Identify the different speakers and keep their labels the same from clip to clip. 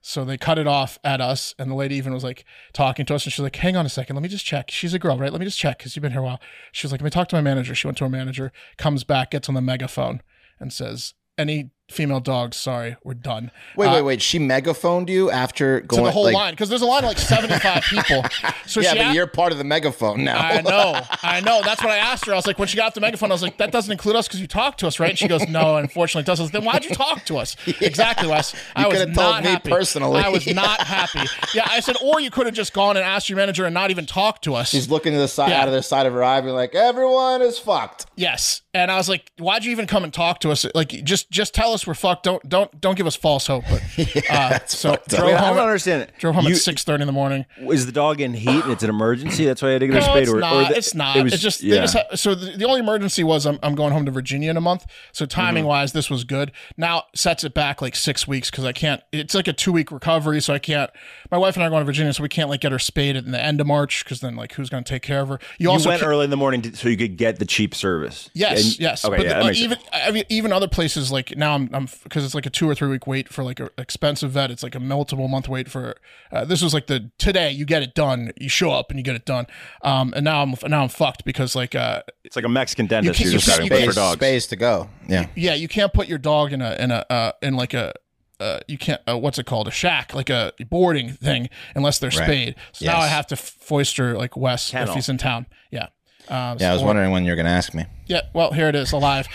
Speaker 1: So they cut it off at us, and the lady even was like talking to us, and she's like, "Hang on a second, let me just check." She's a girl, right? Let me just check because you've been here a while. She was like, "Let me talk to my manager." She went to her manager, comes back, gets on the megaphone, and says, "Any female dogs? Sorry, we're done."
Speaker 2: Wait,
Speaker 1: Uh,
Speaker 2: wait, wait. She megaphoned you after
Speaker 1: To
Speaker 2: going
Speaker 1: the whole
Speaker 2: like,
Speaker 1: line because there's a line of like 75 people. So
Speaker 2: Yeah,
Speaker 1: she
Speaker 2: but
Speaker 1: a-
Speaker 2: you're part of the megaphone now.
Speaker 1: I know, I know. That's what I asked her. I was like, when she got off the megaphone, I was like, that doesn't include us because you talked to us, right? And she goes, no, unfortunately, it doesn't. Then why'd you talk to us? Exactly, Wes. I
Speaker 2: You
Speaker 1: was
Speaker 2: could've
Speaker 1: not
Speaker 2: told me
Speaker 1: happy.
Speaker 2: personally.
Speaker 1: I was not happy. Yeah, I said, or you could have just gone and asked your manager and not even talked to us.
Speaker 2: She's looking to the side out of the side of her eye, being like, "Everyone is fucked."
Speaker 1: yes, And I was like, "Why'd you even come and talk to us? Like, just just tell us we're fucked. Don't don't don't give us false hope." But uh, so
Speaker 3: I,
Speaker 1: drove
Speaker 3: mean, I
Speaker 1: home,
Speaker 3: don't
Speaker 1: at,
Speaker 3: understand. it.
Speaker 1: drove home
Speaker 3: You-
Speaker 1: at six thirty in the morning.
Speaker 3: Is the dog in heat and it's an emergency? That's why I had to get a
Speaker 1: No,
Speaker 3: spade.
Speaker 1: it's
Speaker 3: or, or
Speaker 1: not.
Speaker 3: the-
Speaker 1: it's not.
Speaker 3: it was-
Speaker 1: it's just
Speaker 3: yeah.
Speaker 1: they just ha- so the, the only emergency was I'm, I'm going home to Virginia in a month. So
Speaker 3: Mm-hmm.
Speaker 1: timing wise, this was good. Now it sets it back like six weeks because I can't. It's like a two week recovery, so I can't. My wife and I are going to Virginia, so we can't like get her spaded in the end of March because then like who's going to take care of her? You
Speaker 3: you
Speaker 1: also
Speaker 3: went
Speaker 1: ca-
Speaker 3: early in the morning to- so you could get the cheap service.
Speaker 1: Yes,
Speaker 3: And-
Speaker 1: yes.
Speaker 3: Okay,
Speaker 1: but
Speaker 3: yeah,
Speaker 1: the-
Speaker 3: that
Speaker 1: uh,
Speaker 3: makes
Speaker 1: even I mean, even other places like now I'm I'm because it's like a two or three week wait for like an expensive vet. It's like a multiple month wait for. Uh, this was like the today you get it done. You show up and you get it done. Um, and now I'm now I'm fucked because like uh
Speaker 3: It's like a Mexican dentist
Speaker 1: can't-
Speaker 3: you are
Speaker 1: you
Speaker 3: just having
Speaker 1: can't- you
Speaker 3: but for
Speaker 2: Space,
Speaker 3: dogs.
Speaker 2: space to go. Yeah.
Speaker 1: yeah you can't put your dog in a in a uh, in like a. Uh, you can't. Uh, what's it called? A shack, like a boarding thing, unless they're spayed. So now I
Speaker 2: Yes.
Speaker 1: have to foister like Wes
Speaker 3: Kennel.
Speaker 1: if he's in town. Yeah. Um,
Speaker 2: Yeah, I was
Speaker 1: so-
Speaker 2: wondering when you were going to ask me.
Speaker 1: Yeah, well, here it is, alive.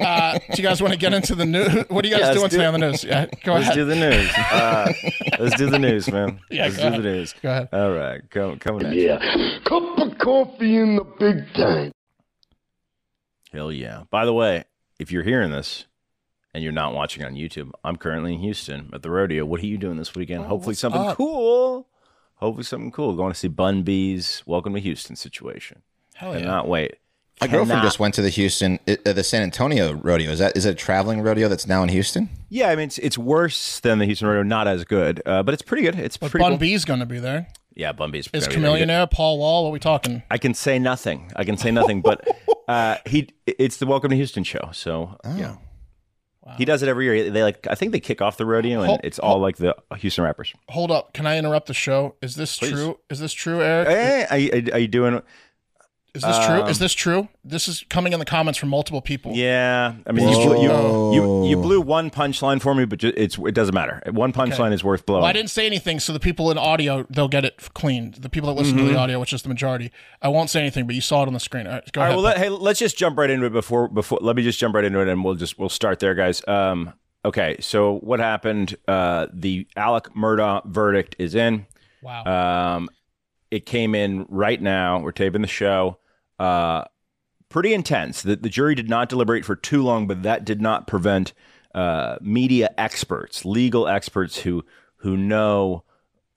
Speaker 1: uh, do you guys want to get into the news? What are you guys
Speaker 3: Yeah, let's
Speaker 1: doing
Speaker 3: do
Speaker 1: today
Speaker 3: it.
Speaker 1: on the news? Yeah, go
Speaker 3: Let's
Speaker 1: ahead.
Speaker 3: do the news. Uh, let's do the news, man.
Speaker 1: Yeah,
Speaker 3: let's
Speaker 1: go
Speaker 3: do
Speaker 1: ahead.
Speaker 3: the news.
Speaker 1: Go ahead.
Speaker 3: All right, come coming at you.
Speaker 4: Yeah. Cup of coffee in the big tank.
Speaker 3: Hell yeah! By the way, if you're hearing this and you're not watching on YouTube, I'm currently in Houston at the rodeo. What are you doing this
Speaker 1: Oh,
Speaker 3: weekend? Hopefully something cool. Hopefully something cool. Going to see Bun B's Welcome to Houston situation.
Speaker 1: Hell yeah.
Speaker 3: Cannot wait.
Speaker 2: My girlfriend
Speaker 3: Cannot-
Speaker 2: just went to the Houston, uh, the San Antonio rodeo. Is that is it a traveling rodeo that's now in Houston?
Speaker 3: Yeah, I mean it's it's worse than the Houston rodeo. Not as good, uh, but it's pretty good. It's
Speaker 1: But
Speaker 3: pretty
Speaker 1: Bun
Speaker 3: cool.
Speaker 1: B's going to be there.
Speaker 3: Yeah, Bun B's
Speaker 1: Is
Speaker 3: gonna be really good.
Speaker 1: Chameleon there? Paul Wall? What are we talking?
Speaker 3: I can say nothing. I can say nothing. but uh, he, it's the Welcome to Houston show. So yeah, he does it every year. They like, I think they kick off the rodeo, and
Speaker 1: Hold-
Speaker 3: it's all like the Houston rappers.
Speaker 1: Hold up. Can I interrupt the show? Is this true? Is this true, Eric?
Speaker 3: Hey, Eh, um, are, you- are you doing?
Speaker 1: Is this true? Is this true? This is coming in the comments from multiple people.
Speaker 3: Yeah, I mean, you blew, you, you you blew one punchline for me, but ju- it's it doesn't matter. One punchline is worth blowing.
Speaker 1: Well, I didn't say anything, so the people in audio, they'll get it cleaned. The people that listen
Speaker 3: Mm-hmm.
Speaker 1: to the audio, which is the majority, I won't say anything, but you saw it on the screen. All right, go
Speaker 3: All right,
Speaker 1: ahead.
Speaker 3: well, let, hey, let's just jump right into it before before. Let me just jump right into it, and we'll just we'll start there, guys. Um, okay, so what happened? Uh, the Alec Murdaugh verdict is in.
Speaker 1: wow.
Speaker 3: Um, it came in right now. We're taping the show. Uh, pretty intense. The, the jury did not deliberate for too long, but that did not prevent uh, media experts, legal experts who who know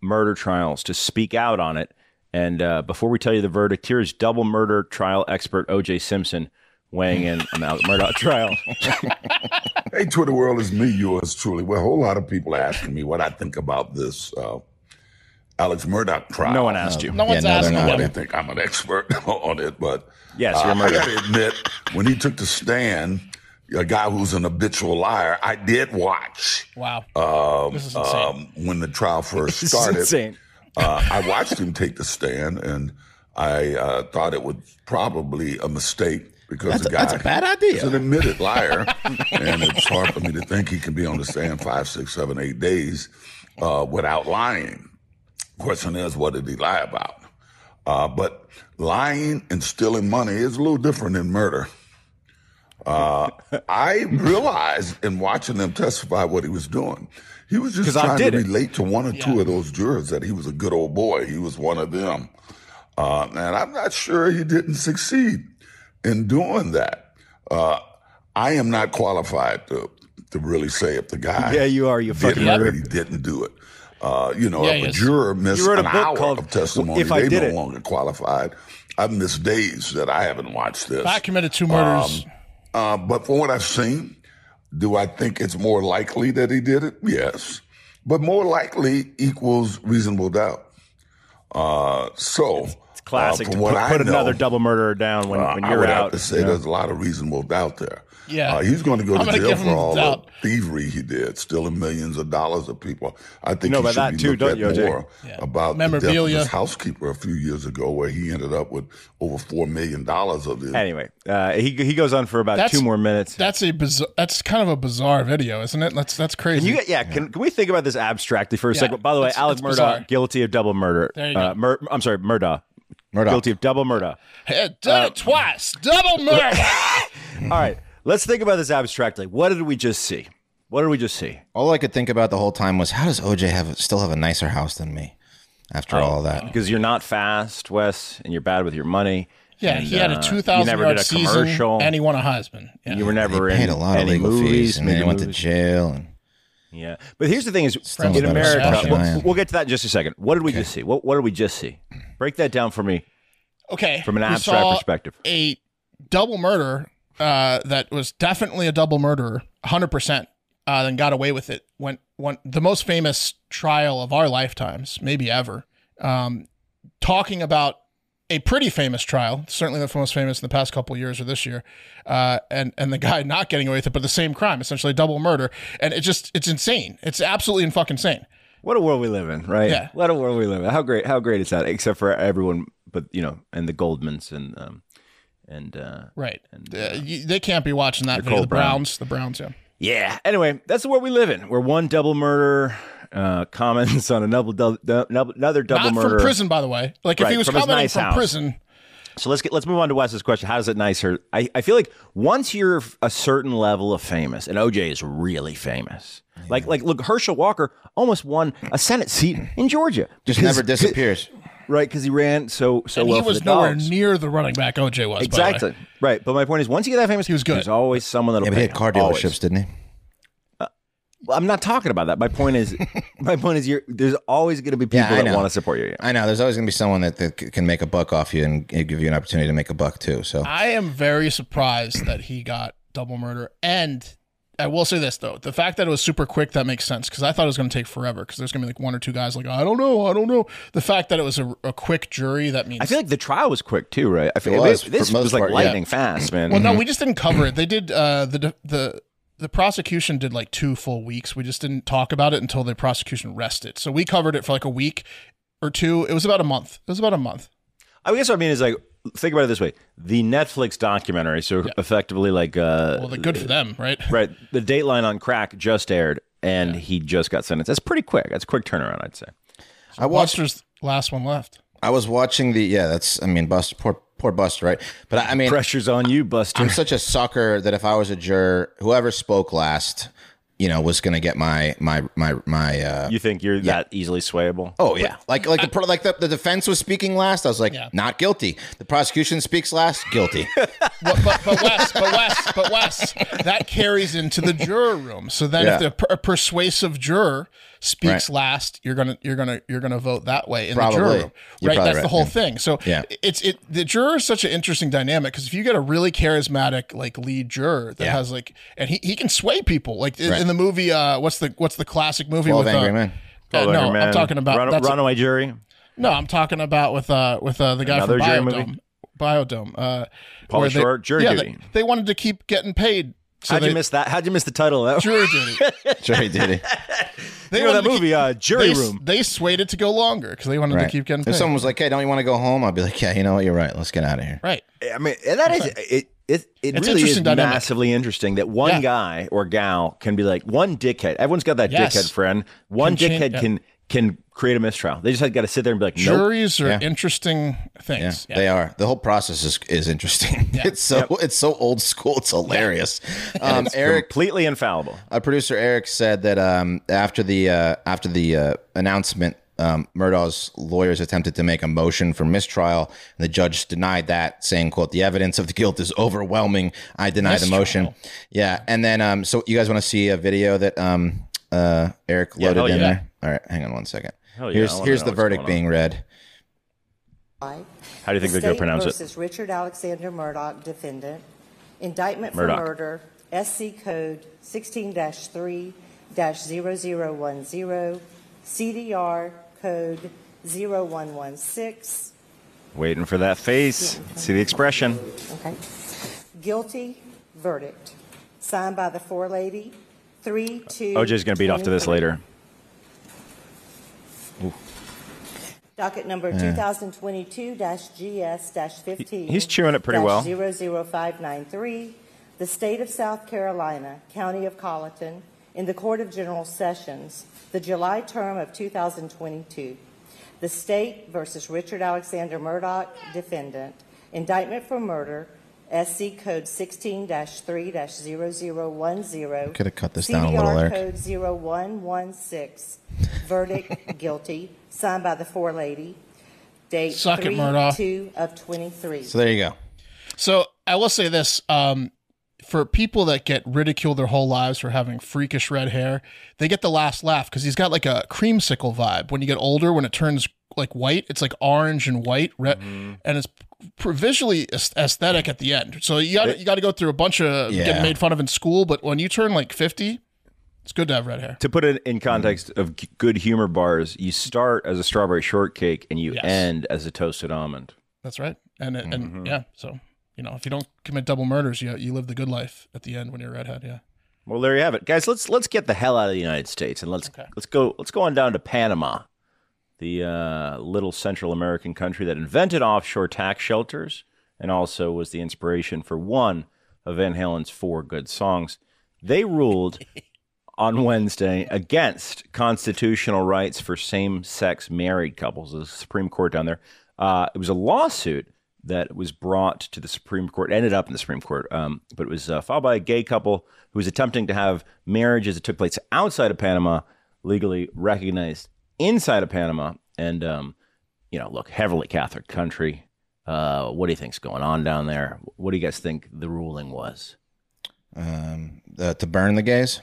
Speaker 3: murder trials, to speak out on it. And uh, before we tell you the verdict, here is double murder trial expert O.J. Simpson weighing in on the Alec Murdaugh trial.
Speaker 4: Hey, Twitter world, it's me, yours truly. Well, a whole lot of people are asking me what I think about this uh, Alex Murdoch trial. Uh,
Speaker 3: No one asked you.
Speaker 1: no one's
Speaker 2: no, they're
Speaker 1: asking
Speaker 2: not.
Speaker 4: I
Speaker 1: him.
Speaker 4: didn't think I'm an expert on it, but
Speaker 3: Yes,
Speaker 4: uh,
Speaker 3: you're a
Speaker 4: I
Speaker 3: murderer.
Speaker 4: got to admit, when he took the stand, a guy who's an habitual liar, I did watch
Speaker 1: Wow.
Speaker 4: um,
Speaker 1: This is insane.
Speaker 4: um, when the trial first
Speaker 3: This is
Speaker 4: started.
Speaker 3: insane.
Speaker 4: Uh, I watched him take the stand, and I uh, thought it was probably a mistake because
Speaker 2: That's
Speaker 4: the
Speaker 2: a-
Speaker 4: guy
Speaker 2: that's a bad idea.
Speaker 4: He's an admitted liar, and it's hard for me to think he can be on the stand five, six, seven, eight days uh, without lying. Question is, what did he lie about? Uh, but lying and stealing money is a little different than murder. Uh, I realized in watching them testify what he was doing. He was just
Speaker 3: 'Cause I
Speaker 4: trying
Speaker 3: did
Speaker 4: to
Speaker 3: it.
Speaker 4: relate to one or two of those jurors that he was a good old boy. He was one of them. Uh, and I'm not sure he didn't succeed in doing that. Uh, I am not qualified to, to really say if the guy
Speaker 3: Yeah, you are. You
Speaker 4: did
Speaker 3: fucking
Speaker 4: it or
Speaker 3: murderer.
Speaker 4: he didn't do it. Uh, you know,
Speaker 1: Yeah,
Speaker 4: if
Speaker 1: he
Speaker 4: a
Speaker 1: is.
Speaker 4: juror missed
Speaker 3: You wrote
Speaker 4: an
Speaker 3: a book
Speaker 4: hour
Speaker 3: called
Speaker 4: of testimony,
Speaker 3: If I
Speaker 4: they
Speaker 3: Did
Speaker 4: no
Speaker 3: It.
Speaker 4: longer qualified. I've missed days that I haven't watched this.
Speaker 1: I committed two murders.
Speaker 3: um,
Speaker 4: Uh, but from what I've seen, do I think it's more likely that he did it? Yes. But more likely equals reasonable doubt. Uh, so,
Speaker 3: Classic.
Speaker 4: uh,
Speaker 3: to
Speaker 4: from what
Speaker 3: put,
Speaker 4: I
Speaker 3: put
Speaker 4: know,
Speaker 3: another double murderer down when,
Speaker 4: uh,
Speaker 3: when
Speaker 4: I
Speaker 3: you're
Speaker 4: would
Speaker 3: out.
Speaker 4: have to say
Speaker 3: you know?
Speaker 4: there's a lot of reasonable doubt there.
Speaker 1: Yeah.
Speaker 4: Uh, he's going to go
Speaker 1: I'm
Speaker 4: to
Speaker 1: gonna
Speaker 4: jail
Speaker 1: give
Speaker 4: for
Speaker 1: him
Speaker 4: all
Speaker 1: doubt.
Speaker 4: the thievery he did, stealing millions of dollars of people. I think
Speaker 3: know
Speaker 4: he
Speaker 3: about
Speaker 4: should
Speaker 3: that
Speaker 4: be
Speaker 3: too,
Speaker 4: looked
Speaker 3: don't
Speaker 4: at
Speaker 3: you, OJ?
Speaker 4: more about the death of
Speaker 1: Memorabilia.
Speaker 4: his housekeeper a few years ago, where he ended up with over four million dollars of his
Speaker 3: Anyway, uh, he he goes on for about
Speaker 1: That's-
Speaker 3: Uh, two more minutes.
Speaker 1: That's a bizarre. That's kind of a bizarre video, isn't it? That's that's crazy.
Speaker 3: You get, yeah, Can, can we think about this abstractly for a
Speaker 1: Yeah,
Speaker 3: second? By the way,
Speaker 1: it's-
Speaker 3: Alec
Speaker 1: it's bizarre.
Speaker 3: Murdaugh guilty of double murder.
Speaker 1: There you
Speaker 3: Uh,
Speaker 1: go.
Speaker 3: mur- I'm sorry, Murdaugh.
Speaker 2: Murdoch.
Speaker 3: Guilty of double murder.
Speaker 1: Hey,
Speaker 3: Uh,
Speaker 1: done it twice, double murder.
Speaker 3: All right, let's think about this abstractly. What did we just see? What did we just see?
Speaker 2: All I could think about the whole time was how does OJ have still have a
Speaker 3: Oh,
Speaker 2: nicer house than me after all that?
Speaker 3: Because you're not fast, Wes, and you're bad with your money,
Speaker 1: Yeah,
Speaker 3: And,
Speaker 1: he had a
Speaker 3: uh, you
Speaker 1: two thousand
Speaker 3: never
Speaker 1: yard
Speaker 3: did a
Speaker 1: season,
Speaker 3: commercial.
Speaker 1: and he won a Heisman. Yeah.
Speaker 3: You were never
Speaker 2: he
Speaker 3: in
Speaker 2: paid a lot of
Speaker 3: any
Speaker 2: legal
Speaker 3: movies,
Speaker 2: fees, and then he
Speaker 3: made
Speaker 2: went to
Speaker 3: movies.
Speaker 2: jail. And
Speaker 3: Yeah, but here's the thing: is
Speaker 2: Still
Speaker 3: in
Speaker 2: not a
Speaker 3: America,
Speaker 1: special
Speaker 3: we'll,
Speaker 2: man.
Speaker 3: we'll get to that in just a second. What did we just see? What What did we just see? Break that down for me
Speaker 1: okay
Speaker 3: from an
Speaker 1: we
Speaker 3: abstract
Speaker 1: saw
Speaker 3: perspective.
Speaker 1: a double murder uh, that was definitely a double murderer, hundred percent. Uh, then got away with it. Went went the most famous trial of our lifetimes, maybe ever. Um, talking about a pretty famous trial, certainly the most famous in the past couple years or this year, uh, and and the guy not getting away with it, but the same crime, essentially double murder, and it just it's insane. It's absolutely fucking insane.
Speaker 3: What a world we live in, right?
Speaker 1: Yeah.
Speaker 3: What a world we live in. How great! How great is that? Except for everyone, but you know, and the Goldmans and um, and uh,
Speaker 1: Right.
Speaker 3: And,
Speaker 1: Uh,
Speaker 3: uh,
Speaker 1: you, they can't be watching that video.
Speaker 3: Nicole
Speaker 1: The
Speaker 3: Brown.
Speaker 1: Browns, the Browns, yeah.
Speaker 3: Yeah. Anyway, that's the world we live in. Where one double murder uh, comments on another double, another double
Speaker 1: Not
Speaker 3: murder.
Speaker 1: from prison, by the way. Like if
Speaker 3: Right,
Speaker 1: he was
Speaker 3: from his
Speaker 1: commenting
Speaker 3: nice
Speaker 1: from
Speaker 3: house.
Speaker 1: prison,
Speaker 3: So let's get let's move on to Wes's question. How does it nicer? I, I feel like once you're a certain level of famous, and OJ is really famous. Like like look, Herschel Walker almost won a Senate seat in Georgia.
Speaker 2: just
Speaker 3: because-
Speaker 2: never disappears.
Speaker 3: Right, because he ran so so
Speaker 1: and
Speaker 3: well
Speaker 1: he
Speaker 3: for
Speaker 1: was
Speaker 3: the
Speaker 1: nowhere
Speaker 3: dogs.
Speaker 1: near the running back OJ was. By
Speaker 3: Exactly. Right. But my point is once you get that famous,
Speaker 1: He was good.
Speaker 3: There's always someone that'll
Speaker 2: Yeah, but he
Speaker 3: pay
Speaker 2: had
Speaker 3: him,
Speaker 2: car
Speaker 3: always.
Speaker 2: dealerships, didn't he?
Speaker 3: Well, I'm not talking about that. My point is my point is you're there's always gonna be people
Speaker 2: Yeah, I
Speaker 3: that
Speaker 2: know.
Speaker 3: want to support you. Yeah.
Speaker 2: I know. There's always going to be someone that, that c- can make a buck off you and give you an opportunity to make a buck too. So
Speaker 1: the way. I am very surprised that he got double murder. And I will say this though, the fact that it was super quick that makes sense because I thought it was going to take forever because there's going to be like one or two guys like I don't know, I don't know. The fact that it was a, a quick jury that means
Speaker 3: I feel like the trial was quick too, right? I feel
Speaker 2: It was, for
Speaker 3: this
Speaker 2: most
Speaker 3: was like
Speaker 2: part, yeah.
Speaker 3: lightning fast, man. Mm-hmm.
Speaker 1: Well, no, we just didn't cover it. They did uh, the the the prosecution did like two full weeks. We just didn't talk about it until the prosecution rested. So we covered it for like a week or two. It was about a month. It was about a month.
Speaker 3: I guess what I mean is like think about it this way: the Netflix documentary, so effectively like uh,
Speaker 1: Well, they're good for them, right?
Speaker 3: right, the Dateline on crack just aired, and he just got sentenced. That's pretty quick. That's a quick turnaround, I'd say.
Speaker 2: I watched.
Speaker 1: Buster's last one left.
Speaker 2: I was watching the. Yeah, that's. I mean, Buster. Poor, poor Buster, right? But I, I mean,
Speaker 3: Pressure's on you, Buster.
Speaker 2: I'm such a sucker that if I was a juror, whoever spoke last, you know, was going to get my my my my. Uh,
Speaker 3: You think you're that easily swayable?
Speaker 2: Oh yeah, like like the pro like the, the defense was speaking last. I was like,
Speaker 1: Yeah.
Speaker 2: not guilty. The prosecution speaks last, guilty.
Speaker 1: But, but, but Wes, but Wes, but Wes, that carries into the juror room. So then,
Speaker 2: Yeah.
Speaker 1: if the per- a persuasive juror speaks
Speaker 2: Right.
Speaker 1: last, you're gonna you're gonna you're gonna vote that way in the juror
Speaker 2: Probably.
Speaker 1: room,
Speaker 2: You're
Speaker 1: right?
Speaker 2: probably
Speaker 1: That's the
Speaker 2: right,
Speaker 1: whole
Speaker 2: yeah.
Speaker 1: thing. So
Speaker 2: Yeah.
Speaker 1: it's it the juror is such an interesting dynamic because if you get a really charismatic like lead juror that
Speaker 2: Yeah.
Speaker 1: has like and he, he can sway people like in,
Speaker 2: Right.
Speaker 1: in the movie uh what's the what's the classic movie
Speaker 2: Twelve
Speaker 1: with
Speaker 2: angry
Speaker 1: uh,
Speaker 2: men.
Speaker 1: uh,
Speaker 3: Hold on,
Speaker 1: no,
Speaker 3: your man.
Speaker 1: I'm talking about
Speaker 3: Run-
Speaker 1: that's a-
Speaker 3: runaway jury.
Speaker 1: no, I'm talking about with uh with uh the guy
Speaker 3: Another
Speaker 1: from
Speaker 3: jury
Speaker 1: Biodome.
Speaker 3: movie?
Speaker 1: Biodome. Uh,
Speaker 3: Pauly
Speaker 1: where
Speaker 3: Shore, Jury
Speaker 1: yeah,
Speaker 3: Duty.
Speaker 1: They, they wanted to keep getting paid. So
Speaker 3: How'd
Speaker 1: they,
Speaker 3: you miss that? How'd you miss the title? Of that?
Speaker 1: jury duty?
Speaker 2: Jerry did it.
Speaker 1: They
Speaker 3: you know
Speaker 1: wanted
Speaker 3: that
Speaker 1: to
Speaker 3: movie, uh,
Speaker 1: keep-
Speaker 3: Jury
Speaker 1: they,
Speaker 3: Room.
Speaker 1: They swayed it to go longer because they wanted to
Speaker 2: Right.
Speaker 1: keep getting paid.
Speaker 2: If someone was like, "Hey, don't you want to go home?" I'd be like, "Yeah, you know what? You're right. Let's get out of here."
Speaker 1: right.
Speaker 3: I mean, and that is it. It, it
Speaker 1: It's
Speaker 3: really is
Speaker 1: interesting dynamic.
Speaker 3: massively interesting that one
Speaker 1: Yeah.
Speaker 3: guy or gal can be like one dickhead. Everyone's got that
Speaker 1: Yes.
Speaker 3: dickhead friend. One
Speaker 1: Can change-
Speaker 3: dickhead
Speaker 1: yeah.
Speaker 3: can can create a mistrial. They just got to sit there and be like, nope.
Speaker 1: Juries are
Speaker 2: Yeah.
Speaker 1: interesting
Speaker 2: Yeah,
Speaker 1: things. Yeah.
Speaker 2: they are. The whole process is, is interesting. It's so it's so old school. It's hilarious. Um, Eric,
Speaker 3: completely infallible.
Speaker 2: our producer Eric said that um, after the uh, after the uh, announcement, um, Murdaugh's lawyers attempted to make a motion for mistrial, and the judge denied that, saying, "quote The evidence of the guilt is overwhelming. I deny the motion." Yeah, and then um, so you guys want to see a video that um, uh, Eric loaded
Speaker 3: hell yeah.
Speaker 2: in there? All right, hang on one second.
Speaker 3: Hell yeah, I
Speaker 2: here's
Speaker 3: wanna
Speaker 2: here's
Speaker 3: know
Speaker 2: the
Speaker 3: what's
Speaker 2: verdict
Speaker 3: going on.
Speaker 2: being read.
Speaker 3: How do you think they're going to pronounce it?
Speaker 5: versus Richard Alexander Murdoch, defendant. Indictment
Speaker 3: Murdoch.
Speaker 5: for murder, SC Code 16 3 0010, CDR Code 0116.
Speaker 3: Waiting for that face. See the expression.
Speaker 5: Okay. Guilty verdict. Signed by the forelady, 3 2.
Speaker 3: OJ's going to beat off to this later.
Speaker 5: Docket number 2022-GS-15.
Speaker 3: He's chewing it pretty well.
Speaker 5: 00593, the state of South Carolina, county of Colleton, in the Court of General Sessions, the July term of 2022. The state versus Richard Alexander Murdoch, defendant. Indictment for murder, SC Code 16-3-0010.
Speaker 2: Coulda cut this down a little,
Speaker 5: CDR
Speaker 2: Eric.
Speaker 5: Code 0116. Verdict guilty, signed by the forelady, date
Speaker 1: Suck it,
Speaker 5: 3
Speaker 1: Murdaugh.
Speaker 5: 2 of 23.
Speaker 2: So there you go.
Speaker 1: So I will say this: um, for people that get ridiculed their whole lives for having freakish red hair, they get the last laugh because he's got like a creamsicle vibe. When you get older, when it turns like white, it's like orange and white, red, and it's pr- visually aes- aesthetic at the end. So you got you got to go through a bunch of
Speaker 2: Yeah.
Speaker 1: getting made fun of in school, but when you turn like fifty, it's good to have red hair.
Speaker 3: to put it in context of g- good humor bars, you start as a strawberry shortcake and you
Speaker 1: Yes.
Speaker 3: end as a toasted almond.
Speaker 1: That's right, and it, and yeah, so. You know, if you don't commit double murders, you you live the good life at the end when you're a redhead. Yeah,
Speaker 3: Well, there you have it, guys. Let's let's get the hell out of the United States and let's let's go let's go on down to Panama, the uh, little Central American country that invented offshore tax shelters and also was the inspiration for one of Van Halen's four good songs. They ruled on Wednesday against constitutional rights for same sex married couples. The Supreme Court down there. Uh, it was a lawsuit that was brought to the Supreme Court, ended up in the Supreme Court, um, but it was uh, filed by a gay couple who was attempting to have marriages that took place outside of Panama legally recognized inside of Panama. And, um, you know, look, heavily Catholic country. Uh, what do you think's going on down there? What do you guys think the ruling was?
Speaker 2: Um, uh, to burn the gays.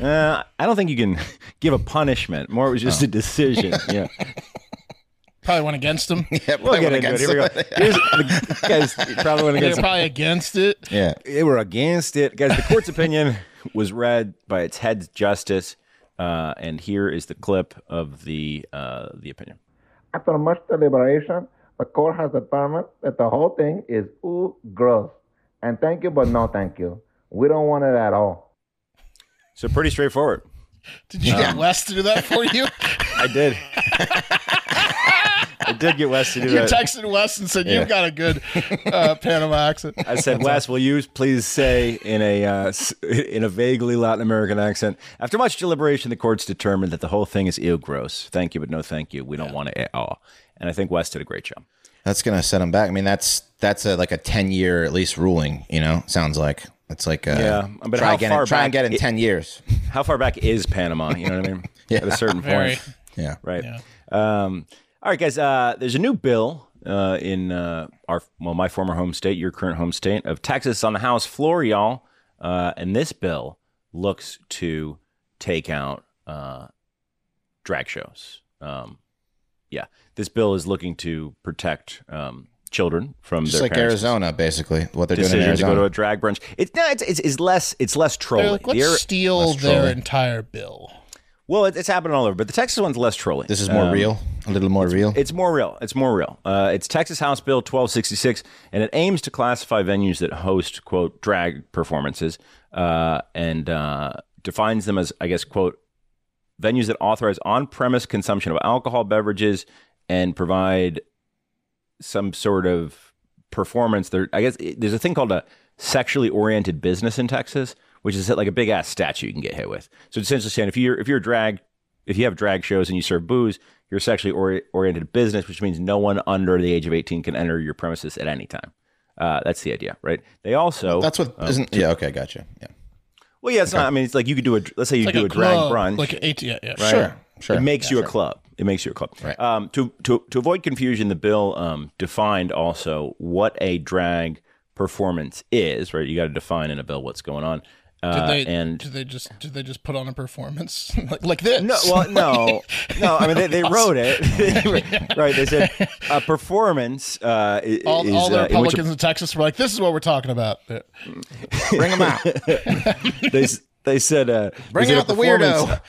Speaker 3: Uh, I don't think you can give a punishment. More, it was just a decision. Oh. Yeah,
Speaker 1: probably went against him.
Speaker 2: Yeah,
Speaker 3: we'll
Speaker 2: probably
Speaker 3: get
Speaker 2: went
Speaker 3: into it.
Speaker 2: against
Speaker 3: Here we go.
Speaker 2: it.
Speaker 3: Here's the guys probably went
Speaker 1: They're
Speaker 3: against.
Speaker 1: probably against it.
Speaker 2: yeah.
Speaker 3: They were against it, guys. The court's opinion was read by its head justice, uh, and here is the clip of the uh, the opinion.
Speaker 6: After much deliberation, the court has determined that the whole thing is ooh gross. And thank you, but no thank you. We don't want it at all.
Speaker 3: So pretty straightforward.
Speaker 1: Did you get Wes to do that for you?
Speaker 3: I did. I did get Wes to do
Speaker 1: you
Speaker 3: that.
Speaker 1: texted Wes and said, You've got a good uh, Panama accent.
Speaker 3: I said, Wes, will you please say in a uh, s- in a vaguely Latin American accent? After much deliberation, the courts determined that the whole thing is ill gross. Thank you, but no, thank you. We don't want it at all. And I think Wes did a great job.
Speaker 2: That's gonna set them back. I mean, that's that's a, like a ten year at least ruling. You know, sounds like it's like uh,
Speaker 3: Yeah, but
Speaker 2: try
Speaker 3: how
Speaker 2: again,
Speaker 3: far
Speaker 2: try
Speaker 3: back
Speaker 2: and get in
Speaker 3: it-
Speaker 2: ten years.
Speaker 3: How far back is Panama? You know what I mean? At a certain point,
Speaker 1: Very.
Speaker 2: Yeah,
Speaker 3: right? Um, all right, guys. Uh, there's a new bill uh, in uh, our well, my former home state, your current home state of Texas, on the House floor, y'all. Uh, and this bill looks to take out uh, drag shows. Um, yeah, this bill is looking to protect um, children from
Speaker 2: just
Speaker 3: their
Speaker 2: like
Speaker 3: parents'
Speaker 2: Arizona, basically what they're doing in
Speaker 3: decision to go
Speaker 2: Arizona.
Speaker 3: to a drag brunch. It's no, it's it's, it's less it's less trolling.
Speaker 1: They're like, Let's
Speaker 3: The Ari-
Speaker 1: steal
Speaker 2: Let's
Speaker 1: their
Speaker 2: troll it.
Speaker 1: entire bill.
Speaker 3: well, it, it's happening all over, but the Texas one's less trolling.
Speaker 2: this is more
Speaker 3: Um,
Speaker 2: real, a little more real.
Speaker 3: It's more real. It's more real. Uh, it's Texas House Bill 1266, and it aims to classify venues that host, quote, drag performances uh, and uh, defines them as, I guess, quote, venues that authorize on premise consumption of alcohol beverages and provide some sort of performance. There, I guess it- there's a thing called a sexually oriented business in Texas, which is like a big ass statue you can get hit with. So it's essentially saying if you're if you're a drag, if you have drag shows and you serve booze, you're a sexually ori- oriented business, which means no one under the age of 18 can enter your premises at any time. Uh, that's the idea, right? They also um,
Speaker 2: that's what not yeah okay gotcha yeah
Speaker 3: well, yeah, it's not. I mean, it's like you could do a let's say you do a, drag
Speaker 1: club,
Speaker 3: brunch,
Speaker 1: Like, eight, yeah, yeah.
Speaker 3: right?
Speaker 2: Sure, sure.
Speaker 3: It makes you a club. It makes you a club.
Speaker 2: Right.
Speaker 3: Um, to, to, to avoid confusion, the bill um, defined also what a drag performance is, right? You got to define in a bill what's going on. Uh,
Speaker 1: Did they,
Speaker 3: and
Speaker 1: did they just did they just put on a performance like, like this?
Speaker 3: no, well, no, no. I mean, they, they wrote it, right? They said a performance uh, i-
Speaker 1: all,
Speaker 3: is
Speaker 1: all the
Speaker 3: uh, in which a
Speaker 1: Republicans in, Texas were like, "This is what we're talking about." Yeah.
Speaker 2: bring them out,
Speaker 3: they s- they said uh,
Speaker 2: bring
Speaker 3: they said
Speaker 2: out the
Speaker 3: a performance-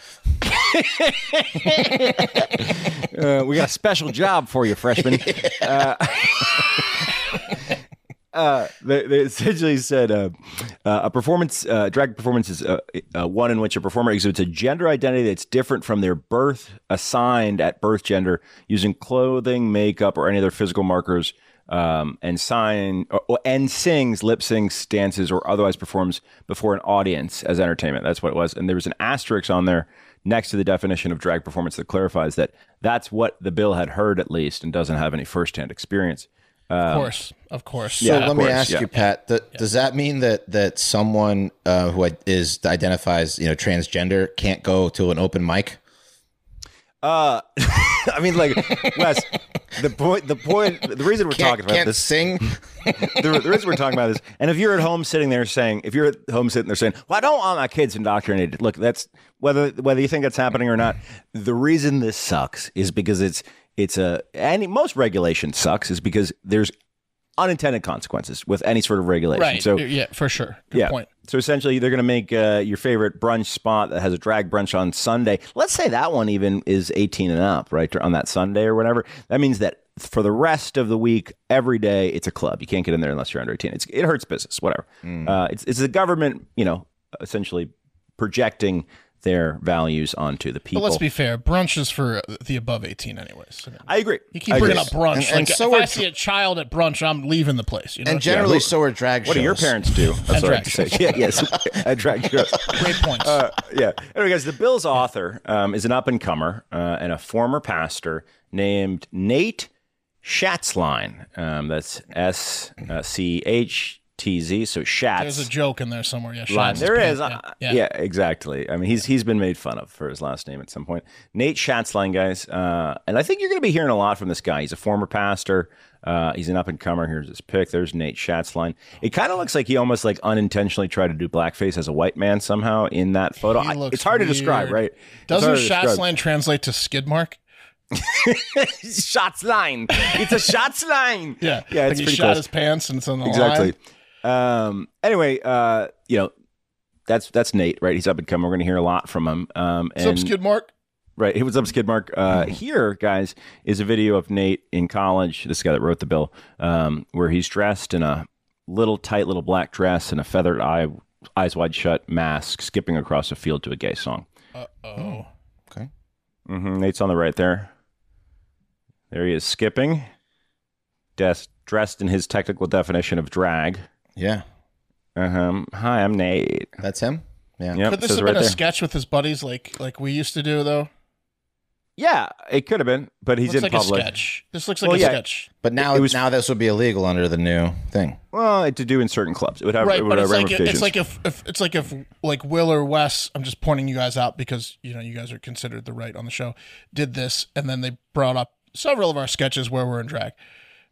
Speaker 2: weirdo.
Speaker 3: Uh, we got a special job for you, freshman. Uh, uh, they, they essentially said uh, uh, a performance, uh, drag performance is uh, uh, one in which a performer exhibits a gender identity that's different from their birth assigned at birth gender using clothing, makeup, or any other physical markers, um, and sign or, or- and sings, lip syncs, dances, or otherwise performs before an audience as entertainment. That's what it was. And there was an asterisk on there next to the definition of drag performance that clarifies that that's what the bill had heard at least and doesn't have any firsthand experience. Uh,
Speaker 1: Of course, of course.
Speaker 2: Um, So
Speaker 3: Yeah,
Speaker 2: let
Speaker 3: of
Speaker 2: me
Speaker 3: course,
Speaker 2: ask
Speaker 3: yeah.
Speaker 2: you, Pat. th- Does that mean that that someone uh, who is identifies you know transgender can't go to an open mic?
Speaker 3: Uh, I mean, like Wes, the point, the point, the reason we're
Speaker 2: Can't,
Speaker 3: talking about
Speaker 2: can't
Speaker 3: this,
Speaker 2: sing.
Speaker 3: the, the reason we're talking about this, and if you're at home sitting there saying, if you're at home sitting there saying, well, I don't want my kids indoctrinated. Look, that's whether whether you think that's happening or not. The reason this sucks is because it's it's a and most regulation sucks is because there's unintended consequences with any sort of regulation.
Speaker 1: Right.
Speaker 3: So
Speaker 1: yeah, for sure. Good
Speaker 3: yeah.
Speaker 1: point.
Speaker 3: So essentially, they're going to make uh, your favorite brunch spot that has a drag brunch on Sunday. Let's say that one even is 18 and up, right? On that Sunday or whatever. That means that for the rest of the week, every day, it's a club. You can't get in there unless you're under 18. It's, it hurts business, whatever.
Speaker 1: Mm.
Speaker 3: Uh, it's, it's the government, you know, essentially projecting their values onto the people.
Speaker 1: But let's be fair. Brunch is for the above 18, anyways. I mean,
Speaker 3: I agree.
Speaker 1: you keep
Speaker 3: I agree.
Speaker 1: bringing up brunch.
Speaker 2: And-
Speaker 1: like,
Speaker 2: and so
Speaker 1: if I
Speaker 2: are-
Speaker 1: see a child at brunch, I'm leaving the place. You know?
Speaker 2: And generally, so are drag shows.
Speaker 3: What do your parents do? I'm sorry
Speaker 1: drag
Speaker 3: to say. Yeah, yes. I drag shows.
Speaker 1: Great points.
Speaker 3: Uh, yeah. Anyway, guys, the bill's author um, is an up and comer uh, and a former pastor named Nate Schatzline. Um, that's S uh, C H T Z. So
Speaker 1: There's a
Speaker 3: Shatz.
Speaker 1: joke in there somewhere. Yeah,
Speaker 3: Line.
Speaker 1: Shines
Speaker 3: There
Speaker 1: pants,
Speaker 3: is, uh,
Speaker 1: Yeah.
Speaker 3: yeah. exactly. I mean, he's he's been made fun of for his last name at some point. Nate Schatzline, guys, uh, and I think you're going to be hearing a lot from this guy. He's a former pastor. Uh, he's an up and comer. Here's his pick. There's Nate Schatzline. It kind of looks like he almost like unintentionally tried to do blackface as a white man somehow in that photo.
Speaker 1: He
Speaker 3: I-
Speaker 1: looks
Speaker 3: it's hard to describe,
Speaker 1: weird.
Speaker 3: right? It's
Speaker 1: Doesn't
Speaker 3: hard to describe.
Speaker 1: Shatzland translate to Skidmark?
Speaker 3: shots line. It's a shots line.
Speaker 1: Yeah.
Speaker 3: yeah,
Speaker 1: Like
Speaker 3: it's
Speaker 1: he
Speaker 3: pretty
Speaker 1: shot
Speaker 3: close.
Speaker 1: his pants and it's on the
Speaker 3: exactly.
Speaker 1: line.
Speaker 3: Um. Anyway, uh, you know, that's that's Nate, right? He's up and coming. We're gonna hear a lot from him. Um,
Speaker 1: What's up,
Speaker 3: and-
Speaker 1: Skidmark?
Speaker 3: Right. Hey, what's up, Skidmark? Uh, here, guys, is a video of Nate in college, this guy that wrote the bill, um, where he's dressed in a little tight little black dress and a feathered eye, eyes wide shut mask, skipping across a field to a gay song.
Speaker 1: Oh.
Speaker 2: Okay.
Speaker 3: hmm Nate's on the right there. There he is skipping, des- dressed in his technical definition of drag.
Speaker 2: Yeah,
Speaker 3: Uh-huh. Hi, I'm Nate.
Speaker 2: that's him. Yeah.
Speaker 3: Yep,
Speaker 1: Could this
Speaker 3: says
Speaker 1: have
Speaker 3: right
Speaker 1: been a
Speaker 3: there.
Speaker 1: sketch with his buddies like like we used to do though?
Speaker 3: Yeah, it could have been, but he's
Speaker 1: looks
Speaker 3: in
Speaker 1: like
Speaker 3: public.
Speaker 1: a sketch. This looks like
Speaker 3: Well,
Speaker 1: a
Speaker 3: yeah.
Speaker 1: sketch.
Speaker 2: But now,
Speaker 3: It was-
Speaker 2: now this would be illegal under the new thing.
Speaker 3: Well, it to do in certain clubs. It would have,
Speaker 1: Right,
Speaker 3: it would
Speaker 1: but
Speaker 3: have
Speaker 1: it's like
Speaker 3: ramifications.
Speaker 1: it's like if, if it's like if like Will or Wes, I'm just pointing you guys out because you know you guys are considered the right on the show. Did this, and then they brought up several of our sketches where we're in drag.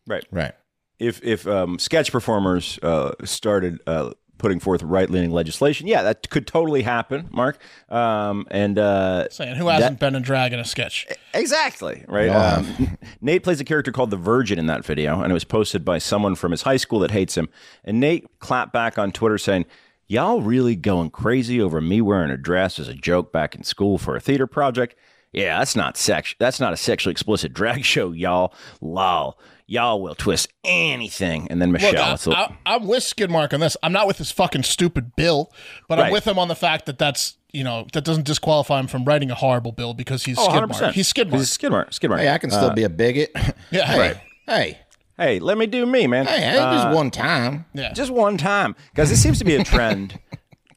Speaker 3: right.
Speaker 2: Right.
Speaker 3: if if um, sketch performers uh, started uh, putting forth right leaning legislation, yeah, that could totally happen, Mark. Um, and uh,
Speaker 1: Saying who hasn't been in drag in a sketch?
Speaker 3: E, exactly right. Um, Nate plays a character called the Virgin in that video, and it was posted by someone from his high school that hates him. And Nate clapped back on Twitter saying. Y'all really going crazy over me wearing a dress as a joke back in school for a theater project? Yeah, that's not sex. That's not a sexually explicit drag show, y'all. Lol. Y'all will twist anything. And then Michelle.
Speaker 1: Look, I,
Speaker 3: it's a-
Speaker 1: I, am with Skidmark on this. I'm not with his fucking stupid bill, but I'm
Speaker 3: Right.
Speaker 1: with him on the fact that that's you know that doesn't disqualify him from writing a horrible bill because he's
Speaker 3: Oh,
Speaker 1: Skidmark.
Speaker 3: 100%.
Speaker 1: He's Skidmark.
Speaker 3: He's Skidmark. Skidmark.
Speaker 2: Hey, I can
Speaker 3: Uh,
Speaker 2: still be a bigot.
Speaker 1: yeah,
Speaker 2: hey,
Speaker 1: right.
Speaker 2: Hey,
Speaker 3: Hey, let me do me, man. Uh,
Speaker 2: hey, hey just one time.
Speaker 1: yeah.
Speaker 3: Just one time. Guys, this seems to be a trend.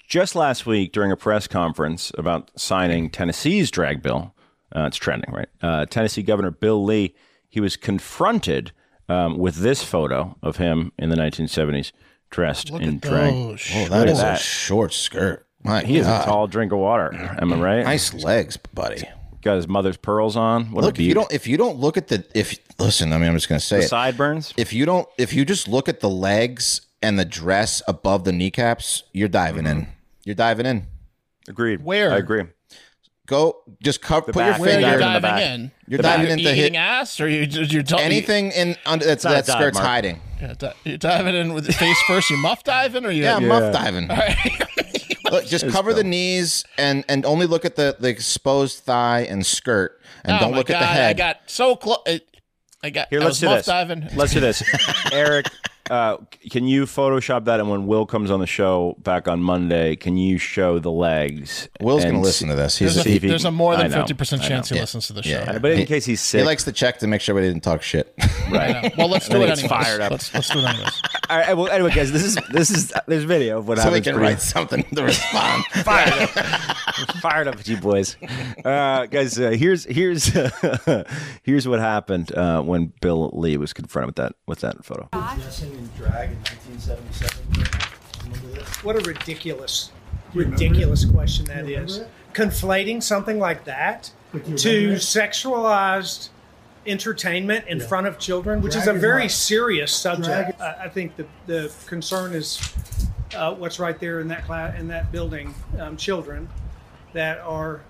Speaker 3: Just last week during a press conference about signing Tennessee's drag bill, uh, it's trending, right? Uh, Tennessee Governor Bill Lee, he was confronted um, with this photo of him in the 1970s dressed
Speaker 1: Look
Speaker 3: in
Speaker 1: at
Speaker 3: drag.
Speaker 1: those.
Speaker 2: Oh, that is
Speaker 3: that.
Speaker 2: a short skirt. My
Speaker 3: He is
Speaker 2: God.
Speaker 3: a tall drink of water. Am I right?
Speaker 2: Nice legs, buddy.
Speaker 3: Got his mother's pearls on. What a
Speaker 2: Look, if
Speaker 3: beauty.
Speaker 2: you don't if you don't look at the if listen, I mean, I'm just gonna say
Speaker 3: the
Speaker 2: it.
Speaker 3: sideburns.
Speaker 2: If you don't, if you just look at the legs and the dress above the kneecaps, you're diving in. You're diving in.
Speaker 3: Mm-hmm. Agreed.
Speaker 1: Where?
Speaker 3: I agree.
Speaker 2: Go, just cover, put
Speaker 3: back.
Speaker 2: your
Speaker 3: Where
Speaker 1: Where
Speaker 2: finger.
Speaker 3: Diving
Speaker 1: you're diving
Speaker 3: in the back.
Speaker 1: in.
Speaker 2: You're diving into
Speaker 1: you're
Speaker 2: hit
Speaker 1: eating ass, or you, you're t-
Speaker 2: anything in under that's
Speaker 3: not
Speaker 2: that
Speaker 3: a dive,
Speaker 2: skirt's
Speaker 3: Mark.
Speaker 2: hiding.
Speaker 1: You're, di- you're diving in with face first. You muff diving, or you?
Speaker 2: Yeah,
Speaker 1: you-
Speaker 2: muff diving. Look, just cover the
Speaker 3: dumb.
Speaker 2: knees and and only look at the the exposed thigh and skirt, and
Speaker 1: Oh
Speaker 2: don't
Speaker 1: my
Speaker 2: look
Speaker 1: God,
Speaker 2: at the
Speaker 1: I
Speaker 2: head.
Speaker 1: got so close. I got.
Speaker 3: Here,
Speaker 1: I
Speaker 3: let's
Speaker 1: was
Speaker 3: do
Speaker 1: muff
Speaker 3: this.
Speaker 1: diving.
Speaker 3: Let's do this. Eric, uh, c- can you Photoshop that? And when Will comes on the show back on Monday, can you show the legs?
Speaker 2: Will's
Speaker 3: and
Speaker 2: gonna listen
Speaker 3: see-
Speaker 2: to this. He's
Speaker 1: There's
Speaker 2: a,
Speaker 3: See
Speaker 1: a,
Speaker 3: if he-
Speaker 1: there's a more
Speaker 3: I
Speaker 1: than
Speaker 3: know,
Speaker 1: fifty percent
Speaker 3: I
Speaker 1: chance
Speaker 2: know.
Speaker 1: he listens to this
Speaker 2: Yeah,
Speaker 1: show.
Speaker 2: yeah.
Speaker 3: But in
Speaker 2: He-
Speaker 3: case he's sick,
Speaker 2: he likes to check to make sure we didn't talk shit.
Speaker 3: right?
Speaker 1: Well, let's
Speaker 3: I
Speaker 1: do
Speaker 3: think
Speaker 1: it
Speaker 3: it's
Speaker 1: anyways.
Speaker 3: fired up.
Speaker 1: Let's, let's do it anyways.
Speaker 3: All right. Well, anyway, guys, this is this is there's video of what
Speaker 2: so we
Speaker 3: happens.
Speaker 2: can
Speaker 3: pretty-
Speaker 2: write something to respond.
Speaker 3: fired up. fired up at you boys. Uh, guys, uh, here's here's here's what happened uh, when Bill Lee was confronted with that with that photo.
Speaker 7: dressing in drag in 1977. Remember this?
Speaker 8: What a ridiculous, ridiculous question that
Speaker 7: remember
Speaker 8: is.
Speaker 7: it?
Speaker 8: Conflating something like that
Speaker 7: But do you
Speaker 8: to
Speaker 7: remember it?
Speaker 8: sexualized entertainment in front of children, which is a
Speaker 7: Drag is
Speaker 8: very
Speaker 7: not-
Speaker 8: serious subject.
Speaker 7: drag-
Speaker 8: I I think the, the concern is uh, what's right there in that class, in that building, um, children that are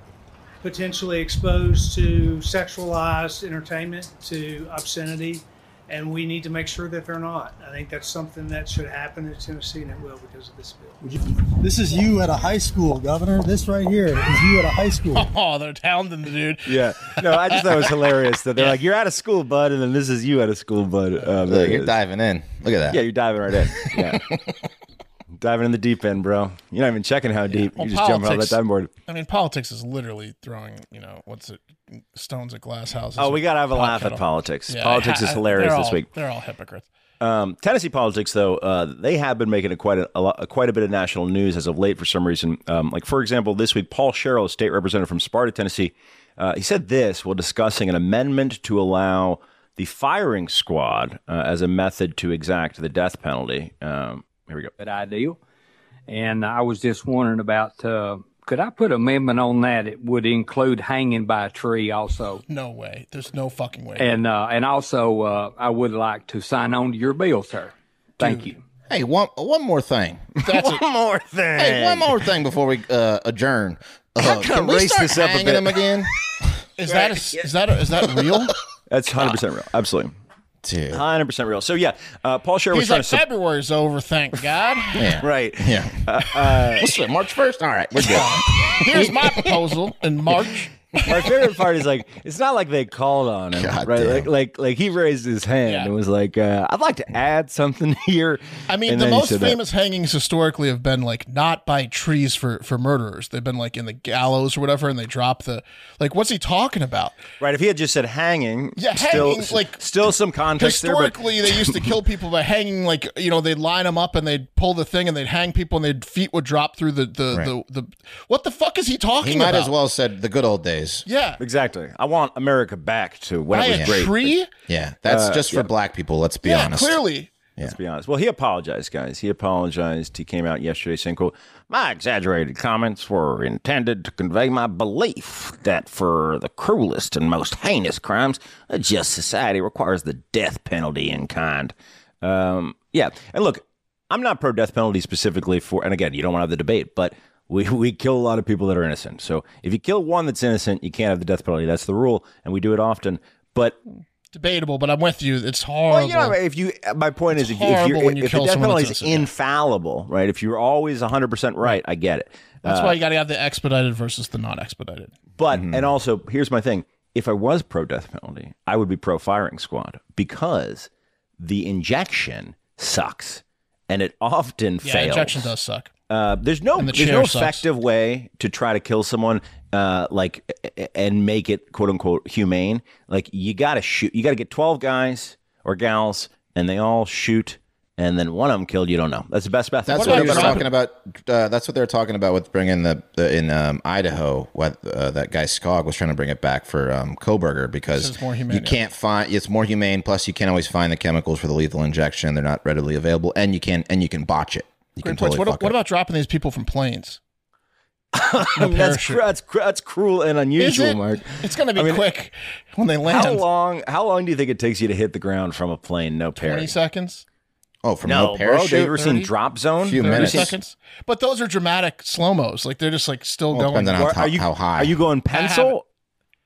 Speaker 8: potentially exposed to sexualized entertainment, to obscenity, and we need to make sure that they're not. I think that's something that should happen in Tennessee, and it will because of this bill.
Speaker 7: This is you at a high school, Governor. This right here is you at a high school.
Speaker 1: Oh, they're hounding the dude.
Speaker 3: Yeah. No, Oh, I just thought it was hilarious that they're like, you're out of school, bud. And then this is you out of school, bud. Uh, there
Speaker 2: Look,
Speaker 3: it
Speaker 2: you're
Speaker 3: is.
Speaker 2: diving in. Look at that.
Speaker 3: Yeah, you're diving right in. Yeah. diving in the deep end, bro. You're not even checking how deep.
Speaker 1: Well,
Speaker 3: you just jump out of
Speaker 1: politics-
Speaker 3: that diving board.
Speaker 1: I mean, politics is literally throwing, you know, what's it, stones at glass houses.
Speaker 3: Oh, we got to have a
Speaker 1: Pot
Speaker 3: laugh at
Speaker 1: kettle.
Speaker 3: politics.
Speaker 1: Yeah,
Speaker 3: politics
Speaker 1: I-
Speaker 3: is
Speaker 1: I-
Speaker 3: hilarious
Speaker 1: they're
Speaker 3: this
Speaker 1: all-
Speaker 3: week.
Speaker 1: They're all hypocrites.
Speaker 3: Um, Tennessee politics, though, uh, they have been making a quite a, a lot, quite a bit of national news as of late for some reason. Um, like for example, this week, Paul Sherrill, a state representative from Sparta, Tennessee, uh, he said this while discussing an amendment to allow the firing squad uh, as a method to exact the death penalty. Um, here we go.
Speaker 9: that ideal. And I was just wondering about uh, could I put amendment on that? It would include hanging by a tree also.
Speaker 1: No way. There's no fucking way.
Speaker 9: And uh, and also, uh, I would like to sign on to your bill, sir. Thank you.
Speaker 2: Hey, one one more thing.
Speaker 1: That's a,
Speaker 3: One more thing.
Speaker 2: Hey, one more thing before we uh, adjourn. Uh,
Speaker 3: gonna
Speaker 2: can we
Speaker 3: raise
Speaker 2: start
Speaker 3: this up a
Speaker 2: hanging
Speaker 3: bit.
Speaker 2: them again,
Speaker 1: is that a, is that a, is that real?
Speaker 3: That's hundred percent real.
Speaker 1: Ah.
Speaker 3: Absolutely,
Speaker 2: dude?
Speaker 3: hundred percent real. So yeah, uh, Paul Sherrill was
Speaker 1: He's
Speaker 3: trying
Speaker 1: like
Speaker 3: to support.
Speaker 1: February's over. Thank God.
Speaker 2: Yeah,
Speaker 3: Right. Uh,
Speaker 2: yeah. What's it? March first. All right, we're good.
Speaker 1: Here's my proposal in March.
Speaker 3: My favorite part is like it's not like they called on him,
Speaker 2: God
Speaker 3: right?
Speaker 2: damn.
Speaker 3: Like like like he raised his hand
Speaker 1: Yeah.
Speaker 3: and was like, uh, "I'd like to add something here."
Speaker 1: I mean,
Speaker 3: And
Speaker 1: the
Speaker 3: then he
Speaker 1: most
Speaker 3: said that.
Speaker 1: famous hangings historically have been like not by trees for for murderers. They've been like in the gallows or whatever, and they drop the like. What's he talking about?
Speaker 3: right? If he had just said hanging,
Speaker 1: Yeah,
Speaker 3: still,
Speaker 1: hanging, like,
Speaker 3: still some context there, but
Speaker 1: Historically, they used to kill people by hanging. Like you know, they'd line them up and they'd pull the thing and they'd hang people and their feet would drop through the the the, the. What the fuck is he talking
Speaker 2: He might
Speaker 1: about?
Speaker 2: as well said the good old days.
Speaker 1: Yeah,
Speaker 3: exactly. I want America back to when
Speaker 1: by
Speaker 3: it was
Speaker 1: a
Speaker 3: great. Uh,
Speaker 1: tree.
Speaker 2: Yeah, that's just for black people. Let's be
Speaker 1: yeah,
Speaker 2: honest.
Speaker 1: clearly.
Speaker 3: Let's be honest. Well, he apologized, guys. He apologized. He came out yesterday saying, quote, My exaggerated comments were intended to convey my belief that for the cruelest and most heinous crimes, a just society requires the death penalty in kind. Um, yeah. And look, I'm not pro death penalty specifically for, and again, you don't want to have the debate, but we, we kill a lot of people that are innocent. So if you kill one that's innocent, you can't have the death penalty. That's the rule. And we do it often. But
Speaker 1: Debatable, but I'm with you. It's horrible.
Speaker 3: well, you know, if you, my point is, if, you- if,
Speaker 1: horrible
Speaker 3: you're,
Speaker 1: when you
Speaker 3: if the
Speaker 1: kill
Speaker 3: death
Speaker 1: someone
Speaker 3: penalty
Speaker 1: that's
Speaker 3: is
Speaker 1: innocent, yeah.
Speaker 3: infallible, right? If you're always 100% right, I get it. Uh,
Speaker 1: That's why you got to have the expedited versus the not expedited.
Speaker 3: But, and also, here's my thing if I was pro death penalty, I would be pro firing squad because the injection sucks and it often
Speaker 1: Yeah,
Speaker 3: fails.
Speaker 1: injection does suck.
Speaker 3: Uh, there's no
Speaker 1: the
Speaker 3: there's
Speaker 1: chair
Speaker 3: no
Speaker 1: sucks.
Speaker 3: effective way to try to kill someone uh, like a- a- and make it quote unquote humane. Like you gotta shoot, you gotta get twelve guys or gals, and they all shoot, and then one of them killed. You don't know. That's the best method.
Speaker 2: That's
Speaker 1: What
Speaker 2: what,
Speaker 1: about
Speaker 2: they were
Speaker 1: Trump?
Speaker 2: talking about. Uh, that's what they were talking about with bringing the, the in um, Idaho. What uh, that guy Skog was trying to bring it back for um, Koberger because
Speaker 1: it's more humane,
Speaker 2: you
Speaker 1: yeah.
Speaker 2: can't find. It's more humane. Plus, you can't always find the chemicals for the lethal injection. They're not readily available, and you can and you can botch it. You
Speaker 1: Great
Speaker 2: can
Speaker 1: points.
Speaker 2: totally
Speaker 1: What,
Speaker 2: fuck
Speaker 1: what
Speaker 2: it.
Speaker 1: about dropping these people from planes?
Speaker 3: I mean, that's,
Speaker 1: parachute?
Speaker 3: cru- that's, cru- that's cruel and
Speaker 1: Is
Speaker 3: unusual,
Speaker 1: it?
Speaker 3: Mark.
Speaker 1: It's going to be
Speaker 3: I mean,
Speaker 1: quick when they land.
Speaker 3: How long? How long do you think it takes you to hit the ground from a plane? No
Speaker 1: Twenty
Speaker 3: parachute.
Speaker 1: seconds.
Speaker 2: Oh, from no,
Speaker 3: No, bro. Have
Speaker 2: parachute.
Speaker 3: you ever seen
Speaker 1: 30?
Speaker 3: drop zone? Have
Speaker 2: Few
Speaker 3: you
Speaker 1: Thirty
Speaker 2: minutes.
Speaker 3: seen-
Speaker 1: seconds. But those are dramatic slow mos. Like they're just like still
Speaker 2: Well,
Speaker 1: going.
Speaker 2: depends on how,
Speaker 3: Or are you
Speaker 2: how high.
Speaker 3: Are you going
Speaker 1: haven't.
Speaker 3: pencil,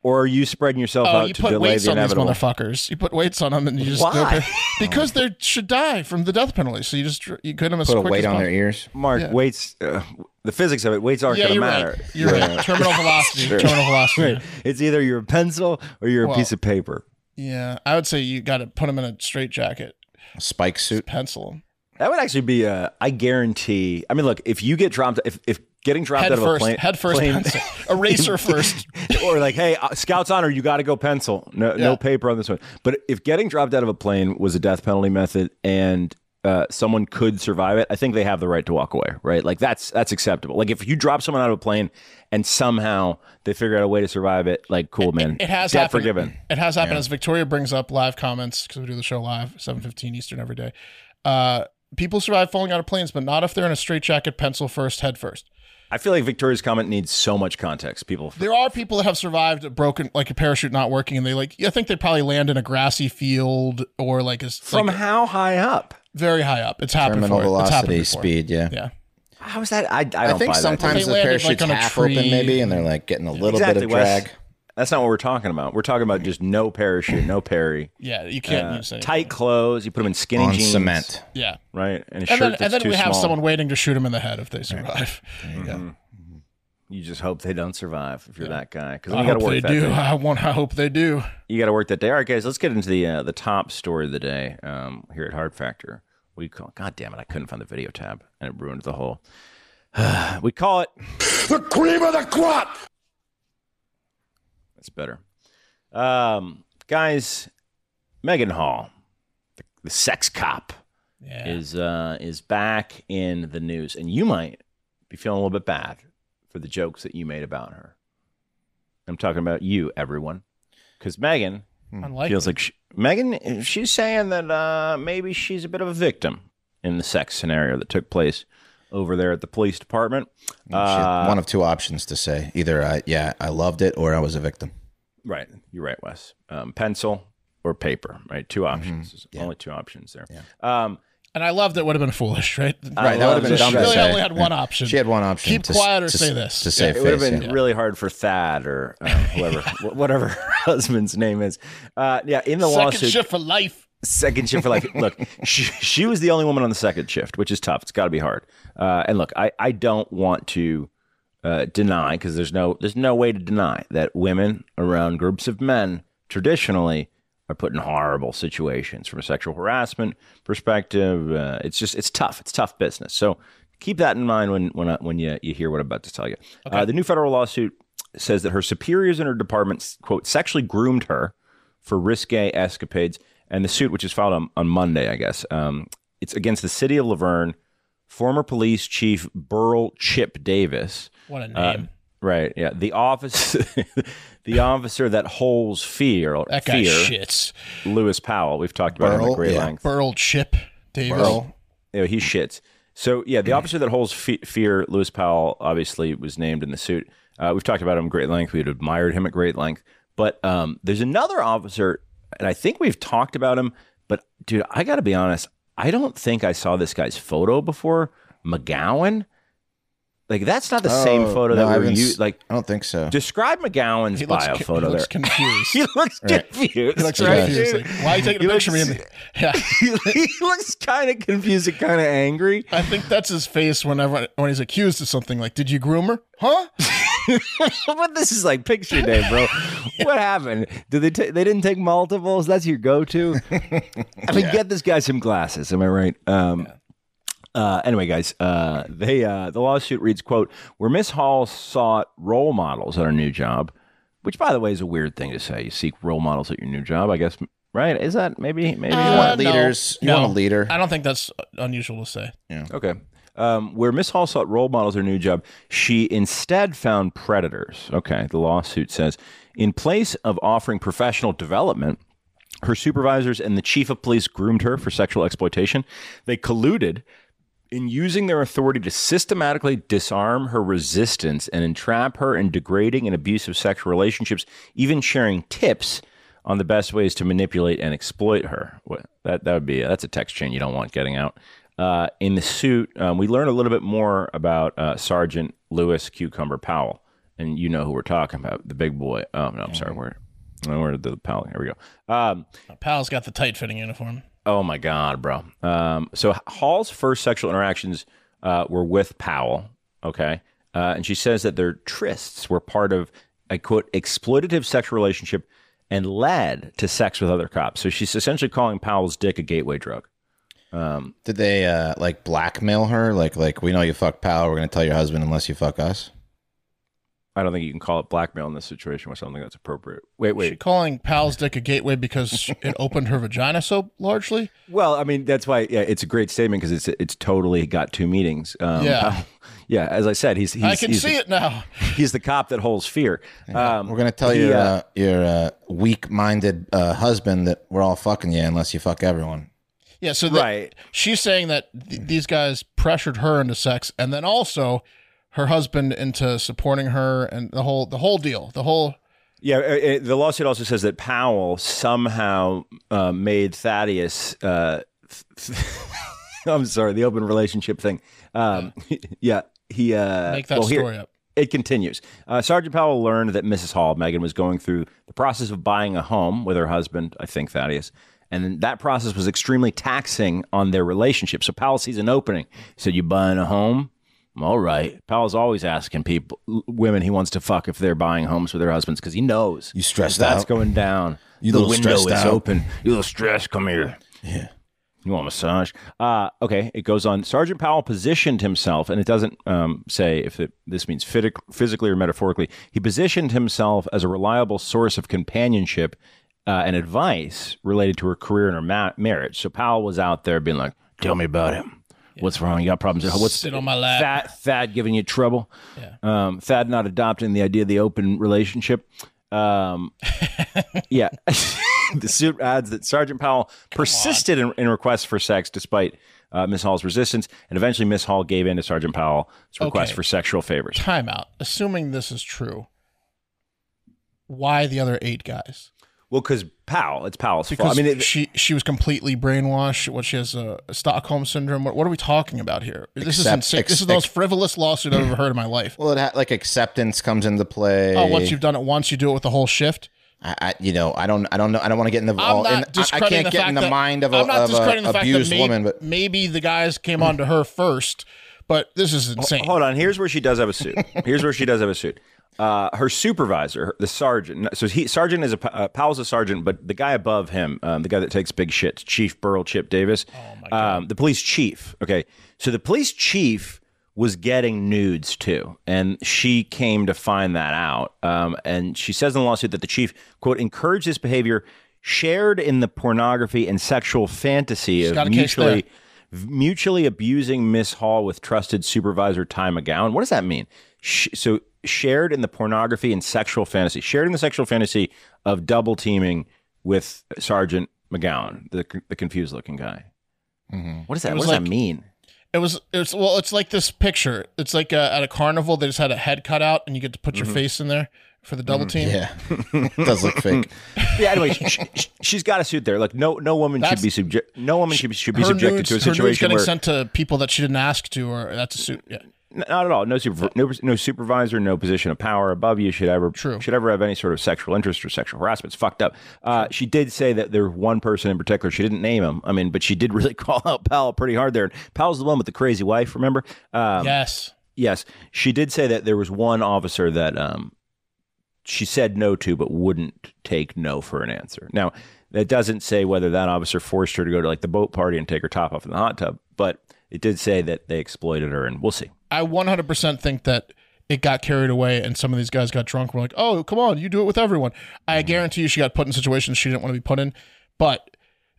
Speaker 3: or are you spreading yourself
Speaker 1: Oh,
Speaker 3: out
Speaker 1: you
Speaker 3: to
Speaker 1: put
Speaker 3: delay
Speaker 1: weights
Speaker 3: the
Speaker 1: on these
Speaker 3: inevitable?
Speaker 1: motherfuckers. You put weights on them, and you just
Speaker 3: Why?
Speaker 1: because they should die from the death penalty. So you just you could them as
Speaker 2: put a
Speaker 1: quick
Speaker 2: weight
Speaker 1: as
Speaker 2: on
Speaker 1: possible.
Speaker 2: their ears?
Speaker 3: Mark,
Speaker 1: Yeah.
Speaker 3: weights, uh, the physics of it, weights aren't
Speaker 1: Yeah, you're
Speaker 3: going to matter.
Speaker 1: right. You're right. Terminal velocity. Terminal velocity.
Speaker 3: It's either you're a pencil or you're
Speaker 1: Well-
Speaker 3: a piece of paper.
Speaker 1: Yeah, I would say you got to put them in a straight jacket,
Speaker 2: A spike suit.
Speaker 1: pencil 'em.
Speaker 3: That would actually be a, I guarantee. I mean, look, if you get dropped, if, if getting dropped
Speaker 1: head
Speaker 3: out of
Speaker 1: first,
Speaker 3: a plane,
Speaker 1: head first,
Speaker 3: plane-
Speaker 1: pencil, eraser first.
Speaker 3: or like, hey, uh, scouts honor, you got to go pencil. No,
Speaker 1: Yeah.
Speaker 3: no paper on this one. But if getting dropped out of a plane was a death penalty method and uh, someone could survive it, I think they have the right to walk away, right? Like that's that's acceptable. Like if you drop someone out of a plane and somehow they figure out a way to survive it, like cool, man.
Speaker 1: It has
Speaker 3: death
Speaker 1: happened.
Speaker 3: forgiven.
Speaker 1: It has happened as Victoria brings up live comments because we do the show live, seven fifteen Eastern every day. Uh, people survive falling out of planes, but not if they're in a straitjacket, pencil first, head first.
Speaker 3: I feel like Victoria's comment needs so much context. People,
Speaker 1: There are people that have survived a broken, like a parachute not working, and they like. I think they probably land in a grassy field or like a
Speaker 3: from
Speaker 1: like,
Speaker 3: how high up?
Speaker 1: very high up. It's happened.
Speaker 2: Terminal
Speaker 1: before. It's happened
Speaker 2: velocity,
Speaker 1: before.
Speaker 2: speed. Yeah.
Speaker 1: Yeah,
Speaker 3: How is that? I, I, don't
Speaker 2: I think
Speaker 3: buy that.
Speaker 2: sometimes
Speaker 1: They
Speaker 2: the
Speaker 1: landed,
Speaker 2: parachute's
Speaker 1: like, on a
Speaker 2: half open,
Speaker 1: tree.
Speaker 2: maybe, and they're like getting a little
Speaker 3: Exactly,
Speaker 2: bit of
Speaker 3: Wes.
Speaker 2: drag.
Speaker 3: That's not what we're talking about. We're talking about just no parachute, no parry, Uh,
Speaker 1: yeah. You can't use it.
Speaker 3: tight clothes. You put them in skinny
Speaker 2: on
Speaker 3: jeans,
Speaker 2: cement.
Speaker 1: Yeah,
Speaker 3: right? And a shirt
Speaker 1: and then
Speaker 3: that's
Speaker 1: and then
Speaker 3: too
Speaker 1: we have
Speaker 3: small.
Speaker 1: someone waiting to shoot them in the head if they survive. Yeah.
Speaker 3: Mm-hmm. You just hope they don't survive if you're that guy, because
Speaker 1: I
Speaker 3: you got
Speaker 1: hope
Speaker 3: to work
Speaker 1: they
Speaker 3: that
Speaker 1: do.
Speaker 3: day.
Speaker 1: I want. I hope they do.
Speaker 3: You got to work that day. All right, guys, let's get into the uh, the top story of the day um, here at Hard Factor. We call. God damn it! I couldn't find the video tab, and it ruined the whole. we call it.
Speaker 4: The cream of the crop.
Speaker 3: That's better. Um, guys, Megan Hall, the, the sex cop,
Speaker 1: Yeah.
Speaker 3: is uh, is back in the news, and you might be feeling a little bit bad for the jokes that you made about her. I'm talking about you, everyone, because Megan
Speaker 1: Unlikely.
Speaker 3: feels like she, Megan. She's saying that uh, maybe she's a bit of a victim in the sex scenario that took place over there at the police department.
Speaker 2: Mm, She had
Speaker 3: Uh,
Speaker 2: one of two options to say: either I, yeah, I loved it, or I was a victim.
Speaker 3: Right. You're right, Wes. Um, pencil or paper, right? Two options.
Speaker 2: Mm-hmm.
Speaker 3: There's Only two options there. Um,
Speaker 1: and I love that would have been foolish, right?
Speaker 2: Right, that would have
Speaker 3: love
Speaker 2: been
Speaker 3: this
Speaker 2: dumb.
Speaker 1: She
Speaker 2: to
Speaker 1: really
Speaker 2: say.
Speaker 1: only had one option.
Speaker 2: She had one option.
Speaker 1: Keep
Speaker 2: to,
Speaker 1: quiet or
Speaker 2: to-
Speaker 1: say this.
Speaker 2: to save
Speaker 3: it would have
Speaker 2: face,
Speaker 3: been
Speaker 2: yeah.
Speaker 3: really hard for Thad or um, whoever, wh- whatever her husband's name is. Uh, yeah, in the
Speaker 1: Second
Speaker 3: lawsuit,
Speaker 1: shift for life.
Speaker 3: second shift for like, look, she, she was the only woman on the second shift, which is tough. It's got to be hard. Uh, and look, I, I don't want to uh, deny because there's no there's no way to deny that women around groups of men traditionally are put in horrible situations from a sexual harassment perspective. Uh, it's just it's tough. It's tough business. So keep that in mind when when I, when you you hear what I'm about to tell you. Uh, the new federal lawsuit says that her superiors in her department quote sexually groomed her for risque escapades. And the suit, which is filed on, on Monday, I guess, um, it's against the city of Laverne, former police chief Burl Chip Davis.
Speaker 1: What a name.
Speaker 3: Uh, right. Yeah. The office, the officer that holds fear, or
Speaker 1: that guy
Speaker 3: fear,
Speaker 1: shits.
Speaker 3: Lewis Powell. We've talked about him
Speaker 2: Burl,
Speaker 3: at great
Speaker 2: yeah.
Speaker 3: length.
Speaker 1: Burl Chip Davis.
Speaker 2: Burl.
Speaker 3: You know, he shits. So yeah,
Speaker 1: Hmm.
Speaker 3: the officer that holds fe- fear, Lewis Powell, obviously was named in the suit. Uh, we've talked about him at great length. We'd admired him at great length. But um, there's another officer, and I think we've talked about him. But dude, I got to be honest. I don't think I saw this guy's photo before. McGowan, like that's not the same
Speaker 2: Oh,
Speaker 3: photo
Speaker 2: no, I
Speaker 3: that we're
Speaker 2: haven't s-
Speaker 3: used. Like
Speaker 2: I don't think so.
Speaker 3: Describe McGowan's
Speaker 1: He looks,
Speaker 3: bio
Speaker 1: co-
Speaker 3: photo
Speaker 1: he looks confused.
Speaker 3: there.
Speaker 1: he
Speaker 3: he looks confused.
Speaker 2: Right.
Speaker 1: looks
Speaker 2: He does.
Speaker 1: confused.
Speaker 3: dude?
Speaker 1: Like, why are you taking
Speaker 3: He
Speaker 1: a picture
Speaker 3: looks-
Speaker 1: of me? Yeah.
Speaker 3: he looks kind of confused and kind of angry.
Speaker 1: I think that's his face whenever when he's accused of something. Like, did you groom her? Huh?
Speaker 3: but this is like picture day, bro. What happened? Did they ta- they didn't take multiples? That's your go to. I mean, get this guy some glasses. Am I right? Um, uh, anyway, guys, uh, they uh, the lawsuit reads: "Quote, where Miss Hall sought role models at her new job, which, by the way, is a weird thing to say. You seek role models at your new job, I guess. Right? Is that maybe maybe
Speaker 2: you
Speaker 1: Uh,
Speaker 2: want
Speaker 1: no.
Speaker 2: leaders. You want
Speaker 1: No.
Speaker 2: a leader.
Speaker 1: I don't think that's unusual to say.
Speaker 3: Okay. Um, where Miss Hall sought role models her new job, she instead found predators. Okay, the lawsuit says. In place of offering professional development, her supervisors and the chief of police groomed her for sexual exploitation. They colluded in using their authority to systematically disarm her resistance and entrap her in degrading and abusive sexual relationships, even sharing tips on the best ways to manipulate and exploit her. What- That that would be that's a text chain you don't want getting out. Uh, in the suit, um, we learn a little bit more about uh, Sergeant Lewis Cucumber Powell, and you know who we're talking about, the big boy. Oh no, I'm sorry, where where did the Powell? Here we go. Um,
Speaker 1: Pal's got the tight fitting uniform.
Speaker 3: Oh my God, bro. Um, so Hall's first sexual interactions uh, were with Powell, okay? Uh, and she says that their trysts were part of a quote, exploitative sexual relationship and led to sex with other cops. So she's essentially calling Powell's dick a gateway drug.
Speaker 2: Did they uh, like blackmail her? Like, like we know you fuck pal. We're gonna tell your husband unless you fuck us.
Speaker 3: I don't think you can call it blackmail in this situation or something that's appropriate. Wait,
Speaker 1: Is she calling Pal's dick a gateway because it opened her vagina so largely?
Speaker 3: Well, I mean, that's why yeah, it's a great statement because it's it's totally got two meanings. Um,
Speaker 1: Yeah.
Speaker 3: Powell- yeah, as I said, he's he's,
Speaker 1: I can
Speaker 3: he's,
Speaker 1: see it now.
Speaker 3: he's the cop that holds fear. Um,
Speaker 2: We're gonna tell
Speaker 3: he,
Speaker 2: your
Speaker 3: uh,
Speaker 2: uh, your uh, weak minded uh, husband that we're all fucking you unless you fuck everyone.
Speaker 1: Yeah, so the,
Speaker 3: Right.
Speaker 1: she's saying that th- these guys pressured her into sex, and then also her husband into supporting her, and the whole the whole deal, the whole
Speaker 3: Yeah, uh, uh, the lawsuit also says that Powell somehow uh, made Thaddeus. Uh, I'm sorry, the open relationship thing. Um, yeah, he uh,
Speaker 1: make that
Speaker 3: well, here-
Speaker 1: story up.
Speaker 3: It continues. Uh, Sergeant Powell learned that Mrs. Hall, Megan, was going through the process of buying a home with her husband, I think Thaddeus, and that process was extremely taxing on their relationship. So Powell sees an opening. He said, "You buying a home? All right." Powell's always asking people, women he wants to fuck if they're buying homes with their husbands because he knows
Speaker 2: You stressed
Speaker 3: that's
Speaker 2: out.
Speaker 3: going down.
Speaker 2: You
Speaker 3: the
Speaker 2: little
Speaker 3: window is
Speaker 2: stressed out.
Speaker 3: open. You little stress, come here.
Speaker 2: Yeah.
Speaker 3: You want a massage? Uh, okay, it goes on. Sergeant Powell positioned himself, and it doesn't um, say if it, this means phytic- physically or metaphorically. He positioned himself as a reliable source of companionship uh, and advice related to her career and her ma- marriage. So Powell was out there being like, "Tell me about him. What's wrong? You got problems? What's
Speaker 1: Sit on my lap.
Speaker 3: Thad, Thad giving you trouble. Um, Thad not adopting the idea of the open relationship. Um, yeah. the suit adds that Sergeant Powell persisted in, in requests for sex despite uh, Miss Hall's resistance, and eventually Miss Hall gave in to Sergeant Powell's request
Speaker 1: Okay.
Speaker 3: for sexual favors.
Speaker 1: Timeout. Assuming this is true, why the other eight guys?
Speaker 3: Well, because Powell, it's Powell's
Speaker 1: Because
Speaker 3: fault. I mean, it,
Speaker 1: she she was completely brainwashed. What she has a Stockholm syndrome. What, what are we talking about here? This is
Speaker 2: Accept-
Speaker 1: insane. This is
Speaker 2: ex-
Speaker 1: the most frivolous lawsuit I've ever heard in my life.
Speaker 2: Well, it ha- like acceptance comes into play.
Speaker 1: Oh, once you've done it once, you do it with the whole shift.
Speaker 2: I, I, you know, I don't, I don't know, I don't want to get in the,
Speaker 1: I'm
Speaker 2: all-
Speaker 1: not
Speaker 2: in- I, I
Speaker 1: discrediting
Speaker 2: can't
Speaker 1: the
Speaker 2: get
Speaker 1: fact
Speaker 2: in the
Speaker 1: that,
Speaker 2: mind of a,
Speaker 1: I'm not
Speaker 2: of
Speaker 1: discrediting
Speaker 2: a
Speaker 1: the fact
Speaker 2: abused
Speaker 1: that maybe,
Speaker 2: woman, but
Speaker 1: maybe the guys came onto her first. But this is insane.
Speaker 3: hold on. Here's where she does have a suit. Here's where she does have a suit. Uh, her supervisor, her- the sergeant. So he sergeant is a uh, Powell's a sergeant, but the guy above him, um, the guy that takes big shit, Chief Burl Chip Davis,
Speaker 1: Oh
Speaker 3: um, the police chief. Okay, so the police chief was getting nudes too, and she came to find that out. Um, and she says in the lawsuit that the chief quote encouraged this behavior shared in the pornography and sexual fantasy
Speaker 1: got
Speaker 3: of
Speaker 1: a case there.
Speaker 3: mutually mutually abusing Miss Hall with trusted supervisor Ty McGowan. What does that mean? Sh- so shared in the pornography and sexual fantasy, shared in the sexual fantasy of double teaming with Sergeant McGowan, the, the confused looking guy.
Speaker 2: Mm-hmm.
Speaker 3: What does that?
Speaker 1: It
Speaker 3: What
Speaker 1: was
Speaker 3: does that
Speaker 1: like-
Speaker 3: mean?
Speaker 1: It was it's well, it's like this picture. It's like uh, at a carnival they just had a head cut out, and you get to put your face in there for the double team.
Speaker 2: Mm-hmm. Mm, yeah, it does look fake.
Speaker 3: Yeah. Anyway, sh- sh- she's got a suit there. Like no, no woman should
Speaker 1: That's-
Speaker 3: be subject. No woman should be, should be
Speaker 1: Her
Speaker 3: subjected
Speaker 1: nudes,
Speaker 3: to a
Speaker 1: her nudes
Speaker 3: situation
Speaker 1: getting
Speaker 3: where
Speaker 1: sent to people that she didn't ask to, or that's a suit. Yeah,
Speaker 3: N- Not at all. No, super, no, no supervisor, no position of power above you should ever
Speaker 1: True.
Speaker 3: should ever have any sort of sexual interest or sexual harassment. It's fucked up. Uh, she did say that there's one person in particular. She didn't name him. I mean, but she did really call out Powell pretty hard there. Powell's the one with the crazy wife. Remember? Um,
Speaker 1: yes.
Speaker 3: Yes, she did say that there was one officer that um, she said no to, but wouldn't take no for an answer. Now, that doesn't say whether that officer forced her to go to like the boat party and take her top off in the hot tub, but it did say that they exploited her, and we'll see.
Speaker 1: I 100% think that it got carried away and some of these guys got drunk. We're like, oh, come on, you do it with everyone.
Speaker 2: Mm-hmm.
Speaker 1: I guarantee you she got put in situations she didn't want to be put in, but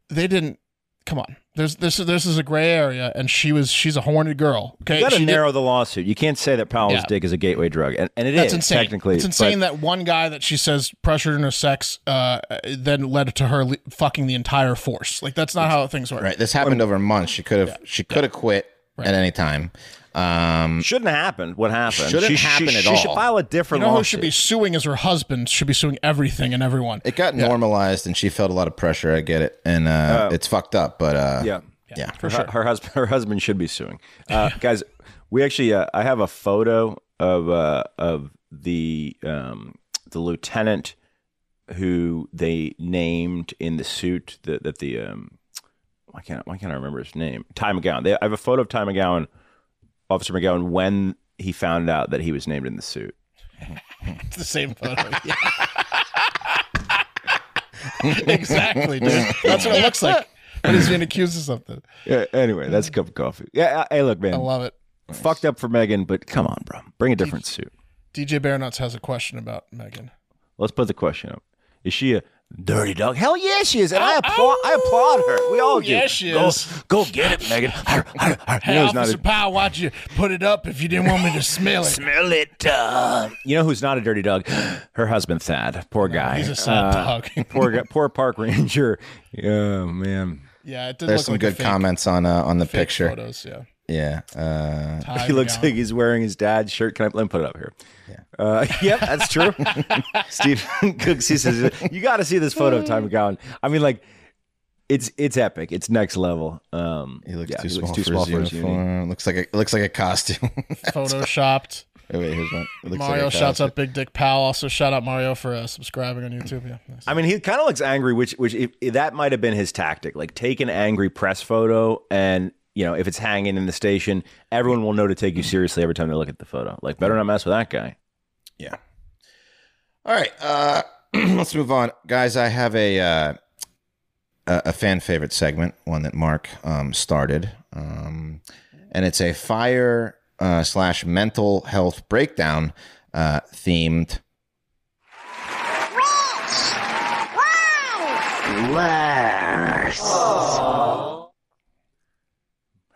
Speaker 1: they didn't. Come on, there's this. This is a gray area, and she was. She's a horny girl. Okay,
Speaker 3: You got to
Speaker 1: She did-
Speaker 3: narrow the lawsuit. You can't say that Powell's
Speaker 1: Yeah.
Speaker 3: dick is a gateway drug, and, and it is
Speaker 1: that's insane.
Speaker 3: technically.
Speaker 1: it's insane that one guy that she says pressured into sex, uh, then led to her le- fucking the entire force. Like that's not how things work.
Speaker 2: Right, this happened over months. She could have, she could have quit at any time. Um,
Speaker 3: that shouldn't happen. What happened?
Speaker 2: Shouldn't
Speaker 3: she,
Speaker 2: happen
Speaker 3: she,
Speaker 2: at
Speaker 3: she should
Speaker 2: all.
Speaker 3: file a
Speaker 1: You
Speaker 3: different
Speaker 1: know who
Speaker 3: lawsuit.
Speaker 1: should be suing is her husband. Should be suing everything and everyone.
Speaker 2: it got normalized, and she felt a lot of pressure. I get it, and uh, it's fucked up, but uh,
Speaker 3: Oh. yeah.
Speaker 2: yeah.
Speaker 3: her, her husband her husband should be suing uh, guys we actually uh, i have a photo of uh, of the um, the lieutenant who they named in the suit that, that the um, why can't why can't I remember his name Ty McGowan they, I have a photo of Ty McGowan Officer McGowan when he found out that he was named in the suit
Speaker 1: It's the same photo. Yeah. exactly, dude. That's what it looks like. But he's being accused of something.
Speaker 3: yeah, anyway that's a cup of coffee yeah hey look
Speaker 1: I
Speaker 3: man
Speaker 1: love it.
Speaker 3: fucked up for Megan but come on bro bring a different suit
Speaker 1: DJ Baronuts has a question about Megan.
Speaker 3: Let's put the question up. Is she a dirty dog? Hell yeah, she is. And I applaud I applaud her. We all do.
Speaker 1: Oh, Yeah, she
Speaker 3: go,
Speaker 1: is.
Speaker 3: Go get it, Megan. Arr, arr, arr.
Speaker 1: Hey,
Speaker 3: You know who's not
Speaker 1: Officer
Speaker 3: a-
Speaker 1: Powell, why'd you put it up if you didn't want me to smell it?
Speaker 3: smell it, dog. You know who's not a dirty dog? Her husband, Thad. Poor guy.
Speaker 1: He's a sad
Speaker 3: Uh,
Speaker 1: dog.
Speaker 3: poor, guy- poor park ranger. Oh, man.
Speaker 1: Yeah, it did
Speaker 2: There's
Speaker 1: look
Speaker 2: some
Speaker 1: like a
Speaker 2: good
Speaker 1: fake-
Speaker 2: comments on uh, on the
Speaker 1: fake
Speaker 2: picture.
Speaker 1: Photos, yeah.
Speaker 2: Yeah. Uh,
Speaker 1: Tie
Speaker 3: he looks
Speaker 1: down.
Speaker 3: like he's wearing his dad's shirt. Can I let me put it up here? Uh, yep, that's true. Steve Cooks, he says, "You got to see this photo of Ty McGowan." I mean, like, it's it's epic. It's next level. Um,
Speaker 2: he looks
Speaker 3: yeah,
Speaker 2: too
Speaker 3: he
Speaker 2: small,
Speaker 3: looks
Speaker 2: for, his uniform.
Speaker 3: uni.
Speaker 2: Looks like a it looks like a costume.
Speaker 1: photoshopped.
Speaker 3: Oh,
Speaker 2: wait, wait, here's one. It looks
Speaker 1: Mario
Speaker 2: like a
Speaker 1: shouts
Speaker 2: costume.
Speaker 1: out Big Dick Pal. Also shout out Mario for uh, subscribing on YouTube. Yeah, nice.
Speaker 3: I mean, he kind of looks angry, which which if, if that might have been his tactic. Like, take an angry press photo, and you know, if it's hanging in the station, everyone will know to take you seriously every time they look at the photo. Like, better not mess with that guy.
Speaker 2: Yeah. All right. Uh, let's move on, guys. I have a uh, a a fan favorite segment, one that Mark um, started, um, and it's a fire uh, slash mental health breakdown uh, themed.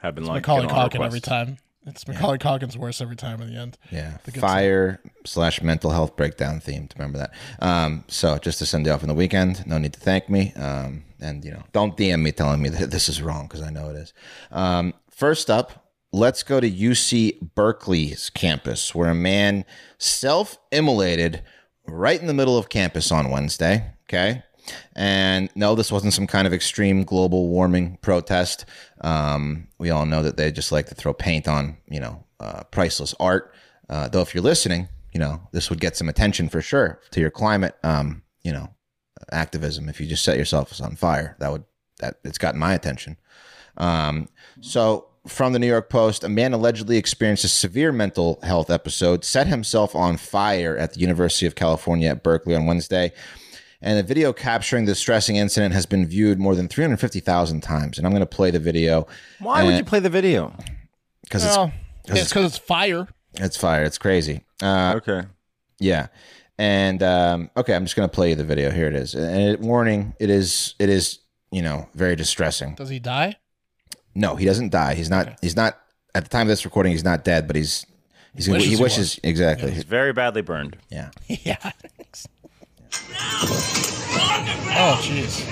Speaker 3: Have been
Speaker 1: it's
Speaker 3: like
Speaker 1: Macaulay
Speaker 3: getting a lot of
Speaker 1: Calkin every
Speaker 3: requests.
Speaker 1: time. It's Macaulay Calkin's worse every time in the end.
Speaker 2: Yeah,
Speaker 1: good
Speaker 2: fire slash mental health breakdown themed. Remember that. Um, so just to send you off on the weekend. No need to thank me. Um, and you know, don't DM me telling me that this is wrong because I know it is. Um, first up, let's go to UC Berkeley's campus, where a man self-immolated right in the middle of campus on Wednesday. Okay. And no, this wasn't some kind of extreme global warming protest. Um, we all know that they just like to throw paint on, you know, uh, priceless art. Uh, though, if you're listening, you know, this would get some attention for sure to your climate, um, you know, activism. If you just set yourself on fire, that would, that it's gotten my attention. Um, so, from the New York Post, a man allegedly experienced a severe mental health episode, set himself on fire at the University of California at Berkeley on Wednesday. And the video capturing the distressing incident has been viewed more than 350,000 times. And I'm going to play the video
Speaker 3: Why would you play the video?
Speaker 2: because
Speaker 1: Well,
Speaker 2: it's-
Speaker 1: it's because it's fire.
Speaker 2: it's, it's fire. It's crazy. Uh,
Speaker 3: Okay.
Speaker 2: Yeah. And um, okay, I'm just gonna play you the video. Here it is. And it, warning: it is it is you know very distressing.
Speaker 1: Does he die?
Speaker 2: No, he doesn't die. He's not. He's not. At the time of this recording, he's not dead, but he's. He's,
Speaker 1: Wishes
Speaker 2: he
Speaker 1: he
Speaker 2: wishes exactly.
Speaker 3: He's very badly burned.
Speaker 2: Yeah.
Speaker 1: yeah. oh jeez.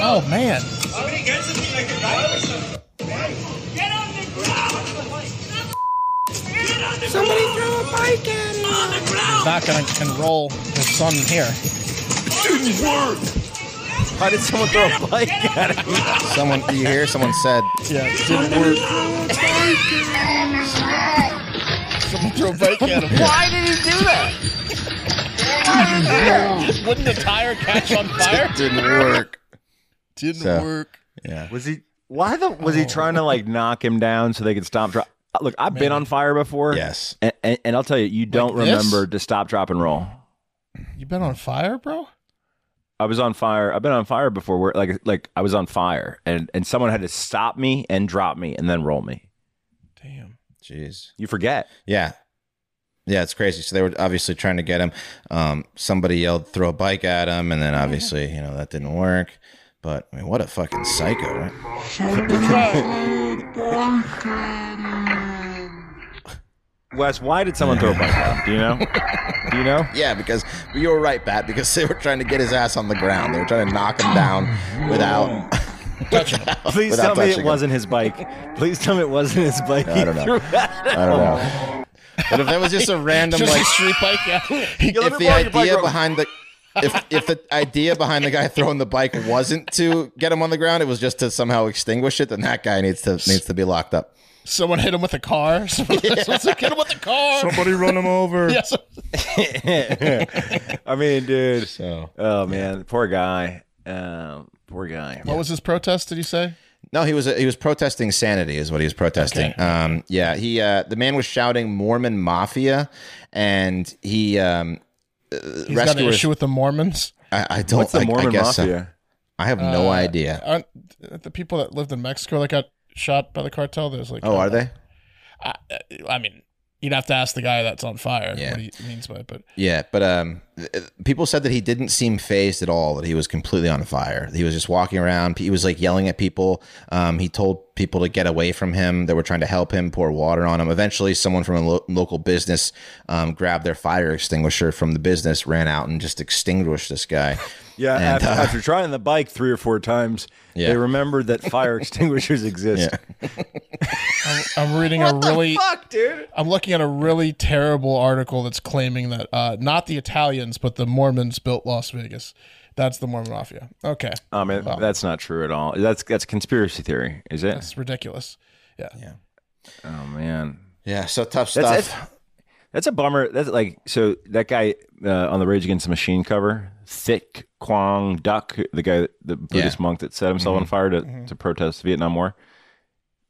Speaker 1: Oh man.
Speaker 10: Somebody throw a bike at him! On the ground!
Speaker 1: Not gonna enroll his son here.
Speaker 3: Why did someone throw a bike at him?
Speaker 2: Someone you hear? Someone said.
Speaker 1: Yeah, it didn't work. Someone threw a bike at him.
Speaker 10: Why did he do that?
Speaker 1: Wouldn't the tire catch on fire?
Speaker 2: Didn't work.
Speaker 1: Didn't
Speaker 2: So-
Speaker 1: work.
Speaker 2: Yeah.
Speaker 3: Was he? Why the? Was he trying to like knock him down so they could stop? Drop? Look, I've been on fire before.
Speaker 2: Yes.
Speaker 3: and, and, and I'll tell you, you don't
Speaker 1: Like this?
Speaker 3: remember to stop, drop, and roll.
Speaker 1: You been on fire, bro?
Speaker 3: I was on fire. I've been on fire before. Where like like I was on fire, and and someone had to stop me and drop me and then roll me.
Speaker 1: Damn.
Speaker 2: Jeez.
Speaker 3: You forget.
Speaker 2: Yeah. Yeah, it's crazy. So they were obviously trying to get him. Um, somebody yelled, "Throw a bike at him," and then obviously, you know, that didn't work. But I mean, what a fucking psycho, right?
Speaker 3: Wes, why did someone throw a bike out? Do you know? Do you know?
Speaker 2: Yeah, because you were right, Pat. Because they were trying to get his ass on the ground. They were trying to knock him down without. without-
Speaker 3: Please
Speaker 2: without
Speaker 3: tell me
Speaker 2: touching
Speaker 3: it
Speaker 2: him.
Speaker 3: wasn't his bike. Please tell me it wasn't his bike.
Speaker 2: I don't
Speaker 3: he
Speaker 2: know.
Speaker 3: threw at him.
Speaker 2: I don't know. But if that was just a random
Speaker 1: Just
Speaker 2: like,
Speaker 1: a street bike, yeah. He
Speaker 3: let me
Speaker 2: if the
Speaker 3: borrow your bike
Speaker 2: idea
Speaker 3: real-
Speaker 2: behind the. If, if the idea behind the guy throwing the bike wasn't to get him on the ground, it was just to somehow extinguish it, then that guy needs to needs to be locked up.
Speaker 1: Someone hit him with a car. Someone, someone hit him with a car.
Speaker 2: run him over.
Speaker 1: Yes.
Speaker 3: I mean, dude.
Speaker 2: So
Speaker 3: Oh man, poor guy. Um, poor guy.
Speaker 1: What was his protest? Did he say?
Speaker 2: No, he was he was protesting sanity, is what he was protesting. Um, yeah, he uh, the man was shouting Mormon mafia, and he um,
Speaker 1: He's got an
Speaker 2: rescuers.
Speaker 1: issue with the Mormons.
Speaker 2: I, I don't.
Speaker 3: What's the
Speaker 2: I,
Speaker 3: Mormon
Speaker 2: I guess so.
Speaker 3: mafia?
Speaker 2: I have no
Speaker 1: Uh,
Speaker 2: idea.
Speaker 1: Aren't the people that lived in Mexico that got shot by the cartel? There's like,
Speaker 2: Oh, are they?
Speaker 1: I, I mean, you'd have to ask the guy that's on fire
Speaker 2: Yeah.
Speaker 1: what he means by it, but
Speaker 2: Yeah, but um, th- people said that he didn't seem phased at all. That he was completely on fire. He was just walking around. He was like yelling at people. Um, he told people to get away from him. That were trying to help him, pour water on him. Eventually, someone from a lo- local business um, grabbed their fire extinguisher from the business, ran out, and just extinguished this guy.
Speaker 3: Yeah,
Speaker 2: And,
Speaker 3: after,
Speaker 2: uh,
Speaker 3: after trying the bike three or four times,
Speaker 2: Yeah.
Speaker 3: they remembered that fire extinguishers exist.
Speaker 1: I'm, I'm reading a really fuck, dude. I'm looking at a really terrible article that's claiming that uh, not the Italians but the Mormons built Las Vegas. That's the Mormon mafia. Okay,
Speaker 3: I mean,
Speaker 1: Well,
Speaker 3: Um, that's not true at all. That's that's conspiracy theory, is it?
Speaker 1: that's ridiculous. Yeah,
Speaker 3: Oh man,
Speaker 2: yeah. So tough stuff.
Speaker 3: That's- That's, that's a bummer. That's like so that guy uh, on the Rage Against the Machine cover, Thick Quang Duck, the guy, the Buddhist monk that set himself
Speaker 2: Mm-hmm.
Speaker 3: on fire to, to protest the Vietnam War.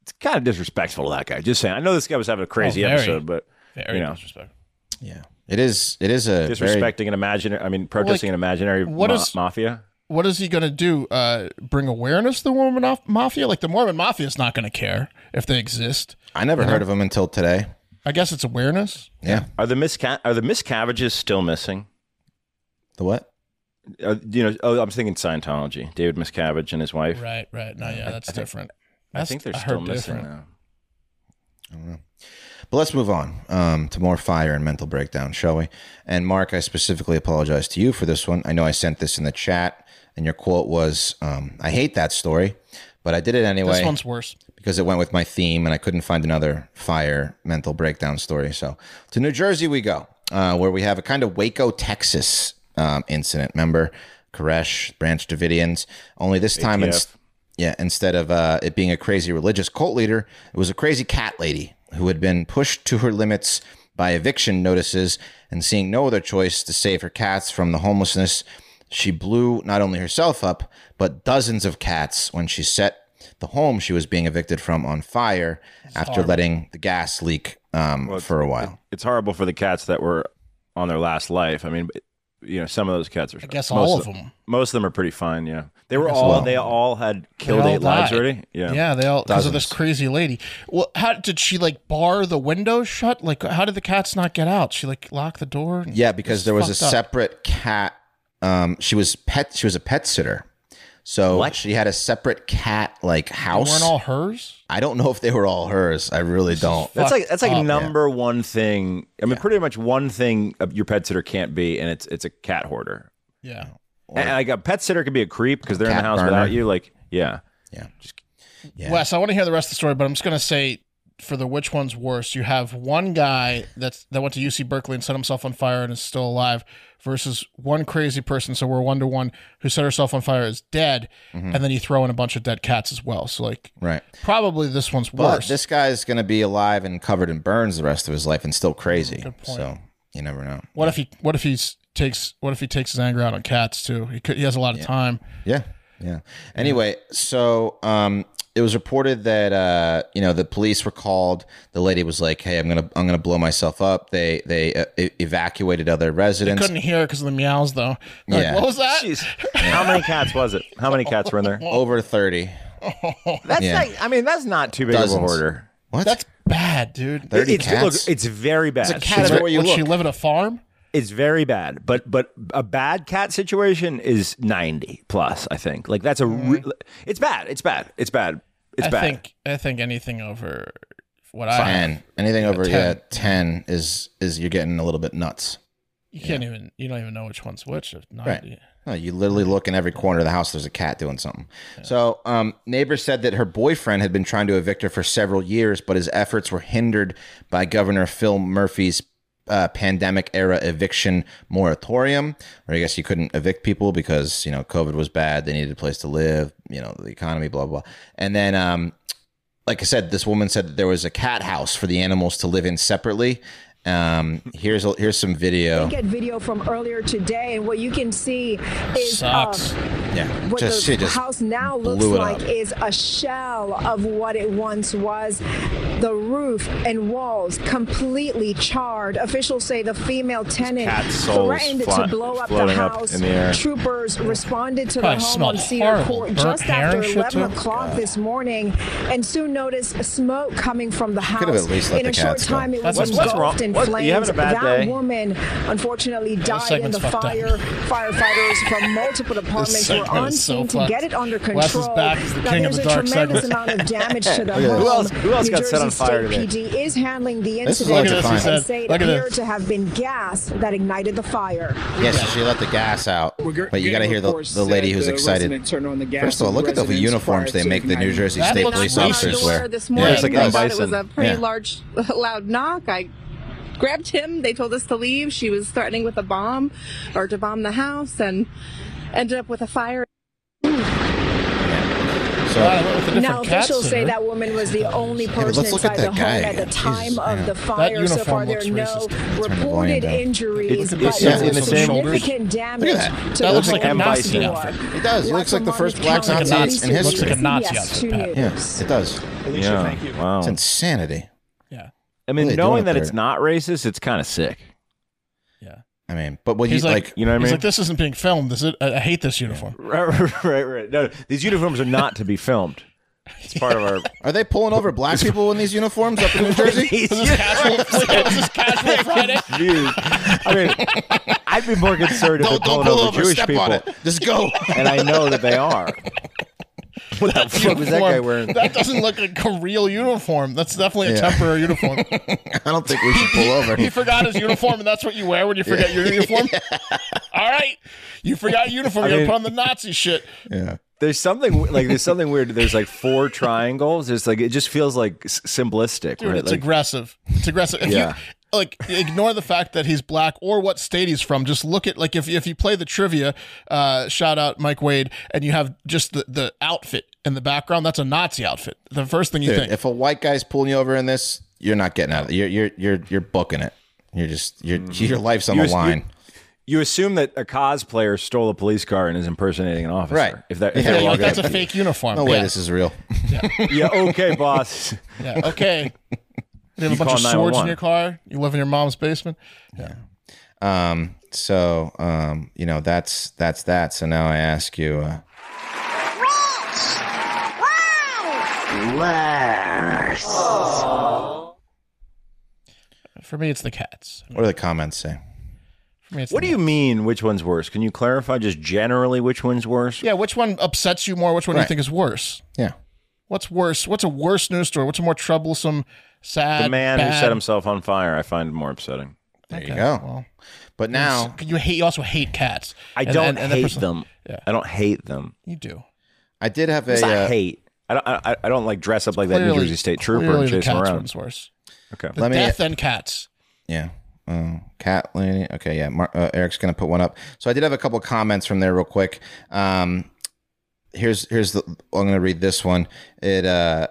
Speaker 3: It's kind of disrespectful to that guy. Just saying. I know this guy was having a
Speaker 2: Oh,
Speaker 3: crazy
Speaker 1: Oh, very.
Speaker 3: episode, but
Speaker 1: very
Speaker 3: You know.
Speaker 1: disrespectful.
Speaker 2: yeah, it is. It is a very,
Speaker 3: disrespecting an imaginary. I mean, protesting an imaginary
Speaker 1: what
Speaker 3: ma-
Speaker 1: is-
Speaker 3: mafia.
Speaker 1: What is he going to do? Uh, bring awareness to the Mormon maf- mafia? Like the Mormon mafia is not going to care if they exist. Uh-huh.
Speaker 2: I never heard of him until today.
Speaker 1: I guess it's awareness.
Speaker 2: Yeah.
Speaker 3: Are the Miss Ca- Are the Miss Cavages still missing?
Speaker 2: The what?
Speaker 3: Uh, you know, oh, I'm thinking Scientology. David Miscavige and his wife.
Speaker 1: Right, right. No, yeah, that's different.
Speaker 3: I
Speaker 1: That's-
Speaker 3: think they're
Speaker 1: I
Speaker 3: still
Speaker 1: heard
Speaker 3: missing
Speaker 1: different.
Speaker 3: now.
Speaker 2: But let's move on um, to more fire and mental breakdown, shall we? And Mark, I specifically apologize to you for this one. I know I sent this in the chat, and your quote was, um, "I hate that story," but I did it anyway
Speaker 1: This one's worse.
Speaker 2: because it went with my theme and I couldn't find another fire mental breakdown story. So to New Jersey we go, uh, where we have a kind of Waco, Texas um, incident. Remember Koresh, Branch Davidians? Only this time, it's yeah, instead of uh, it being a crazy religious cult leader, it was a crazy cat lady who had been pushed to her limits by eviction notices and seeing no other choice to save her cats from the homelessness. She blew not only herself up, but dozens of cats when she set the home she was being evicted from on fire after letting the gas leak um, for a while.
Speaker 3: It's horrible for the cats that were on their last life. I mean, but, you know, some of those cats are. I
Speaker 1: guess all of them.
Speaker 3: Most of them are pretty fine. Yeah, they were all. They all had killed
Speaker 1: all
Speaker 3: eight lives
Speaker 1: died.
Speaker 3: already. Yeah.
Speaker 1: Yeah, they all because of this crazy lady. Well, how did she like bar the window shut? Like, how did the cats not get out? She like locked the door. and-
Speaker 2: Yeah, because there was a
Speaker 1: fucked up.
Speaker 2: separate cat. Um, she was pet. She was a pet sitter, so she had a separate cat like
Speaker 1: They
Speaker 2: house.
Speaker 1: weren't all hers.
Speaker 2: I don't know if they were all hers. I really don't.
Speaker 3: That's
Speaker 1: fucked
Speaker 3: like that's like
Speaker 1: up.
Speaker 3: number one thing. I mean, pretty much one thing of your pet sitter can't be, and it's it's a cat hoarder.
Speaker 1: Yeah,
Speaker 3: and like a pet sitter could be a creep because they're in the
Speaker 2: Cat
Speaker 3: house
Speaker 2: burner.
Speaker 3: without you. Like, yeah,
Speaker 2: Yeah.
Speaker 1: Wes, I want to hear the rest of the story, but I'm just gonna say for the which one's worse, you have one guy that's that went to UC Berkeley and set himself on fire and is still alive, versus one crazy person. So we're one to one who set herself on fire is dead, and then you throw in a bunch of dead cats as well. So like,
Speaker 2: Mm-hmm. Right.
Speaker 1: probably this one's
Speaker 2: But
Speaker 1: worse.
Speaker 2: this guy's going to be alive and covered in burns the rest of his life and still crazy.
Speaker 1: point.
Speaker 2: So you never know.
Speaker 1: what if he? What if he takes? What if he takes his anger out on cats too? He could, he has a lot of time.
Speaker 2: Yeah. Yeah. Anyway, so um, it was reported that uh, you know the police were called. The lady was like, "Hey, I'm gonna I'm gonna blow myself up." They they uh, e- evacuated other residents.
Speaker 1: Couldn't hear because of the meows though. They're like,
Speaker 2: Yeah.
Speaker 1: what was that?
Speaker 3: Jeez. how many cats was it? How many cats were in there?
Speaker 2: Over thirty.
Speaker 3: That's
Speaker 2: Yeah.
Speaker 3: like, I mean, that's not too big
Speaker 2: Dozens.
Speaker 3: of a hoarder.
Speaker 2: What?
Speaker 1: That's bad, dude.
Speaker 2: Thirty
Speaker 3: it's,
Speaker 2: cats.
Speaker 3: Look, it's very bad.
Speaker 1: It's a cat.
Speaker 2: where you
Speaker 1: Would she
Speaker 2: look.
Speaker 1: live at a farm?
Speaker 3: It's very bad, but but a bad cat situation is ninety plus. I think like that's a. Re- it's bad. It's bad. It's bad. It's
Speaker 1: I
Speaker 3: bad.
Speaker 1: think I think anything over what I have,
Speaker 2: ten. Anything over
Speaker 1: 10.
Speaker 2: yeah ten is is you're getting a little bit nuts.
Speaker 1: you can't even you don't even know which one's which. If not,
Speaker 2: Right. No, you literally look in every corner of the house. There's a cat doing something. So, um, neighbor said that her boyfriend had been trying to evict her for several years, but his efforts were hindered by Governor Phil Murphy's uh, pandemic era eviction moratorium, where I guess you couldn't evict people because you know COVID was bad. They needed a place to live. You know the economy, blah blah. blah. And then um, like I said, this woman said that there was a cat house for the animals to live in separately. Um, here's a, here's some video.
Speaker 11: get video from earlier today, and what you can see is
Speaker 1: sucks.
Speaker 11: um,
Speaker 2: Yeah,
Speaker 11: what
Speaker 2: just
Speaker 11: the
Speaker 2: she just
Speaker 11: house now looks
Speaker 2: blew it
Speaker 11: like
Speaker 2: up.
Speaker 11: is a shell of what it once was. The roof and walls completely charred. Officials say the female tenant
Speaker 3: cat souls
Speaker 11: threatened
Speaker 3: fly-
Speaker 11: to blow up the
Speaker 3: floating up
Speaker 11: house.
Speaker 3: in the air.
Speaker 11: Troopers responded to
Speaker 1: Probably
Speaker 11: the home
Speaker 1: smelled
Speaker 11: on Cedar
Speaker 1: horrible.
Speaker 11: Court
Speaker 1: Burnt
Speaker 11: just
Speaker 1: hair
Speaker 11: after
Speaker 1: and shit,
Speaker 11: 11
Speaker 1: too.
Speaker 11: o'clock this morning, and soon noticed smoke coming from the house.
Speaker 2: at least let
Speaker 11: in
Speaker 2: the
Speaker 11: a short
Speaker 2: cats go.
Speaker 11: time, it
Speaker 1: That's
Speaker 11: was
Speaker 1: what's- what's
Speaker 11: engulfed
Speaker 3: wrong-
Speaker 11: in in
Speaker 3: What? You
Speaker 11: flames.
Speaker 3: having a bad
Speaker 11: that
Speaker 3: day?
Speaker 11: woman unfortunately died in
Speaker 3: segment's
Speaker 11: the
Speaker 3: fucked up.
Speaker 11: fire. Firefighters from multiple departments were
Speaker 1: segment
Speaker 11: on
Speaker 1: is so
Speaker 11: scene to
Speaker 1: fucked.
Speaker 11: get it under
Speaker 1: Wes is
Speaker 11: control.
Speaker 1: back as the
Speaker 11: now
Speaker 1: king of
Speaker 11: there's
Speaker 1: the
Speaker 11: a
Speaker 1: dark
Speaker 11: tremendous
Speaker 1: segment.
Speaker 11: amount of damage to the
Speaker 3: Look at this.
Speaker 11: home.
Speaker 3: Who else- who else
Speaker 11: New
Speaker 3: got set
Speaker 11: Jersey
Speaker 3: on fire
Speaker 11: State
Speaker 3: today?
Speaker 11: PD is handling the
Speaker 2: This is
Speaker 11: incident
Speaker 2: all
Speaker 11: and
Speaker 2: defined.
Speaker 11: say it
Speaker 2: Look at this.
Speaker 11: appeared to have been gas that ignited the fire.
Speaker 2: Yes, she let the gas out.
Speaker 12: We're
Speaker 2: But you got to
Speaker 12: getting
Speaker 2: hear the,
Speaker 12: reports
Speaker 2: the lady
Speaker 12: that
Speaker 2: who's
Speaker 12: the
Speaker 2: excited.
Speaker 12: resident turned on the gas
Speaker 2: First of all,
Speaker 12: in the
Speaker 2: look at the
Speaker 12: residence prior
Speaker 2: uniforms they
Speaker 12: to
Speaker 2: make the New
Speaker 12: igniting.
Speaker 2: Jersey
Speaker 12: That
Speaker 2: State
Speaker 12: looks
Speaker 2: police
Speaker 12: like
Speaker 2: officers
Speaker 12: Sodor
Speaker 2: wear.
Speaker 13: this morning.
Speaker 2: it's like
Speaker 13: I
Speaker 2: El
Speaker 13: thought it
Speaker 2: Bison.
Speaker 13: was a pretty
Speaker 2: Yeah.
Speaker 13: large, loud knock. I grabbed him. They told us to leave. She was threatening with a bomb or to bomb the house and ended up with a fire.
Speaker 2: So
Speaker 11: Now officials say that woman was the only
Speaker 2: but
Speaker 11: person
Speaker 2: let's look at
Speaker 11: inside the
Speaker 2: that guy
Speaker 11: home at the
Speaker 2: again.
Speaker 11: time
Speaker 2: Jesus,
Speaker 11: of
Speaker 2: man.
Speaker 11: the
Speaker 2: That
Speaker 11: fire. So
Speaker 2: uniform
Speaker 11: far, there are
Speaker 2: looks
Speaker 11: no
Speaker 2: racist. Turn the volume
Speaker 11: reported
Speaker 2: down.
Speaker 11: injuries,
Speaker 2: It's-
Speaker 11: but
Speaker 2: it's-
Speaker 11: there
Speaker 2: yeah,
Speaker 11: was
Speaker 2: it's the same-
Speaker 11: significant
Speaker 2: Look
Speaker 11: damage
Speaker 2: at that.
Speaker 11: to
Speaker 2: That
Speaker 11: the
Speaker 2: looks like
Speaker 11: home
Speaker 2: M. Bison
Speaker 11: floor.
Speaker 2: outfit. It does. It looks like the first black
Speaker 11: County
Speaker 2: Nazi in
Speaker 11: Police
Speaker 2: history.
Speaker 11: Chief CBS 2 News.
Speaker 2: Yeah, it does.
Speaker 3: Alicia, Yeah. thank you. Wow.
Speaker 2: It's insanity.
Speaker 3: I mean,
Speaker 2: Really doing
Speaker 3: knowing that
Speaker 2: it
Speaker 3: it's
Speaker 2: there.
Speaker 3: not racist, it's kind of sick.
Speaker 2: I mean, but when
Speaker 1: He's
Speaker 2: you
Speaker 1: like,
Speaker 2: like,
Speaker 3: you know what I
Speaker 1: he's
Speaker 3: mean?
Speaker 1: like, this isn't being filmed. This is, I, I hate this uniform.
Speaker 3: Right, right, right. No, these uniforms are not to be filmed. It's part of our.
Speaker 2: Are they pulling over black people in these uniforms up in New Jersey?
Speaker 3: Dude, I mean, I'd be more concerned if they're pulling
Speaker 2: Don't- don't pull
Speaker 3: over,
Speaker 2: over,
Speaker 3: Jewish
Speaker 2: step
Speaker 3: people.
Speaker 2: on it. Just go.
Speaker 3: and I know that they are. What the fuck was that guy
Speaker 1: Uniform.
Speaker 3: wearing?
Speaker 1: That doesn't look like a real uniform. That's definitely a
Speaker 2: Yeah.
Speaker 1: temporary uniform.
Speaker 2: I don't think we should pull over.
Speaker 1: he forgot his uniform, and that's what you wear when you forget your uniform. All right, you forgot your uniform.
Speaker 3: I
Speaker 1: You're
Speaker 3: mean-
Speaker 1: gonna put on the Nazi shit.
Speaker 2: Yeah.
Speaker 3: There's something we- like there's something weird. There's like four triangles. It's like it just feels like s- simplistic.
Speaker 1: Dude,
Speaker 3: right?
Speaker 1: it's
Speaker 3: Like,
Speaker 1: aggressive. It's aggressive. If
Speaker 3: Yeah.
Speaker 1: you like ignore the fact that he's black or what state he's from, just look at like if if you play the trivia, uh, shout out Mike Wade, and you have just the, the outfit in the background, that's a Nazi outfit. The first thing you
Speaker 2: Dude,
Speaker 1: think.
Speaker 2: if a white guy's pulling you over in this, you're not getting out of it. You're you're you're you're booking it. You're just your
Speaker 1: Mm.
Speaker 2: your life's on
Speaker 3: You
Speaker 2: the
Speaker 3: ass- you-
Speaker 2: line.
Speaker 3: you assume that a cosplayer stole a police car and is impersonating an officer.
Speaker 2: Right.
Speaker 3: If that, if
Speaker 2: Yeah,
Speaker 3: they're
Speaker 2: like,
Speaker 3: walking
Speaker 1: that's
Speaker 3: up
Speaker 1: a
Speaker 3: to you.
Speaker 1: fake uniform.
Speaker 2: no way,
Speaker 1: Yeah.
Speaker 2: this is real.
Speaker 3: Yeah. Okay, boss.
Speaker 1: Yeah, okay. You have
Speaker 3: You
Speaker 1: a bunch
Speaker 3: call
Speaker 1: of swords
Speaker 3: 911.
Speaker 1: in your car. You live in your mom's basement.
Speaker 2: Um, so um, you know that's that's that. So now I ask you, uh,
Speaker 1: For me, it's the cats.
Speaker 2: what do the comments say?
Speaker 1: For me, it's
Speaker 3: What do you mean? Which one's worse? Can you clarify just generally which one's worse?
Speaker 1: Yeah, which one upsets you more? Which one do
Speaker 3: Right.
Speaker 1: you think is worse?
Speaker 2: Yeah.
Speaker 1: What's worse? What's a worse news story? What's a more troublesome, sad?
Speaker 3: the man who
Speaker 1: bad-
Speaker 3: set himself on fire, I find more upsetting.
Speaker 2: There you
Speaker 1: Okay,
Speaker 2: go.
Speaker 1: well.
Speaker 2: but now
Speaker 1: you hate. You also hate cats.
Speaker 3: I
Speaker 1: And-
Speaker 3: don't
Speaker 1: and- and the
Speaker 3: hate
Speaker 1: person-
Speaker 3: them.
Speaker 1: Yeah.
Speaker 3: I don't hate them.
Speaker 1: You do.
Speaker 2: I did have
Speaker 3: It's
Speaker 2: a
Speaker 3: not
Speaker 2: uh,
Speaker 3: hate. I don't. I, I don't like dress up like that New
Speaker 1: Clearly-
Speaker 3: Jersey State trooper
Speaker 1: clearly
Speaker 3: and chase
Speaker 1: the
Speaker 3: him
Speaker 1: cats
Speaker 3: around.
Speaker 1: one's worse.
Speaker 3: Okay.
Speaker 1: The
Speaker 2: Let me-
Speaker 1: death and cats.
Speaker 2: Yeah. Oh, cat lady. Okay, yeah. Mar- uh, Eric's gonna put one up. So I did have a couple comments from there real quick. Um, here's here's the. I'm gonna read this one. It uh,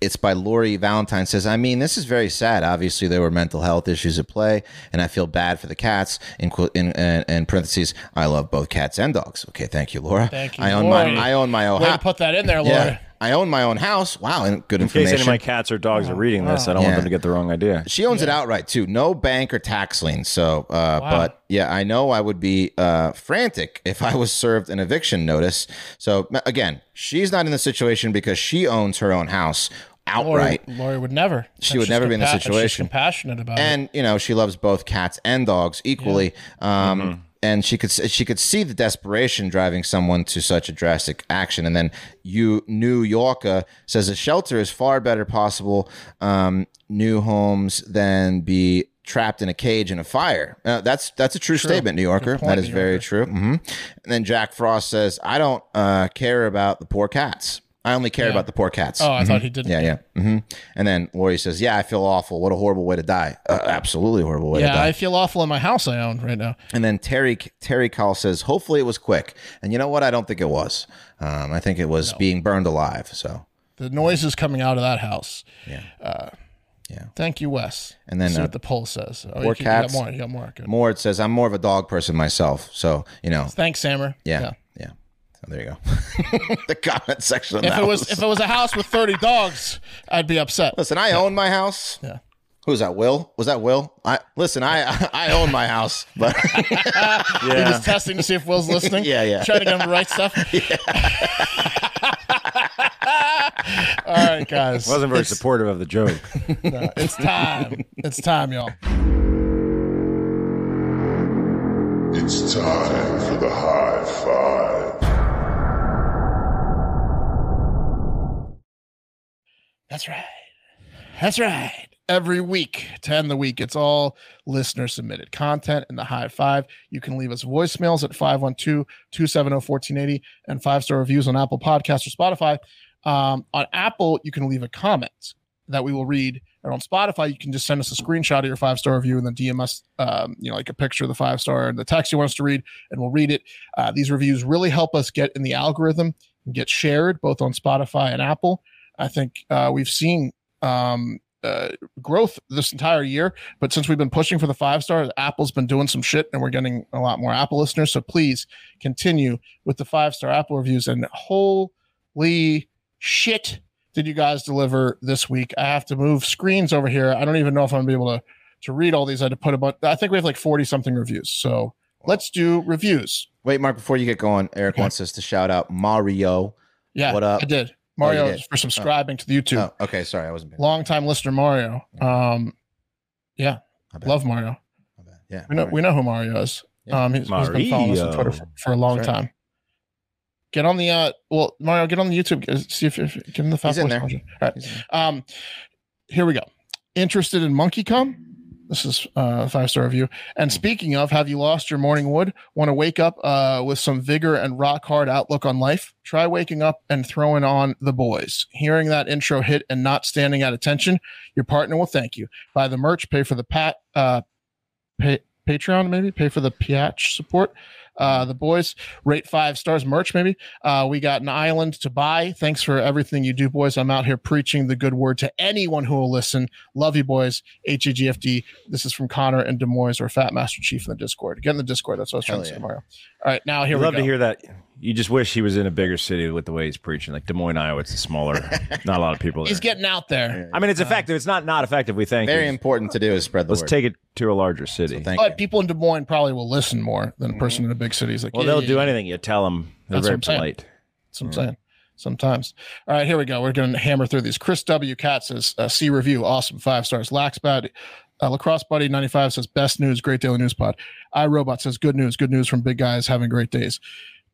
Speaker 2: it's by Lori Valentine. Says, I mean, this is very sad. Obviously, there were mental health issues at play, and I feel bad for the cats. In qu- in, in, in parentheses, I love both cats and dogs. Okay, thank you, Laura.
Speaker 1: Thank you,
Speaker 2: I own
Speaker 1: Lori.
Speaker 2: my I own my own
Speaker 1: Way to
Speaker 2: house.
Speaker 1: put that in there, Laura.
Speaker 2: Yeah, I own my own house. Wow, and good
Speaker 3: In case
Speaker 2: information.
Speaker 3: any of my cats or dogs are reading
Speaker 1: Oh.
Speaker 3: this, I don't
Speaker 2: Yeah.
Speaker 3: want them to get the wrong idea.
Speaker 2: She owns it outright too. No bank or tax lien. So, uh,
Speaker 1: Wow.
Speaker 2: but yeah, I know I would be uh, frantic if I was served an eviction notice. So m- again, she's not in the situation because she owns her own house
Speaker 1: Lori,
Speaker 2: outright,
Speaker 1: Lori would never.
Speaker 2: She
Speaker 1: And
Speaker 2: would
Speaker 1: she's
Speaker 2: never be in this
Speaker 1: and she's
Speaker 2: situation.
Speaker 1: compassionate about it.
Speaker 2: and you know she loves both cats and dogs equally. Um, And she could s- she could see the desperation driving someone to such a drastic action. And then you New Yorker says a shelter is far better possible um, new homes than be trapped in a cage in a fire. Uh, that's that's a true, statement, New Yorker.
Speaker 1: point,
Speaker 2: that is
Speaker 1: New
Speaker 2: very true. hmm And then Jack Frost says, "I don't uh, care about the poor cats. I only care about the poor cats."
Speaker 1: Oh, I thought
Speaker 2: Mhm.
Speaker 1: he didn't.
Speaker 2: Yeah, yeah. hmm And then Lori says, "Yeah, I feel awful. What a horrible way to die. Uh, absolutely horrible way to
Speaker 1: yeah,
Speaker 2: die."
Speaker 1: I feel awful in my house I own right now.
Speaker 2: and then Terry Terry Call says, "Hopefully it was quick." And you know what? I don't think it was. Um, I think it was being burned alive. So
Speaker 1: The noises coming out of that house.
Speaker 2: Yeah.
Speaker 1: Uh,
Speaker 2: Yeah.
Speaker 1: Thank you, Wes.
Speaker 2: And then,
Speaker 1: see
Speaker 2: uh,
Speaker 1: what the poll says. Oh,
Speaker 2: poor
Speaker 1: you, keep- you got
Speaker 2: cats.
Speaker 1: more. You got more. Good.
Speaker 2: Mord says, "I'm more of a dog person myself." So you know,
Speaker 1: Thanks, Sammer.
Speaker 2: yeah, yeah. So there you go. the comment section. on
Speaker 1: If
Speaker 2: that
Speaker 1: it was if it was a house with thirty dogs, I'd be upset.
Speaker 2: Listen, I own my house.
Speaker 1: Yeah.
Speaker 2: Who's that? Will? Was that Will? I listen. I I own my house, but
Speaker 1: He was testing to see if Will's listening.
Speaker 2: Yeah, yeah.
Speaker 1: Trying to get him to write stuff. All right, guys.
Speaker 3: Wasn't very
Speaker 1: It's-
Speaker 3: supportive of the joke.
Speaker 1: No, it's time. It's time, y'all.
Speaker 12: It's time for the high five.
Speaker 1: That's right. That's right. Every week to end the week, it's all listener submitted content in the high five. You can leave us voicemails at 512 270 1480 oh, and five star reviews on Apple Podcasts or Spotify. Um, on Apple, you can leave a comment that we will read. And on Spotify, you can just send us a screenshot of your five star review and then DM us, um, you know, like a picture of the five star and the text you want us to read, and we'll read it. Uh, these reviews really help us get in the algorithm and get shared both on Spotify and Apple. I think uh, we've seen um, uh, growth this entire year, but since we've been pushing for the five star, Apple's been doing some shit, and we're getting a lot more Apple listeners. So please continue with the five star Apple reviews. And holy shit, did you guys deliver this week? I have to move screens over here. I don't even know if I'm gonna be able to to read all these. I had to put a bunch. I think we have like forty something reviews. So let's do reviews.
Speaker 2: Wait, Mark, before you get going, Eric wants us to shout out Mario.
Speaker 1: Yeah,
Speaker 2: what up?
Speaker 1: I did.
Speaker 2: Oh, you
Speaker 1: Mario
Speaker 2: did.
Speaker 1: for subscribing to the YouTube.
Speaker 2: Oh, okay, sorry, I wasn't.
Speaker 1: Longtime listener Mario. Um, yeah, love Mario.
Speaker 2: Yeah,
Speaker 1: we know we know who Mario is. Um, he's, he's been following us on Twitter for,
Speaker 2: Mario.
Speaker 1: for a long
Speaker 2: That's right.
Speaker 1: time. Get on the uh, well, Mario, get on the YouTube. uh, See if, if give him the fast
Speaker 2: He's in
Speaker 1: voice
Speaker 2: there.
Speaker 1: function. All right, um, here we go. Interested in Monkey Cum? This is uh, a five star review. And speaking of, have you lost your morning wood? Want to wake up uh, with some vigor and rock hard outlook on life? Try waking up and throwing on the boys. Hearing that intro hit and not standing at attention, your partner will thank you. Buy the merch, pay for the pat, uh, pay, Patreon, maybe pay for the Piatch support. Uh, the boys rate five stars merch, maybe. Uh, we got an island to buy. Thanks for everything you do, boys. I'm out here preaching the good word to anyone who will listen. Love you, boys. H E G F D. This is from Connor and Des Moines, or Fat Master Chief in the Discord. Get in the Discord. That's what I was trying
Speaker 3: Hell
Speaker 1: to say,
Speaker 3: yeah.
Speaker 1: Mario. All right, now here
Speaker 3: I'd
Speaker 1: we
Speaker 3: love
Speaker 1: go.
Speaker 3: to hear that. You just wish he was in a bigger city with the way he's preaching. Like Des Moines, Iowa, it's smaller. not a lot of people there.
Speaker 1: He's getting Uh, out there.
Speaker 3: I mean, it's effective. It's not not effective. We thank.
Speaker 1: Very
Speaker 2: important to do is spread
Speaker 1: the
Speaker 3: Let's
Speaker 1: word.
Speaker 3: take it to a larger city.
Speaker 1: but people in Des Moines probably will listen more than a person in a big city. Is like,
Speaker 3: Mm-hmm. well,
Speaker 1: yeah,
Speaker 3: they'll
Speaker 1: yeah,
Speaker 3: do
Speaker 1: yeah.
Speaker 3: anything you tell them. They're
Speaker 1: That's
Speaker 3: very
Speaker 1: what I'm saying.
Speaker 3: polite.
Speaker 1: That's what I'm saying. Sometimes. All right, here we go. We're going to hammer through these. Chris W. Katz says, uh, C review, awesome, five stars. Lax Bad, uh, Lacrosse Buddy 95 says, best news, great daily news pod. iRobot says, good news, good news from big guys having great days.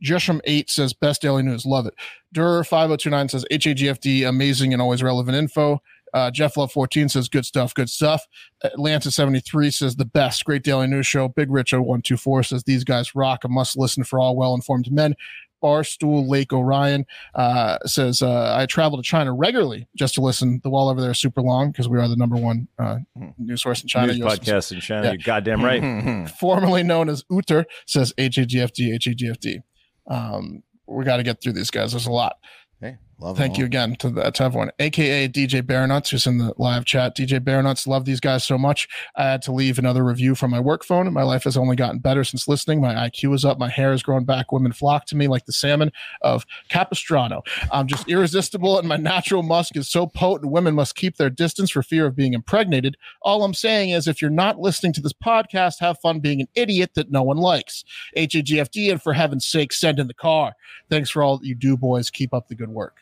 Speaker 1: Jesham 8 says, best daily news, love it. Durer 5029 says, HAGFD, amazing and always relevant info. Uh, Jeff Love 14 says, good stuff, good stuff. Atlanta 73 says, the best, great daily news show. Big Rich 0124 says, these guys rock, a must listen for all well informed men. Barstool Lake Orion uh, says, uh, I travel to China regularly just to listen. The wall over there is super long because we are the number one uh, news source in China.
Speaker 3: News
Speaker 1: You'll-
Speaker 3: podcast in China.
Speaker 1: Yeah.
Speaker 3: You're goddamn right.
Speaker 1: formerly known as Uter, says HAGFD, HAGFD. Um, we got to get through these guys. There's a lot.
Speaker 2: Hey, love 'em
Speaker 1: Thank you
Speaker 2: all.
Speaker 1: again to, the, to everyone, aka DJ Baronuts, who's in the live chat. DJ Baronuts, love these guys so much. I had to leave another review from my work phone. My life has only gotten better since listening. My IQ is up. My hair is growing back. Women flock to me like the salmon of Capistrano. I'm just irresistible, and my natural musk is so potent. Women must keep their distance for fear of being impregnated. All I'm saying is, if you're not listening to this podcast, have fun being an idiot that no one likes. HAGFD, and for heaven's sake, send in the car. Thanks for all that you do, boys. Keep up the good work.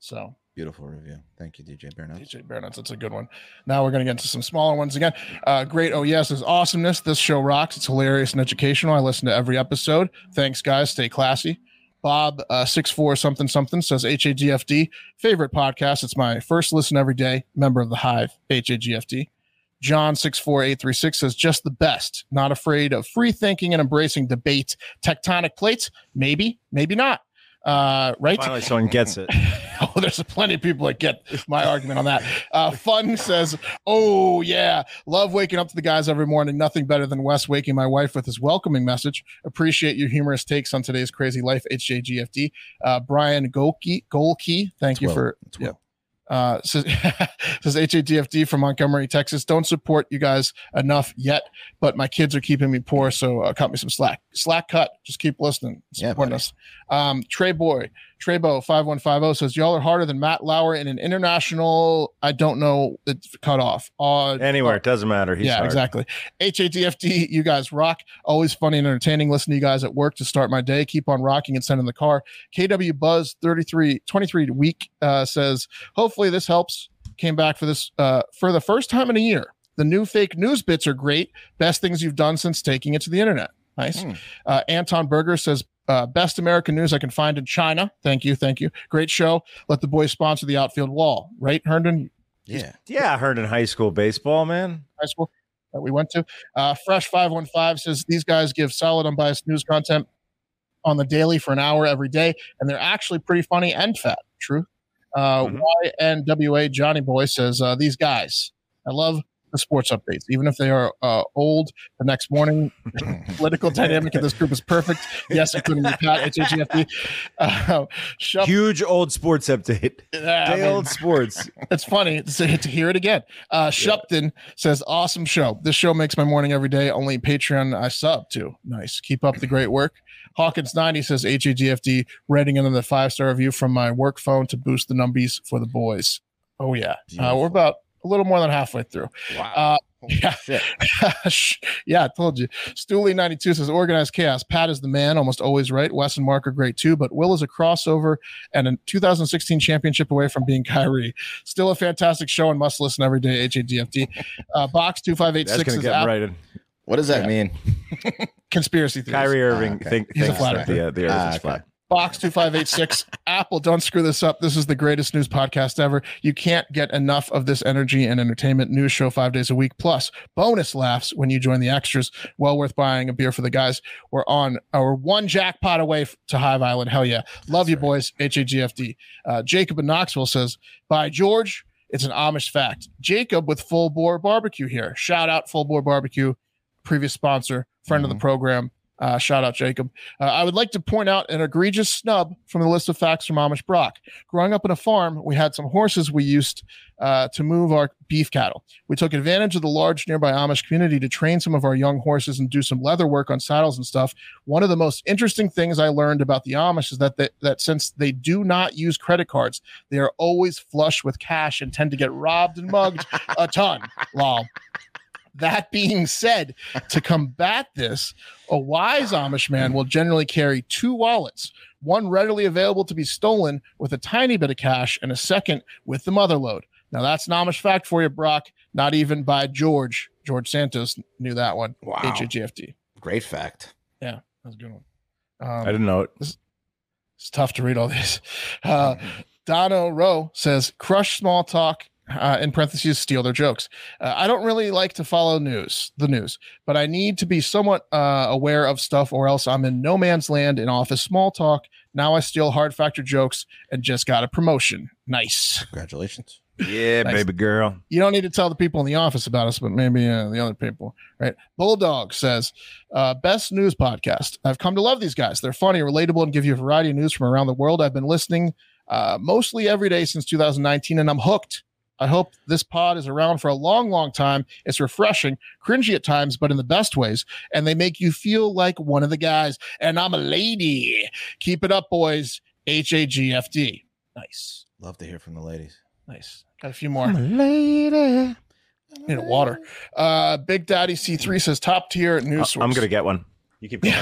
Speaker 1: So
Speaker 2: Beautiful review. Thank you, DJ Baronuts.
Speaker 1: DJ Baronuts, that's a good one. Now we're going to get into some smaller ones again. Uh, great. Oh, yes, is awesomeness. This show rocks. It's hilarious and educational. I listen to every episode. Thanks, guys. Stay classy. Bob uh, six four something something says HAGFD favorite podcast. It's my first listen every day. Member of the Hive HAGFD. John 64836 says just the best, not afraid of free thinking and embracing debate. Tectonic plates, maybe, maybe not. Uh, right?
Speaker 3: Finally, someone gets it.
Speaker 1: oh, there's plenty of people that get my argument on that. Uh, Fun says, Oh, yeah. Love waking up to the guys every morning. Nothing better than Wes waking my wife with his welcoming message. Appreciate your humorous takes on today's crazy life, HJGFD. Uh, Brian Golke, Golke thank you
Speaker 2: well-
Speaker 1: for. yeah. Uh, says, says HADFD from Montgomery, Texas. Don't support you guys enough yet, but my kids are keeping me poor, so uh, cut me some slack. Slack cut. Just keep listening. Supporting us. Um, Trey Boy, Trebo five one five zero says y'all are harder than Matt Lauer in an international. I don't know. It's cut off. Uh,
Speaker 14: Anywhere, it doesn't matter. He's
Speaker 1: yeah,
Speaker 14: hard.
Speaker 1: exactly. HADFD, you guys rock. Always funny and entertaining. Listen to you guys at work to start my day. Keep on rocking and sending the car. KW Buzz 33, 23 week uh, says, hopefully this helps. Came back for this uh, for the first time in a year. The new fake news bits are great. Best things you've done since taking it to the internet. Nice.
Speaker 14: Hmm.
Speaker 1: Uh, Anton Berger says, uh, best American news I can find in China. Thank you. Thank you. Great show. Let the boys sponsor the outfield wall. Right, Herndon?
Speaker 14: Yeah. Yeah, I heard in high school baseball, man.
Speaker 1: high school that we went to. Uh, Fresh five one five says these guys give solid, unbiased news content on the daily for an hour every day, and they're actually pretty funny and fat. True. Uh,
Speaker 14: Mm-hmm.
Speaker 1: YNWA Johnny Boy says uh, these guys. I love the sports updates, even if they are uh, old. The next morning, political dynamic of this group is perfect. Yes, including the Pat HHFD. Uh, Shup-
Speaker 14: Huge old sports update.
Speaker 1: Yeah, I
Speaker 14: Day
Speaker 1: mean-
Speaker 14: old sports.
Speaker 1: it's funny to, to hear it again. Uh, Shupton says, "Awesome show. This show makes my morning every day. Only Patreon I sub to. Nice. Keep up the great work." Hawkins ninety says, "HAGFD rating another five star review from my work phone to boost the numbies for the boys." Oh yeah, uh, we're about a little more than halfway through. Wow. Uh, yeah. Shh. yeah, I told you. Stooley92 says organized chaos. Pat is the man, almost always right. Wes and Mark are great too, but Will is a crossover and a 2016 championship away from being Kyrie. Still a fantastic show and must listen every day. HADFD. Uh, box 2586
Speaker 14: That's going
Speaker 1: is
Speaker 14: to get him
Speaker 1: out-
Speaker 14: righted.
Speaker 2: What does that mean?
Speaker 1: Conspiracy theories. Ah,
Speaker 14: Kyrie Irving think,
Speaker 1: He's a
Speaker 14: thinks
Speaker 1: flat
Speaker 14: that the, uh, the Earth
Speaker 2: Ah,
Speaker 14: is
Speaker 2: okay.
Speaker 14: flat.
Speaker 1: Box 2586. Apple, don't screw this up. This is the greatest news podcast ever. You can't get enough of this energy and entertainment news show five days a week, plus bonus laughs when you join the extras. Well worth buying a beer for the guys. We're on our one jackpot away f- to Hive Island. Hell yeah. Love you, boys. HAGFD. Uh, Jacob in Knoxville says, By George, it's an Amish fact. Jacob with Full Bore Barbecue here. Shout out Full Bore Barbecue previous sponsor, friend of the program. Uh, shout out, Jacob. Uh, I would like to point out an egregious snub from the list of facts from Amish Brock. Growing up on a farm, we had some horses we used uh, to move our beef cattle. We took advantage of the large nearby Amish community to train some of our young horses and do some leather work on saddles and stuff. One of the most interesting things I learned about the Amish is that they, that since they do not use credit cards, they are always flush with cash and tend to get robbed and mugged a ton. Lol. That being said, to combat this, a wise Amish man will generally carry two wallets, one readily available to be stolen with a tiny bit of cash, and a second with the mother load. Now, that's an Amish fact for you, Brock. Not even by George. George Santos knew that one. Wow. HHGFD.
Speaker 2: Great fact.
Speaker 1: Yeah, that's a good one.
Speaker 14: I
Speaker 1: Um,
Speaker 14: didn't know it.
Speaker 1: it's tough to read all this. Uh, Dono Rowe says, crush small talk. Uh, in parentheses, steal their jokes. Uh, I don't really like to follow news, the news, but I need to be somewhat uh, aware of stuff, or else I'm in no man's land in office small talk. Now I steal hard factor jokes and just got a promotion. Nice.
Speaker 2: Congratulations.
Speaker 14: Yeah,
Speaker 1: Nice.
Speaker 14: baby girl.
Speaker 1: You don't need to tell the people in the office about us, but maybe uh, the other people, right? Bulldog says, uh, best news podcast. I've come to love these guys. They're funny, relatable, and give you a variety of news from around the world. I've been listening uh, mostly every day since 2019, and I'm hooked. I hope this pod is around for a long, long time. It's refreshing, cringy at times, but in the best ways. And they make you feel like one of the guys. And I'm a lady. Keep it up, boys. H A G F D. Nice.
Speaker 2: Love to hear from the ladies.
Speaker 1: Nice. Got a few more. Need a water. Uh, Big Daddy C3 says top tier news source.
Speaker 14: Uh, I'm going to get one. You keep going.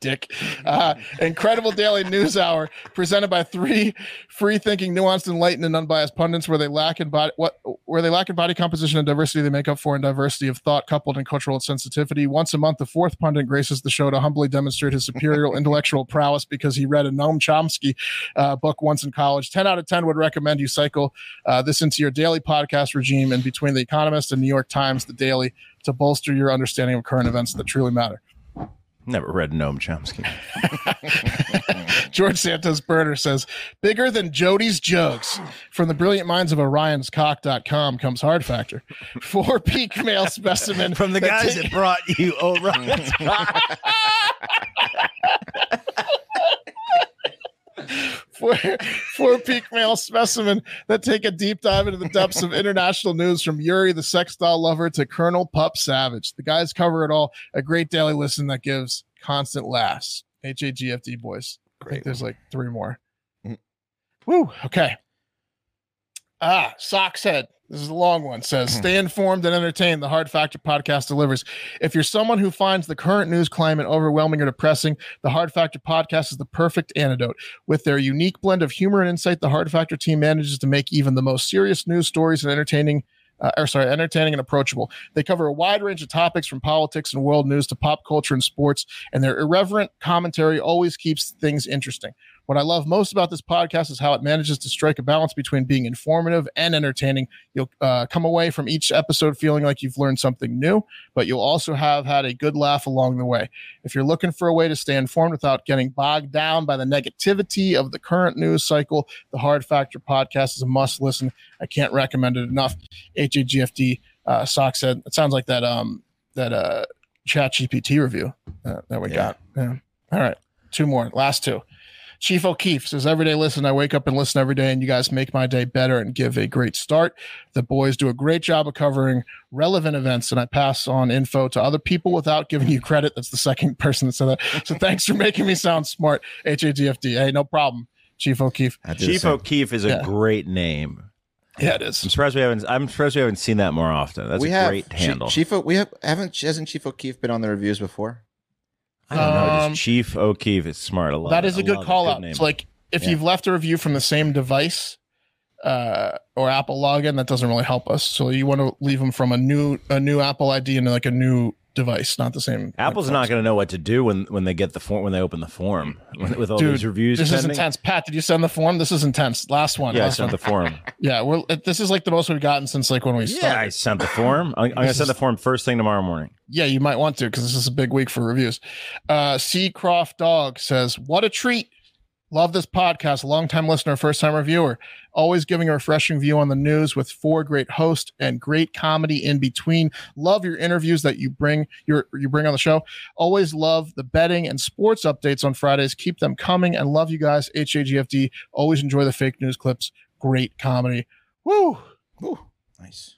Speaker 1: dick. Uh, incredible daily news hour presented by three free-thinking, nuanced, enlightened, and unbiased pundits, where they lack in body what where they lack in body composition and diversity, they make up for in diversity of thought, coupled in cultural sensitivity. Once a month, the fourth pundit graces the show to humbly demonstrate his superior intellectual prowess because he read a Noam Chomsky uh, book once in college. Ten out of ten would recommend you cycle uh, this into your daily podcast regime, and between The Economist and New York Times, The Daily. To bolster your understanding of current events that truly matter.
Speaker 14: Never read Noam Chomsky.
Speaker 1: George Santos Burner says, bigger than Jody's jugs. From the brilliant minds of orionscock.com comes Hard Factor. Four peak male specimen.
Speaker 14: From the guys that brought you Orion's
Speaker 1: four, four peak male specimen that take a deep dive into the depths of international news from Yuri the sex doll lover to Colonel Pup Savage. The guys cover it all. A great daily listen that gives constant laughs. H A G F D boys. I think there's like three more. Woo. Okay. Ah, Sock said, this is a long one, says, stay informed and entertained. The Hard Factor podcast delivers. If you're someone who finds the current news climate overwhelming or depressing, the Hard Factor podcast is the perfect antidote. With their unique blend of humor and insight, the Hard Factor team manages to make even the most serious news stories and entertaining uh, or sorry, entertaining and approachable. They cover a wide range of topics from politics and world news to pop culture and sports, and their irreverent commentary always keeps things interesting. What I love most about this podcast is how it manages to strike a balance between being informative and entertaining. You'll uh, come away from each episode feeling like you've learned something new, but you'll also have had a good laugh along the way. If you're looking for a way to stay informed without getting bogged down by the negativity of the current news cycle, the Hard Factor podcast is a must listen. I can't recommend it enough. HAGFD uh, Sock said it sounds like that um that uh Chat GPT review uh, that we got. Yeah. All right, two more, last two. Chief O'Keefe says, Every day, listen. I wake up and listen every day, and you guys make my day better and give a great start. The boys do a great job of covering relevant events, and I pass on info to other people without giving you credit. That's the second person that said that. So thanks for making me sound smart. HAGFD. Hey, no problem, Chief O'Keefe.
Speaker 3: Chief O'Keefe is a
Speaker 1: Yeah.
Speaker 3: great name.
Speaker 1: Yeah, it is.
Speaker 3: I'm surprised we haven't. I'm surprised we haven't seen that more often. That's
Speaker 2: we
Speaker 3: a
Speaker 2: have
Speaker 3: great
Speaker 2: Chi-
Speaker 3: handle.
Speaker 2: Chief, O- we have haven't hasn't Chief O'Keefe been on the reviews before?
Speaker 3: I don't know.
Speaker 1: Um,
Speaker 3: Just Chief O'Keefe is smart. I love
Speaker 1: That
Speaker 3: it.
Speaker 1: is
Speaker 3: I
Speaker 1: a good
Speaker 3: love it.
Speaker 1: call out.
Speaker 3: name.
Speaker 1: It's like if
Speaker 3: Yeah.
Speaker 1: you've left a review from the same device uh, or Apple login, that doesn't really help us. So you want to leave them from a new a new Apple ID and like a new device, not the same.
Speaker 3: Apple's not going to know what to do when, when they get the form when they open the form when, with all
Speaker 1: Dude,
Speaker 3: these reviews.
Speaker 1: This is
Speaker 3: pending.
Speaker 1: intense. Pat, did you send the form? This is intense. Last one.
Speaker 3: Yeah, I
Speaker 1: last
Speaker 3: sent
Speaker 1: one.
Speaker 3: the form.
Speaker 1: yeah, we're this is like the most we've gotten since like when we
Speaker 3: yeah, I
Speaker 1: started.
Speaker 3: sent the form. I'm, I'm going to
Speaker 1: This
Speaker 3: send the form first thing tomorrow morning.
Speaker 1: Yeah, you might want to because this is a big week for reviews. Uh, C. Croft Dog says, What a treat. Love this podcast. Longtime listener, first time reviewer. Always giving a refreshing view on the news with four great hosts and great comedy in between. Love your interviews that you bring your you bring on the show. Always love the betting and sports updates on Fridays. Keep them coming and love you guys. HAGFD. Always enjoy the fake news clips. Great comedy. Woo!
Speaker 2: Woo! Nice.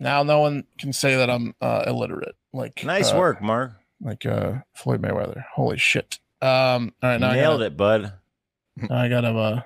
Speaker 1: Now no one can say that I'm uh, illiterate. Like
Speaker 3: Nice
Speaker 1: uh,
Speaker 3: work, Mark.
Speaker 1: like uh Floyd Mayweather. Holy shit. Um all right, now
Speaker 3: Nailed
Speaker 1: I
Speaker 3: it, bud.
Speaker 1: gotta, I gotta uh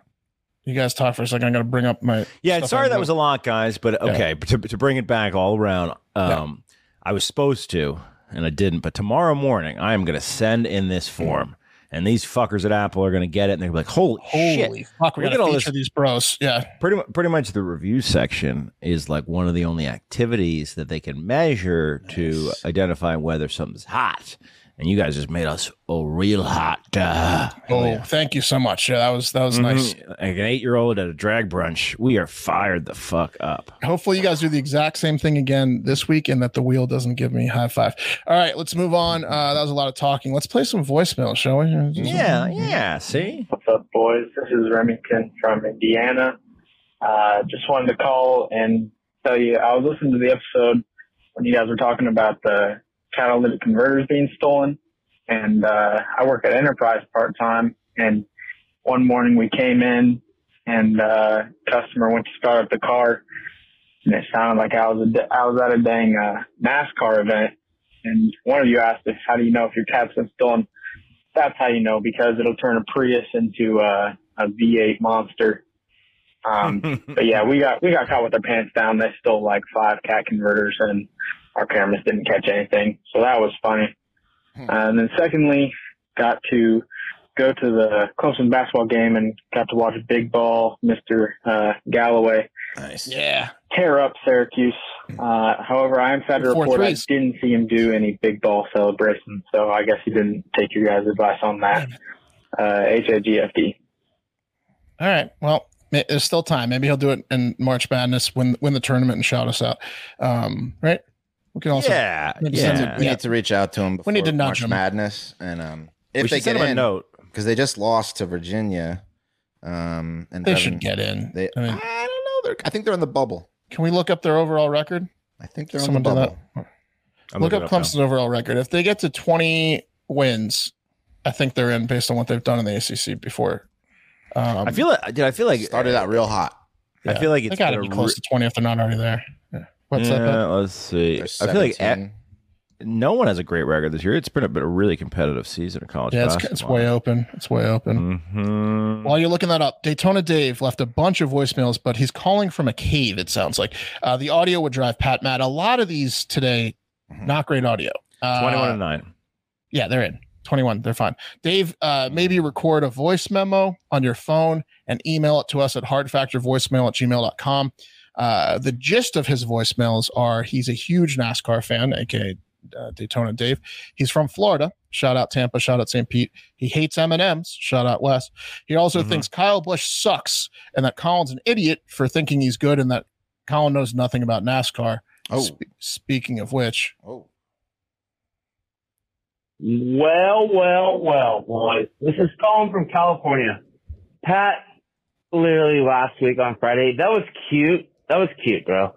Speaker 1: you guys talk for a second. I gotta bring up my
Speaker 3: Yeah, and
Speaker 1: stuff
Speaker 3: sorry
Speaker 1: I
Speaker 3: that was a lot, guys, but
Speaker 1: Yeah.
Speaker 3: okay, but to, to bring it back all around, um, I was supposed to, and I didn't, but tomorrow morning I am going to send in this
Speaker 1: Hmm.
Speaker 3: form, and these fuckers at Apple are going to get it, and they're gonna be like, holy,
Speaker 1: Holy
Speaker 3: shit.
Speaker 1: fuck, we
Speaker 3: Look
Speaker 1: gotta
Speaker 3: at all
Speaker 1: feature
Speaker 3: this-
Speaker 1: these bros. Yeah.
Speaker 3: Pretty, mu- pretty much the review section is like one of the only activities that they can measure to identify whether something's hot. And you guys just made us oh, real hot. Uh,
Speaker 1: Oh, thank you so much. Yeah, that was that was nice.
Speaker 3: Like an eight year old at a drag brunch. We are fired the fuck up.
Speaker 1: Hopefully you guys do the exact same thing again this week and that the wheel doesn't give me high five. All right, let's move on. Uh that was a lot of talking. Let's play some voicemail, shall we?
Speaker 3: Yeah,
Speaker 1: Mm-hmm.
Speaker 3: yeah. See,
Speaker 15: What's up, boys? This is Remington from Indiana. Uh, just wanted to call and tell you I was listening to the episode when you guys were talking about the catalytic converters being stolen, and uh, I work at Enterprise part time. And one morning we came in, and uh, customer went to start up the car, and it sounded like I was a, I was at a dang uh, NASCAR event. And one of you asked if how do you know if your cat's been stolen? that's how you know because it'll turn a Prius into uh, a V8 monster. Um, but yeah, we got we got caught with our pants down. They stole like five cat converters, and our cameras didn't catch anything. So that was funny. Uh, and then secondly, got to go to the Clemson basketball game and got to watch Big Ball, Mister uh, Galloway.
Speaker 2: Nice.
Speaker 1: Yeah.
Speaker 15: Tear up Syracuse. Uh, however, I am sad to
Speaker 1: Four
Speaker 15: report I
Speaker 1: threes.
Speaker 15: didn't see him do any big ball celebration, so I guess he didn't take your guys' advice on that. Uh, HIGFD.
Speaker 1: All right. Well, ma- there's still time. Maybe he'll do it in March Madness, win win the tournament, and shout us out. Um, right? We can also
Speaker 3: Yeah,
Speaker 1: maybe
Speaker 2: We
Speaker 1: send
Speaker 2: need
Speaker 1: it-
Speaker 2: to- we need to reach out to him. Before
Speaker 1: We need to nudge
Speaker 2: March
Speaker 1: him.
Speaker 2: Madness, and um, if
Speaker 3: We
Speaker 2: they
Speaker 3: should send
Speaker 2: get
Speaker 3: him a
Speaker 2: in,
Speaker 3: note.
Speaker 2: because they just lost to Virginia. Um, and
Speaker 1: They should get in.
Speaker 2: They, Ah,
Speaker 1: I
Speaker 2: I,
Speaker 1: mean-
Speaker 2: don't know. They're, I think they're in the bubble.
Speaker 1: Can we look up their overall record?
Speaker 2: I think they're
Speaker 1: Someone
Speaker 2: in the
Speaker 1: do that.
Speaker 2: bubble.
Speaker 3: I'm
Speaker 1: look
Speaker 3: looking
Speaker 1: up
Speaker 3: it up now.
Speaker 1: Clemson's overall record. If they get to 20 wins, I think they're in based on what they've done in the ACC before. Um,
Speaker 3: I feel like did I feel like
Speaker 2: started out real hot.
Speaker 3: I feel like
Speaker 1: they
Speaker 3: it's
Speaker 1: got to
Speaker 3: gonna
Speaker 1: be close
Speaker 3: re-
Speaker 1: to 20 if they're not already there. Yeah. What's
Speaker 3: yeah,
Speaker 1: that?
Speaker 3: Let's see.
Speaker 2: They're
Speaker 3: I feel like a-
Speaker 2: 17.
Speaker 3: no one has a great record this year. It's been a, been a really competitive season of college
Speaker 1: Yeah, it's,
Speaker 3: basketball.
Speaker 1: it's
Speaker 3: Mm-hmm.
Speaker 1: way open. It's way open. While you're looking that up, Daytona Dave left a bunch of voicemails, but he's calling from a cave, it sounds like. Uh, the audio would drive Pat mad. A lot of these today,
Speaker 3: Mm-hmm.
Speaker 1: not great audio. Uh,
Speaker 3: 21 and 9.
Speaker 1: Yeah, they're in. 21. They're fine. Dave, uh, maybe record a voice memo on your phone and email it to us at hardfactorvoicemail at gmail.com. Uh, the gist of his voicemails are he's a huge NASCAR fan, aka uh, Daytona Dave. He's from Florida. Shout out Tampa. Shout out St. Pete. He hates M&Ms. Shout out Wes. He also
Speaker 2: Mm-hmm.
Speaker 1: thinks Kyle Busch sucks and that Colin's an idiot for thinking he's good and that Colin knows nothing about NASCAR.
Speaker 2: Oh.
Speaker 1: Spe- speaking of which,
Speaker 2: Oh.
Speaker 16: Well, well, well, boys. This is Colin from California. Pat, literally last week on Friday, that was cute. That was cute, bro.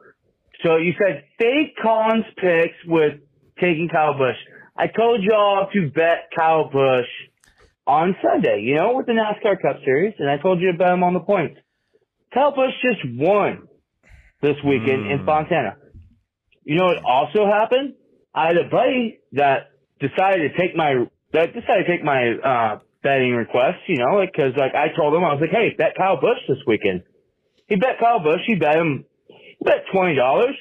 Speaker 16: So you said fake Colin's picks with taking Kyle Bush. I told y'all to bet Kyle Bush on Sunday, you know, with the NASCAR Cup Series, and I told you to bet him on the points. Kyle Bush just won this weekend in Fontana. You know what also happened? I had a buddy that decided to take my that decided to take my uh, betting request. You know, like 'cause like I told him I was like, hey, bet Kyle Bush this weekend. He bet Kyle Bush. He bet him. He bet twenty dollars.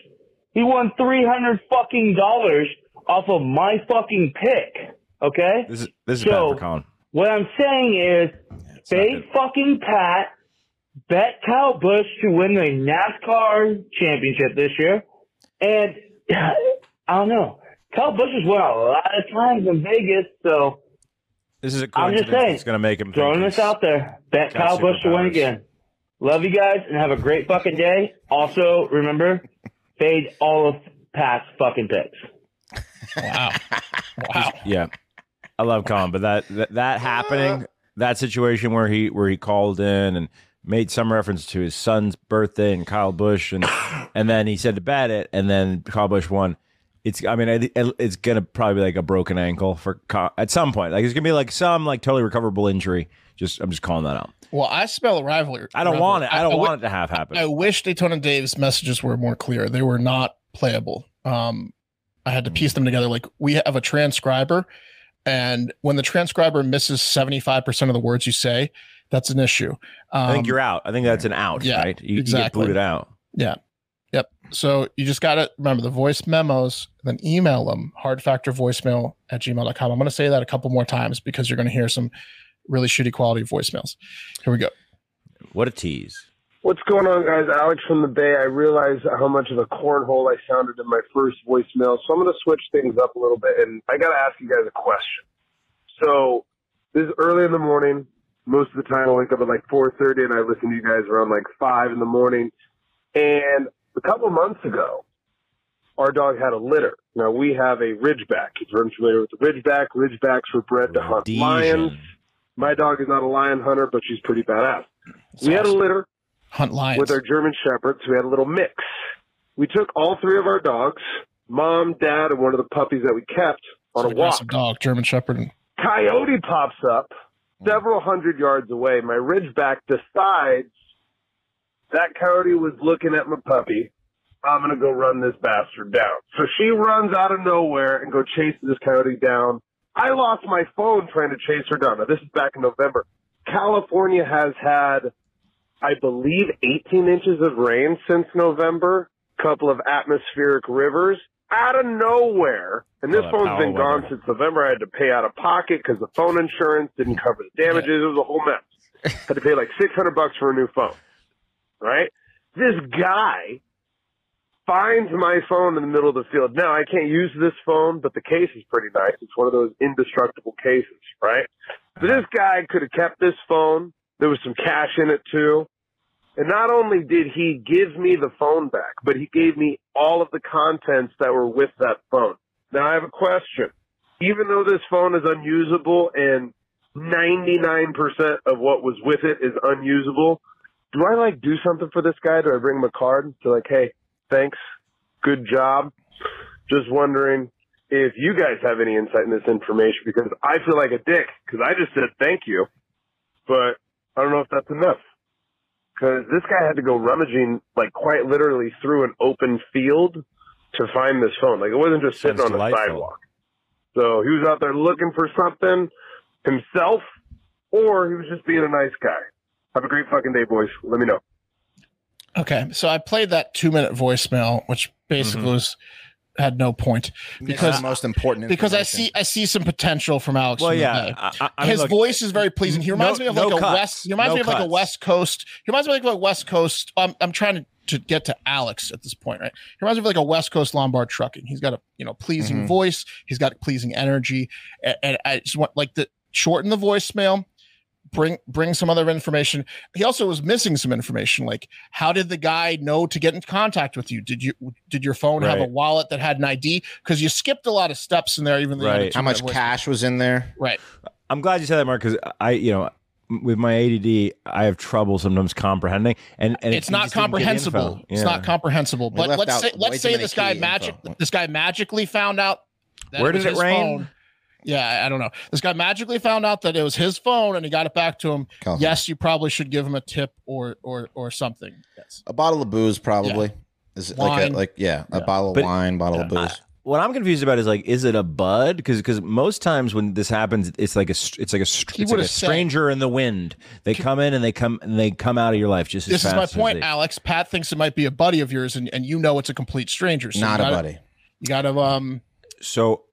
Speaker 16: He won three hundred fucking dollars off of my fucking pick. Okay.
Speaker 3: This is this is
Speaker 16: so,
Speaker 3: bad for Colin.
Speaker 16: what I'm saying is, they fucking Pat bet Kyle Bush to win the NASCAR championship this year, and I don't know. Kyle Bush has won a lot of times in Vegas, so
Speaker 3: This is a
Speaker 16: I'm just
Speaker 3: coincidence
Speaker 16: saying,
Speaker 3: that's going to make him
Speaker 16: throwing
Speaker 3: think
Speaker 16: this out there. Bet
Speaker 3: got
Speaker 16: Kyle Bush to win
Speaker 3: superpowers.
Speaker 16: again. Love you guys and have a great fucking day. Also, remember, fade all of Pat's fucking picks.
Speaker 1: Wow. wow.
Speaker 3: Yeah, I love Colin, but that that, that happening, that situation where he where he called in and made some reference to his son's birthday and Kyle Bush, and and then he said to bet it, and then Kyle Bush won. It's I mean I thi- it's gonna probably be like a broken ankle for Kyle, at some point. Like it's gonna be like some like totally recoverable injury. Just I'm just calling that out.
Speaker 1: well, I spell rivalry.
Speaker 3: I don't want it. I don't
Speaker 1: wi-
Speaker 3: want it to have happen.
Speaker 1: I wish Daytona Dave's messages were more clear. They were not playable. Um, I had to piece them together. Like we have a transcriber, and when the transcriber misses seventy five percent of the words you say, that's an issue. Um,
Speaker 3: I think you're out. I think that's an out.
Speaker 1: yeah,
Speaker 3: right? You,
Speaker 1: exactly.
Speaker 3: You get booted out.
Speaker 1: Yeah. Yep. So you just got to remember the voice memos, then email them hardfactorvoicemail at gmail.com. I'm going to say that a couple more times because you're going to hear some really shitty quality voicemails. Here we go.
Speaker 3: What a tease.
Speaker 17: What's going on, guys? Alex from the Bay. I realize how much of a cornhole I sounded in my first voicemail, so I'm going to switch things up a little bit, and I got to ask you guys a question. So this is early in the morning. Most of the time, I wake up at like 4:30, and I listen to you guys around like five in the morning. And a couple months ago, our dog had a litter. Now we have a Ridgeback. If you're unfamiliar with the Ridgeback, Ridgebacks were bred to hunt lions. My dog is not a lion hunter, but she's pretty badass. we had a litter
Speaker 1: Hunt lions.
Speaker 17: with our German shepherds. We had a little mix. We took all three of our dogs, mom, dad, and one of the puppies that we kept on a walk.
Speaker 1: Aggressive dog, German Shepherd. and-
Speaker 17: Coyote pops up several hundred yards away. My ridgeback decides that coyote was looking at my puppy. I'm going to go run this bastard down. So she runs out of nowhere and go chase this coyote down. I lost my phone trying to chase her down. Now, this is back in November. California has had, I believe, 18 inches of rain since November, couple of atmospheric rivers out of nowhere. And this
Speaker 12: Oh, that
Speaker 17: phone's been
Speaker 12: power
Speaker 17: gone since November. I had to pay out of pocket because the phone insurance didn't cover the damages. It was a whole mess. had to pay like 600 bucks for a new phone. Right? This guy finds my phone in the middle of the field. Now, I can't use this phone, but the case is pretty nice. It's one of those indestructible cases, right? So this guy could have kept this phone. There was some cash in it too. And not only did he give me the phone back, but he gave me all of the contents that were with that phone. Now I have a question. Even though this phone is unusable and 99% of what was with it is unusable, do I like do something for this guy? Do I bring him a card? To like, hey, thanks, good job. Just wondering if you guys have any insight in this information because I feel like a dick because I just said thank you, but I don't know if that's enough because this guy had to go rummaging like quite literally through an open field to find this phone. Like it wasn't just sitting
Speaker 18: Sounds
Speaker 17: on the
Speaker 18: delightful.
Speaker 17: sidewalk. So he was out there looking for something himself, or he was just being a nice guy. Have a great fucking day, boys. Let me know.
Speaker 1: Okay, so I played that two minute voicemail, which
Speaker 2: Mm-hmm.
Speaker 1: basically was had no point because
Speaker 2: the most important
Speaker 1: because I
Speaker 2: information.
Speaker 1: see I see some potential from Alex.
Speaker 2: Well,
Speaker 1: from the
Speaker 2: yeah,
Speaker 1: day.
Speaker 2: I- I- I
Speaker 1: his
Speaker 2: mean, look-
Speaker 1: voice is very pleasing. He reminds
Speaker 2: No-
Speaker 1: me of
Speaker 2: no
Speaker 1: like a
Speaker 2: cuts.
Speaker 1: west. He reminds
Speaker 2: No
Speaker 1: me of like a
Speaker 2: cuts.
Speaker 1: West Coast. He reminds me of like a West Coast. um, I'm I'm trying to. To get to Alex at this point, right? He reminds me of like a West Coast Lombard trucking. He's got a you know pleasing
Speaker 2: Mhm.
Speaker 1: voice. He's got pleasing energy, and, and I just want like the shorten the voicemail bring bring some other information. He also was missing some information, like how did the guy know to get in contact with you? Did you did your phone have a
Speaker 2: Right.
Speaker 1: wallet that had an ID? Because you skipped a lot of steps in there, even though you had a
Speaker 3: Right.
Speaker 2: How much
Speaker 1: two-minute voice-
Speaker 2: cash was in there?
Speaker 1: Right.
Speaker 3: I'm glad you said that, Mark, because I, you know, with my ADD, I have trouble sometimes comprehending, and, and
Speaker 1: it's not comprehensible. It's not comprehensible.
Speaker 3: We
Speaker 1: But
Speaker 3: left
Speaker 1: let's
Speaker 3: out
Speaker 1: say
Speaker 3: way
Speaker 1: let's say
Speaker 3: too many
Speaker 1: this guy
Speaker 3: key
Speaker 1: magic
Speaker 3: info.
Speaker 1: this guy magically found out
Speaker 3: Where
Speaker 1: was
Speaker 3: did it
Speaker 1: his
Speaker 3: rain?
Speaker 1: phone. Yeah, I- I don't know. This guy magically found out that it was his phone, and he got it back to him.
Speaker 2: California.
Speaker 1: Yes, you probably should give him a tip or or or something. Yes.
Speaker 2: A bottle of booze, probably. Is it like
Speaker 1: Wine.
Speaker 2: a, like yeah, a bottle of
Speaker 3: But-
Speaker 2: wine, bottle of booze.
Speaker 3: What I'm confused about is like, is it a bud? Because most times when this happens, it's like a str- it's like a str-
Speaker 1: He
Speaker 3: it's like
Speaker 1: would've
Speaker 3: a stranger in the wind. They come in and they come and they come out of your life just as
Speaker 1: this is
Speaker 3: fast.
Speaker 1: my
Speaker 3: as
Speaker 1: point,
Speaker 3: they-
Speaker 1: Alex. Pat thinks it might be a buddy of yours, and, and you know it's a complete stranger. So
Speaker 3: Not
Speaker 1: you
Speaker 3: a
Speaker 1: gotta-
Speaker 3: buddy.
Speaker 1: You got to um.
Speaker 3: so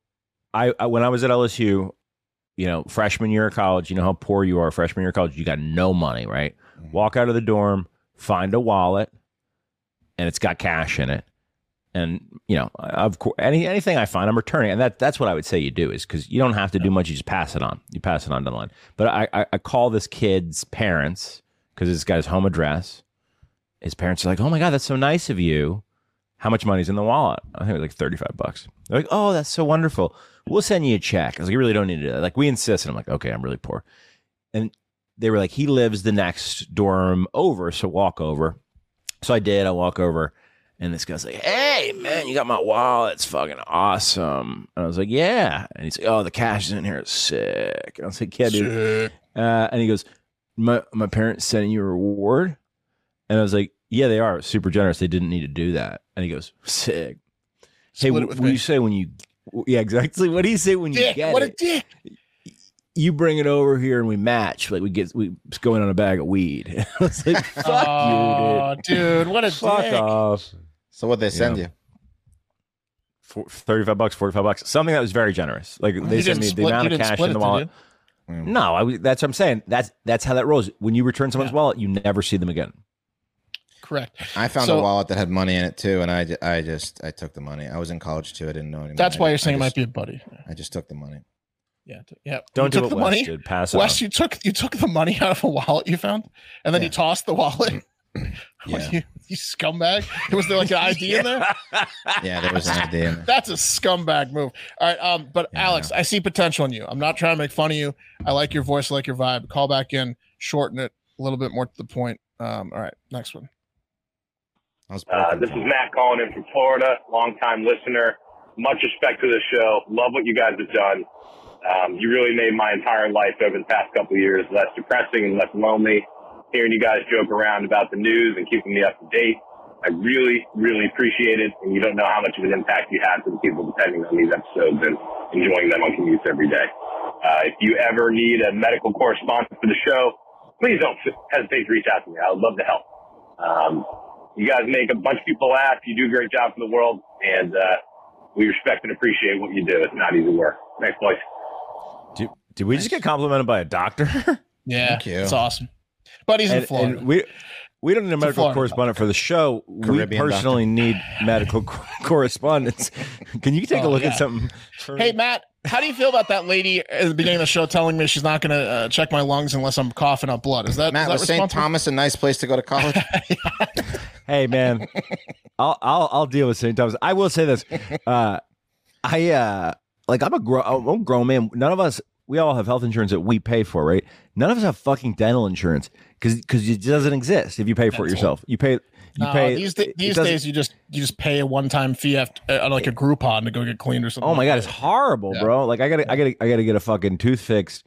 Speaker 3: I, I when I was at LSU, you know, freshman year of college, you know how poor you are. Freshman year of college, you got no money, right?
Speaker 1: Mm-hmm.
Speaker 3: Walk out of the dorm, find a wallet, and it's got cash in it. And you know, I- of course, any anything I find, I'm returning, and that that's what I would say you do is because you don't have to do much; you just pass it on. You pass it on down the line. But I I, I call this kid's parents because it's got his home address. His parents are like, "Oh my god, that's so nice of you." How much money's in the wallet? I think it was like thirty-five bucks. They're like, "Oh, that's so wonderful. We'll send you a check." I was like, "You really don't need to do that." Like, we insist, and I'm like, "Okay, I'm really poor." And they were like, "He lives the next dorm over, so walk over." So I did. I walk over, and this guy's like, "Hey, man, you got my wallet? It's fucking awesome." And I was like, "Yeah." And he's like, "Oh, the cash is in here. It's sick." And I was like, "Yeah, dude." Uh, and he goes, "My my parents sent you a reward." And I was like, "Yeah, they are super generous. They didn't need to do that." And he goes, "Sick." hey,
Speaker 14: Split it
Speaker 3: what
Speaker 14: with
Speaker 3: do
Speaker 14: me.
Speaker 3: you say when you? w- Yeah, exactly. What do you say when you
Speaker 14: Dick,
Speaker 3: get
Speaker 14: what a
Speaker 3: it? You bring it over here and we match. Like we get we it's going on a bag of weed. I was like, "Fuck
Speaker 1: Aw,
Speaker 3: you, dude.
Speaker 1: dude, what a
Speaker 3: fuck
Speaker 1: dick.
Speaker 3: off."
Speaker 2: So what they send you?
Speaker 3: Four, 35 bucks, 45 bucks. Something that was very generous. Like
Speaker 2: You
Speaker 3: they
Speaker 2: didn't
Speaker 3: sent me
Speaker 2: split-
Speaker 3: the
Speaker 2: you
Speaker 3: amount of
Speaker 2: didn't
Speaker 3: cash
Speaker 2: split
Speaker 3: in the
Speaker 2: it, did
Speaker 3: wallet. No, I, was- that's what I'm saying. That's that's how that rolls. When you return someone's wallet, you never see them again.
Speaker 1: Correct.
Speaker 2: I found
Speaker 1: So-
Speaker 2: a wallet that had money in it too, and I, ju- I just I took the money. I was in college too. I didn't know anyone.
Speaker 1: That's why you're saying
Speaker 2: I
Speaker 1: it might
Speaker 2: just-
Speaker 1: be a buddy.
Speaker 2: I just took the money.
Speaker 1: Yeah, t- yeah.
Speaker 2: Don't do
Speaker 1: took
Speaker 2: what
Speaker 1: the
Speaker 2: Wes
Speaker 1: money.
Speaker 2: did. Pass it
Speaker 1: Wes,
Speaker 2: on.
Speaker 1: you took you took the money out of a wallet you found, and then you tossed the wallet.
Speaker 2: Yeah.
Speaker 1: you, you scumbag! Was there like an ID in there?
Speaker 2: Yeah, there was an idea. in there.
Speaker 1: That's a scumbag move. All right, um, but Alex, I see potential in you. I'm not trying to make fun of you. I like your voice, I like your vibe. Call back in, shorten it a little bit more to the point. Um, all right, next one.
Speaker 18: Uh, this is Matt calling in from Florida, longtime listener. Much respect to the show. Love what you guys have done. Um, you really made my entire life over the past couple of years less depressing and less lonely. Hearing you guys joke around about the news and keeping me up to date, I really, really appreciate it. And you don't know how much of an impact you have to the people depending on these episodes and enjoying them on commutes every day. Uh, if you ever need a medical correspondent for the show, please don't hesitate to reach out to me. I would love to help. Um, you guys make a bunch of people laugh. You do a great job for the world, and uh, we respect and appreciate what you do. It's not easy work. Thanks, boys.
Speaker 3: Did, did we just get complimented by a doctor?
Speaker 1: Yeah,
Speaker 3: Thank you.
Speaker 1: it's awesome. Buddies in
Speaker 3: and,
Speaker 1: Florida.
Speaker 3: and we we don't need a
Speaker 1: It's a
Speaker 3: medical
Speaker 1: Florida
Speaker 3: correspondent for the show. we
Speaker 2: Caribbean
Speaker 3: personally need medical co- correspondents. Can you take a
Speaker 1: Oh,
Speaker 3: look
Speaker 1: yeah.
Speaker 3: at something? for
Speaker 1: Hey
Speaker 3: me?
Speaker 1: Matt, how do you feel about that lady at the beginning of the show telling me she's not going to uh, check my lungs unless I'm coughing up blood? Is that
Speaker 2: Matt,
Speaker 1: is that
Speaker 2: was St.
Speaker 1: responsible?
Speaker 2: Thomas a nice place to go to college?
Speaker 3: hey man, I'll I'll I'll deal with St. Thomas. I will say this. Uh, I uh like I'm a grow I'm a grown man. None of us we all have health insurance that we pay for, right? None of us have fucking dental insurance because it doesn't exist if you pay for it yourself. You pay you
Speaker 1: No,
Speaker 3: pay
Speaker 1: these da-
Speaker 3: it
Speaker 1: these
Speaker 3: doesn't-
Speaker 1: days you just you just pay a one time fee after, uh, on like a Groupon to go get cleaned or something.
Speaker 3: Oh my
Speaker 1: like
Speaker 3: god,
Speaker 1: that.
Speaker 3: it's horrible, bro. Like I gotta, I gotta, I gotta get a fucking tooth fixed.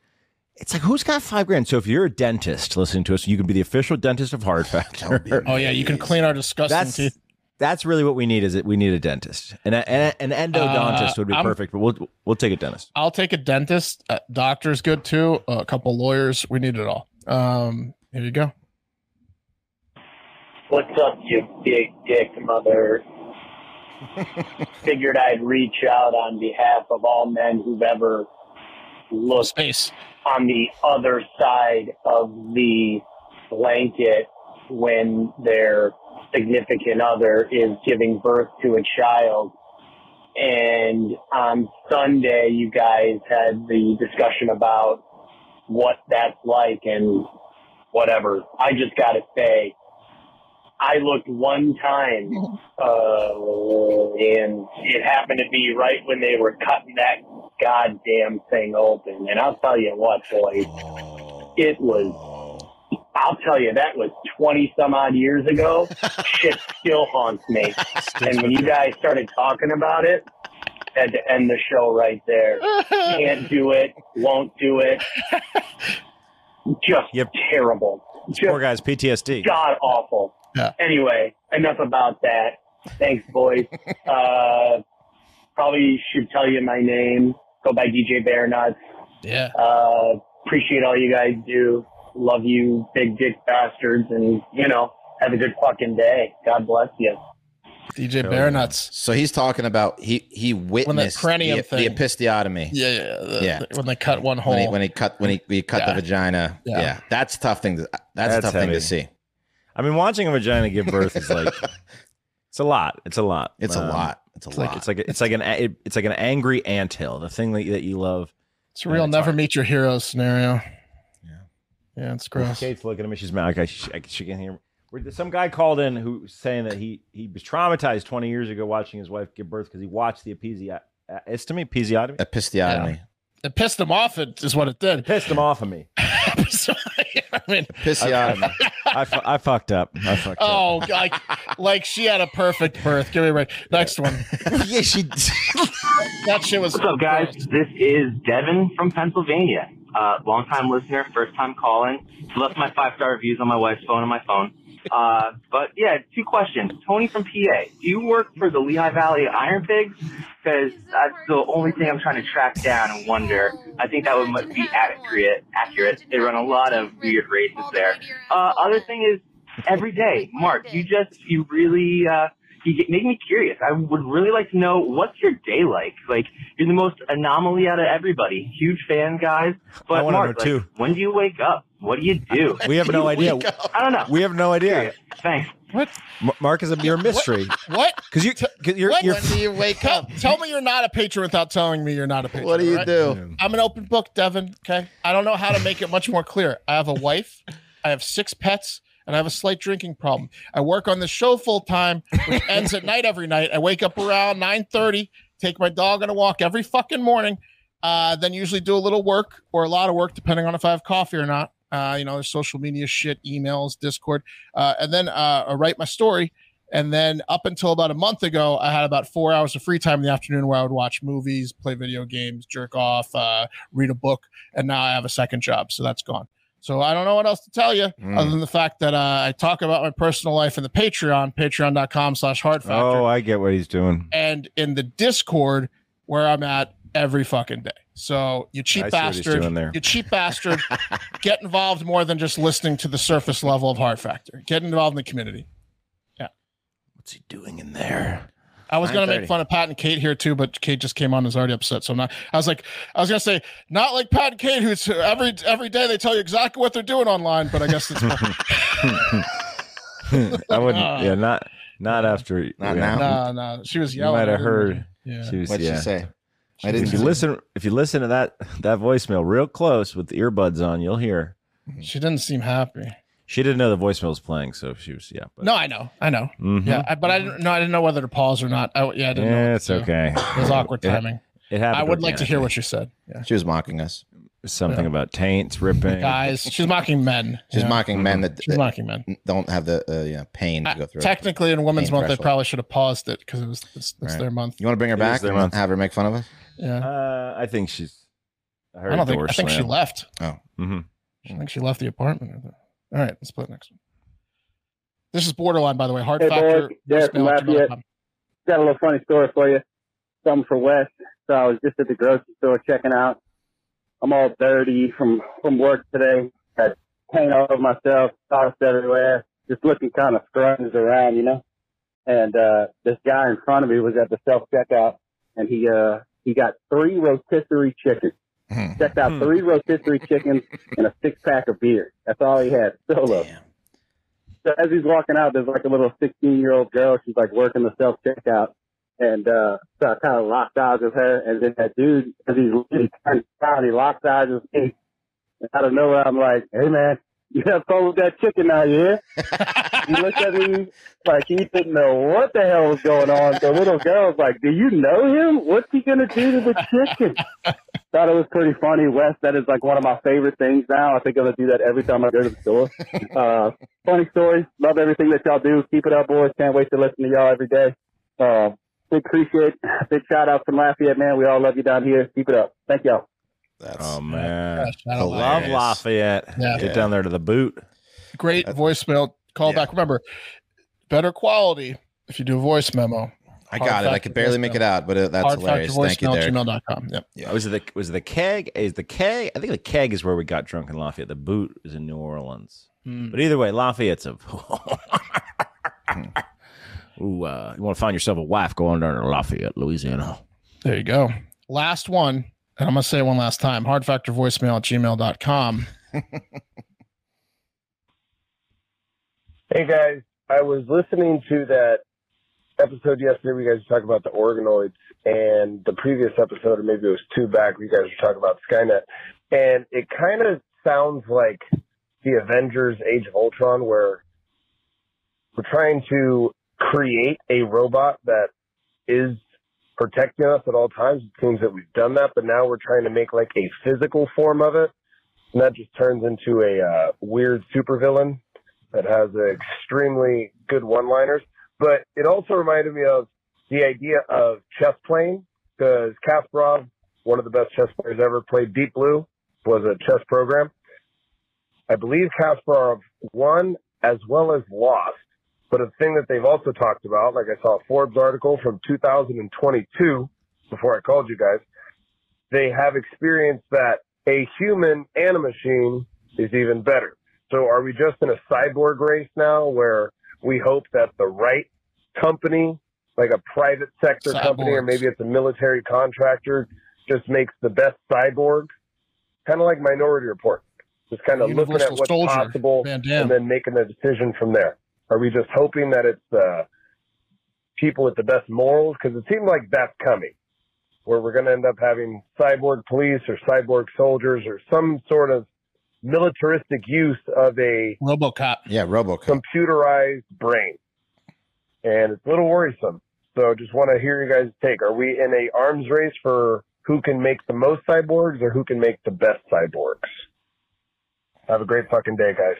Speaker 3: It's like who's got five grand? So if you're a dentist listening to us, you can be the official dentist of Hard Factor.
Speaker 1: Oh yeah, you can clean our disgusting
Speaker 3: That's
Speaker 1: teeth.
Speaker 3: That's really what we need. Is it we need a dentist and a, and a- an endodontist
Speaker 1: Uh,
Speaker 3: would be
Speaker 1: I'm-
Speaker 3: perfect, but we'll we'll take a dentist.
Speaker 1: I'll take a dentist. A doctor's good too. A couple lawyers. We need it all. Um, here you go.
Speaker 19: What's up, you big dick mother? Figured I'd reach out on behalf of all men who've ever looked on the other side of the blanket when their significant other is giving birth to a child. And on Sunday, you guys had the discussion about what that's like and whatever. I just got to say, I looked one time, uh, and it happened to be right when they were cutting that goddamn thing open. And I'll tell you what, boys, it was. I'll tell you, that was 20 some odd years ago. Shit still haunts me. and when you guys started talking about it, had to end the show right there. Can't do it, won't do it. Just terrible.
Speaker 3: This poor guy's PTSD.
Speaker 19: God awful. Anyway, enough about that. Thanks, boys. uh, probably should tell you my name. Go by DJ Bear Nuts.
Speaker 1: Yeah.
Speaker 19: Uh, appreciate all you guys do. Love you, big dick bastards, and you know, have a good fucking day. God bless you.
Speaker 1: DJ
Speaker 2: Hell
Speaker 1: Bear
Speaker 2: yeah.
Speaker 1: Nuts.
Speaker 2: So he's talking about he he witnessed
Speaker 1: perineum
Speaker 2: the,
Speaker 1: thing-
Speaker 2: the episiotomy.
Speaker 1: Yeah, yeah, yeah. The-
Speaker 2: Yeah.
Speaker 1: the- when they cut one hole.
Speaker 2: When he, when he cut when he, he cut
Speaker 1: Yeah.
Speaker 2: the vagina.
Speaker 1: Yeah.
Speaker 2: Yeah. that's a tough thing. To, that's, a tough thing
Speaker 3: heavy.
Speaker 2: to see.
Speaker 3: I mean, watching a vagina give birth is like it's a lot. It's a lot.
Speaker 2: It's a lot. It's a
Speaker 3: Like,
Speaker 2: lot.
Speaker 3: it's like it's like an a- it's like an angry anthill, the thing that, that you love.
Speaker 1: It's a real never meet your heroes scenario. Yeah. Yeah, it's gross.
Speaker 3: Kate's looking at me. She's mad. Like, I, she, I, she can't hear me. We're- Some guy called in who saying that he he was traumatized 20 years ago watching his wife give birth because he watched the uh, episiotomy. Episiotomy.
Speaker 2: Episiotomy.
Speaker 1: It pissed him off. It is what it did.
Speaker 3: pissed him off of me.
Speaker 1: I mean,
Speaker 3: Episiotomy. I, fu- I fucked up. I fucked up.
Speaker 1: Oh, like like she had a perfect birth. Give me a break. Next one.
Speaker 2: yeah, she.
Speaker 1: that shit was.
Speaker 20: What's up, guys? This is Devin from Pennsylvania. Uh, long time listener, first time calling. Left my five star reviews on my wife's phone and my phone. Uh, but yeah, two questions. Tony from PA, do you work for the Lehigh Valley Iron Pigs? Because that's the only thing I'm trying to track down and wonder. I think that would mu- be accurate. Accurate. They run a lot of weird races there. Uh, other thing is, every day, Mark, you just you really. Uh, you get, make me curious. I would really like to know what's your day like. Like you're the most anomaly out of everybody. Huge fan, guys. But
Speaker 3: I wanna
Speaker 20: Mark, like,
Speaker 3: know, too.
Speaker 20: when do you wake up? What do you do?
Speaker 3: We have
Speaker 20: When do
Speaker 3: no
Speaker 20: you
Speaker 3: idea.
Speaker 20: wake up? I don't know.
Speaker 3: We have no idea.
Speaker 20: Thanks.
Speaker 1: What?
Speaker 3: Mark is a mere mystery.
Speaker 1: What?
Speaker 3: Because you, cause you're,
Speaker 1: What?
Speaker 3: you're,
Speaker 1: When do you wake up? Tell me you're not a patron without telling me you're not a patron.
Speaker 2: What do you
Speaker 1: all right?
Speaker 2: do?
Speaker 1: I'm an open book, Devin. Okay. I don't know how to make it much more clear. I have a wife, I have six pets, and I have a slight drinking problem. I work on the show full time, which ends at night every night. I wake up around 9:30, take my dog on a walk every fucking morning. Uh, then usually do a little work or a lot of work, depending on if I have coffee or not. Uh, you know, there's social media shit, emails, Discord, uh, and then uh, I write my story. And then up until about a month ago, I had about four hours of free time in the afternoon where I would watch movies, play video games, jerk off, uh, read a book, and now I have a second job, so that's gone. So I don't know what else to tell you
Speaker 3: Mm.
Speaker 1: other than the fact that uh, I talk about my personal life in the Patreon, Patreon.com/slash Hard Factor,
Speaker 3: oh, I get what he's doing.
Speaker 1: and in the Discord where I'm at every fucking day. So you cheap
Speaker 3: I see what he's
Speaker 1: bastard,
Speaker 3: doing there.
Speaker 1: you cheap bastard, get involved more than just listening to the surface level of Hard Factor. Get involved in the community.
Speaker 3: What's he doing in there?
Speaker 1: I was gonna
Speaker 3: 9:30.
Speaker 1: make fun of Pat and Kate here too, but Kate just came on and is already upset. So I'm not. I was like, I was gonna say not like Pat and Kate, who's every every day they tell you exactly what they're doing online. But I guess it's
Speaker 3: I wouldn't. Yeah, not not after.
Speaker 2: Uh. Not
Speaker 3: yeah.
Speaker 2: now.
Speaker 1: no, no. She was
Speaker 3: You
Speaker 1: yelling.
Speaker 3: might
Speaker 1: I
Speaker 3: have
Speaker 1: didn't-
Speaker 3: heard.
Speaker 1: Yeah.
Speaker 3: She was,
Speaker 2: What'd she
Speaker 3: yeah.
Speaker 2: say? I
Speaker 3: She-
Speaker 2: didn't
Speaker 3: If you
Speaker 2: see.
Speaker 3: listen, if you listen to that that voicemail real close with the earbuds on, you'll hear.
Speaker 1: She didn't seem happy.
Speaker 3: She didn't know the voicemail was playing, so she was yeah. But
Speaker 1: No, I know, I know.
Speaker 3: Mhm.
Speaker 1: Yeah, I, but I didn't. No, I didn't know whether to pause or not. I, yeah, I didn't know.
Speaker 3: yeah,
Speaker 1: what
Speaker 3: it's
Speaker 1: to do.
Speaker 3: okay.
Speaker 1: It was awkward timing.
Speaker 3: It, happened.
Speaker 1: I would like to hear what she said. Yeah.
Speaker 2: She was mocking us.
Speaker 3: Something about taints ripping.
Speaker 1: Guys, she's mocking men.
Speaker 2: She's
Speaker 1: Yeah.
Speaker 2: mocking
Speaker 3: Mm-hmm.
Speaker 2: men that
Speaker 1: She's mocking men.
Speaker 2: don't have the uh, yeah, pain to go through.
Speaker 1: Technically, in Women's
Speaker 2: Pain
Speaker 1: Month, they
Speaker 2: threshold.
Speaker 1: probably should have paused it because it was it's, it's
Speaker 2: Right.
Speaker 1: their month.
Speaker 2: You want to bring her
Speaker 3: It is
Speaker 2: back
Speaker 3: their
Speaker 2: and
Speaker 3: month.
Speaker 2: have her make fun of us?
Speaker 1: Yeah.
Speaker 3: Uh, I think she's. I, heard
Speaker 1: I don't
Speaker 3: a
Speaker 1: think.
Speaker 3: door
Speaker 1: I think she
Speaker 3: slam.
Speaker 1: left.
Speaker 2: Oh,
Speaker 3: Mhm.
Speaker 1: I think she left the apartment. All right, let's play the next one. This is borderline, by the way. Hard
Speaker 21: Hey,
Speaker 1: factor.
Speaker 21: boys, Derek from
Speaker 1: smell after another
Speaker 21: Lafayette.
Speaker 1: time.
Speaker 21: Got a little funny story for you. Something for Wes. So I was just at the grocery store checking out. I'm all dirty from from work today. Got paint all over myself, sauce everywhere. Just looking kind of scrunched around, you know. And uh this guy in front of me was at the self checkout, and he uh he got three rotisserie chickens.
Speaker 3: Hmm.
Speaker 20: Mm.
Speaker 21: Checked
Speaker 20: Hmm.
Speaker 1: Hmm.
Speaker 21: out three rotisserie chickens and a six pack of beer. That's all he had solo. So as he's walking out, there's like a little 16 year old girl. She's like working the self checkout. And, uh, so I kind of locked eyes with her. And then that dude, as he's leaving, turns around, he locks eyes with me. And out of nowhere, I'm like, hey man, you have fun with that chicken out here. he looked at me like he didn't know what the hell was going on. The little girl's like, do you know him? What's he going to do to the chicken? Thought it was pretty funny, Wes. That is like one of my favorite things now. I think I'm gonna do that every time I go to the store. Uh, funny story. Love everything that y'all do. Keep it up, boys. Can't wait to listen to y'all every day. Uh, big appreciate. Big shout out from Lafayette, man. We all love you down here. Keep it up. Thank y'all.
Speaker 2: uh,
Speaker 3: oh man,
Speaker 1: Gosh,
Speaker 3: I
Speaker 1: that'll
Speaker 3: love
Speaker 1: hilarious.
Speaker 3: Lafayette.
Speaker 1: Yeah.
Speaker 3: Get down there to the boot.
Speaker 1: Great voicemail callback. Remember, better quality if you do a voice memo.
Speaker 2: I got it. I could barely make it out, but uh, that's hilarious. Thank you, Derek.
Speaker 1: Gmail.com. Yep.
Speaker 3: Yeah. Was Oh, it the was it the keg? Is the keg? I think the keg is where we got drunk in Lafayette. The boot is in New Orleans.
Speaker 1: Hmm.
Speaker 3: But either way, Lafayette's a.
Speaker 2: Hmm.
Speaker 3: Ooh, uh, you want to find yourself a wife? Go on down to Lafayette, Louisiana.
Speaker 1: There you go. Last one, and I'm going to say it one last time hard factor voicemail at gmail.com.
Speaker 17: Hey guys, I was listening to that episode yesterday. where You guys were talking about the organoids, and the previous episode, or maybe it was two back, where you guys were talking about Skynet, and it kind of sounds like the Avengers: Age of Ultron, where we're trying to create a robot that is protecting us at all times. It seems that we've done that, but now we're trying to make like a physical form of it, and that just turns into a uh, weird supervillain that has extremely good one-liners. But it also reminded me of the idea of chess playing because Kasparov, one of the best chess players ever, played Deep Blue, was a chess program. I believe Kasparov won as well as lost. But a thing that they've also talked about, like I saw a Forbes article from 2022 before I called you guys, they have experienced that a human and a machine is even better. So are we just in a cyborg race now where we hope that the right company, like a private sector company, or
Speaker 22: Cyborgs.
Speaker 17: maybe it's a military contractor, just makes the best cyborg? Kind of like Minority Report. Just kind of looking at
Speaker 1: Universal
Speaker 17: what's
Speaker 1: Soldier,
Speaker 17: possible
Speaker 1: Van Damme.
Speaker 17: and then making the decision from there. Are we just hoping that it's uh, people with the best morals? Because it seemed like that's coming, where we're going to end up having cyborg police or cyborg soldiers or some sort of militaristic use of a
Speaker 1: RoboCop.
Speaker 2: Yeah, RoboCop.
Speaker 17: computerized brain. And it's a little worrisome. So just want to hear you guys' take. Are we in a arms race for who can make the most cyborgs or who can make the best cyborgs? Have a great fucking day, guys.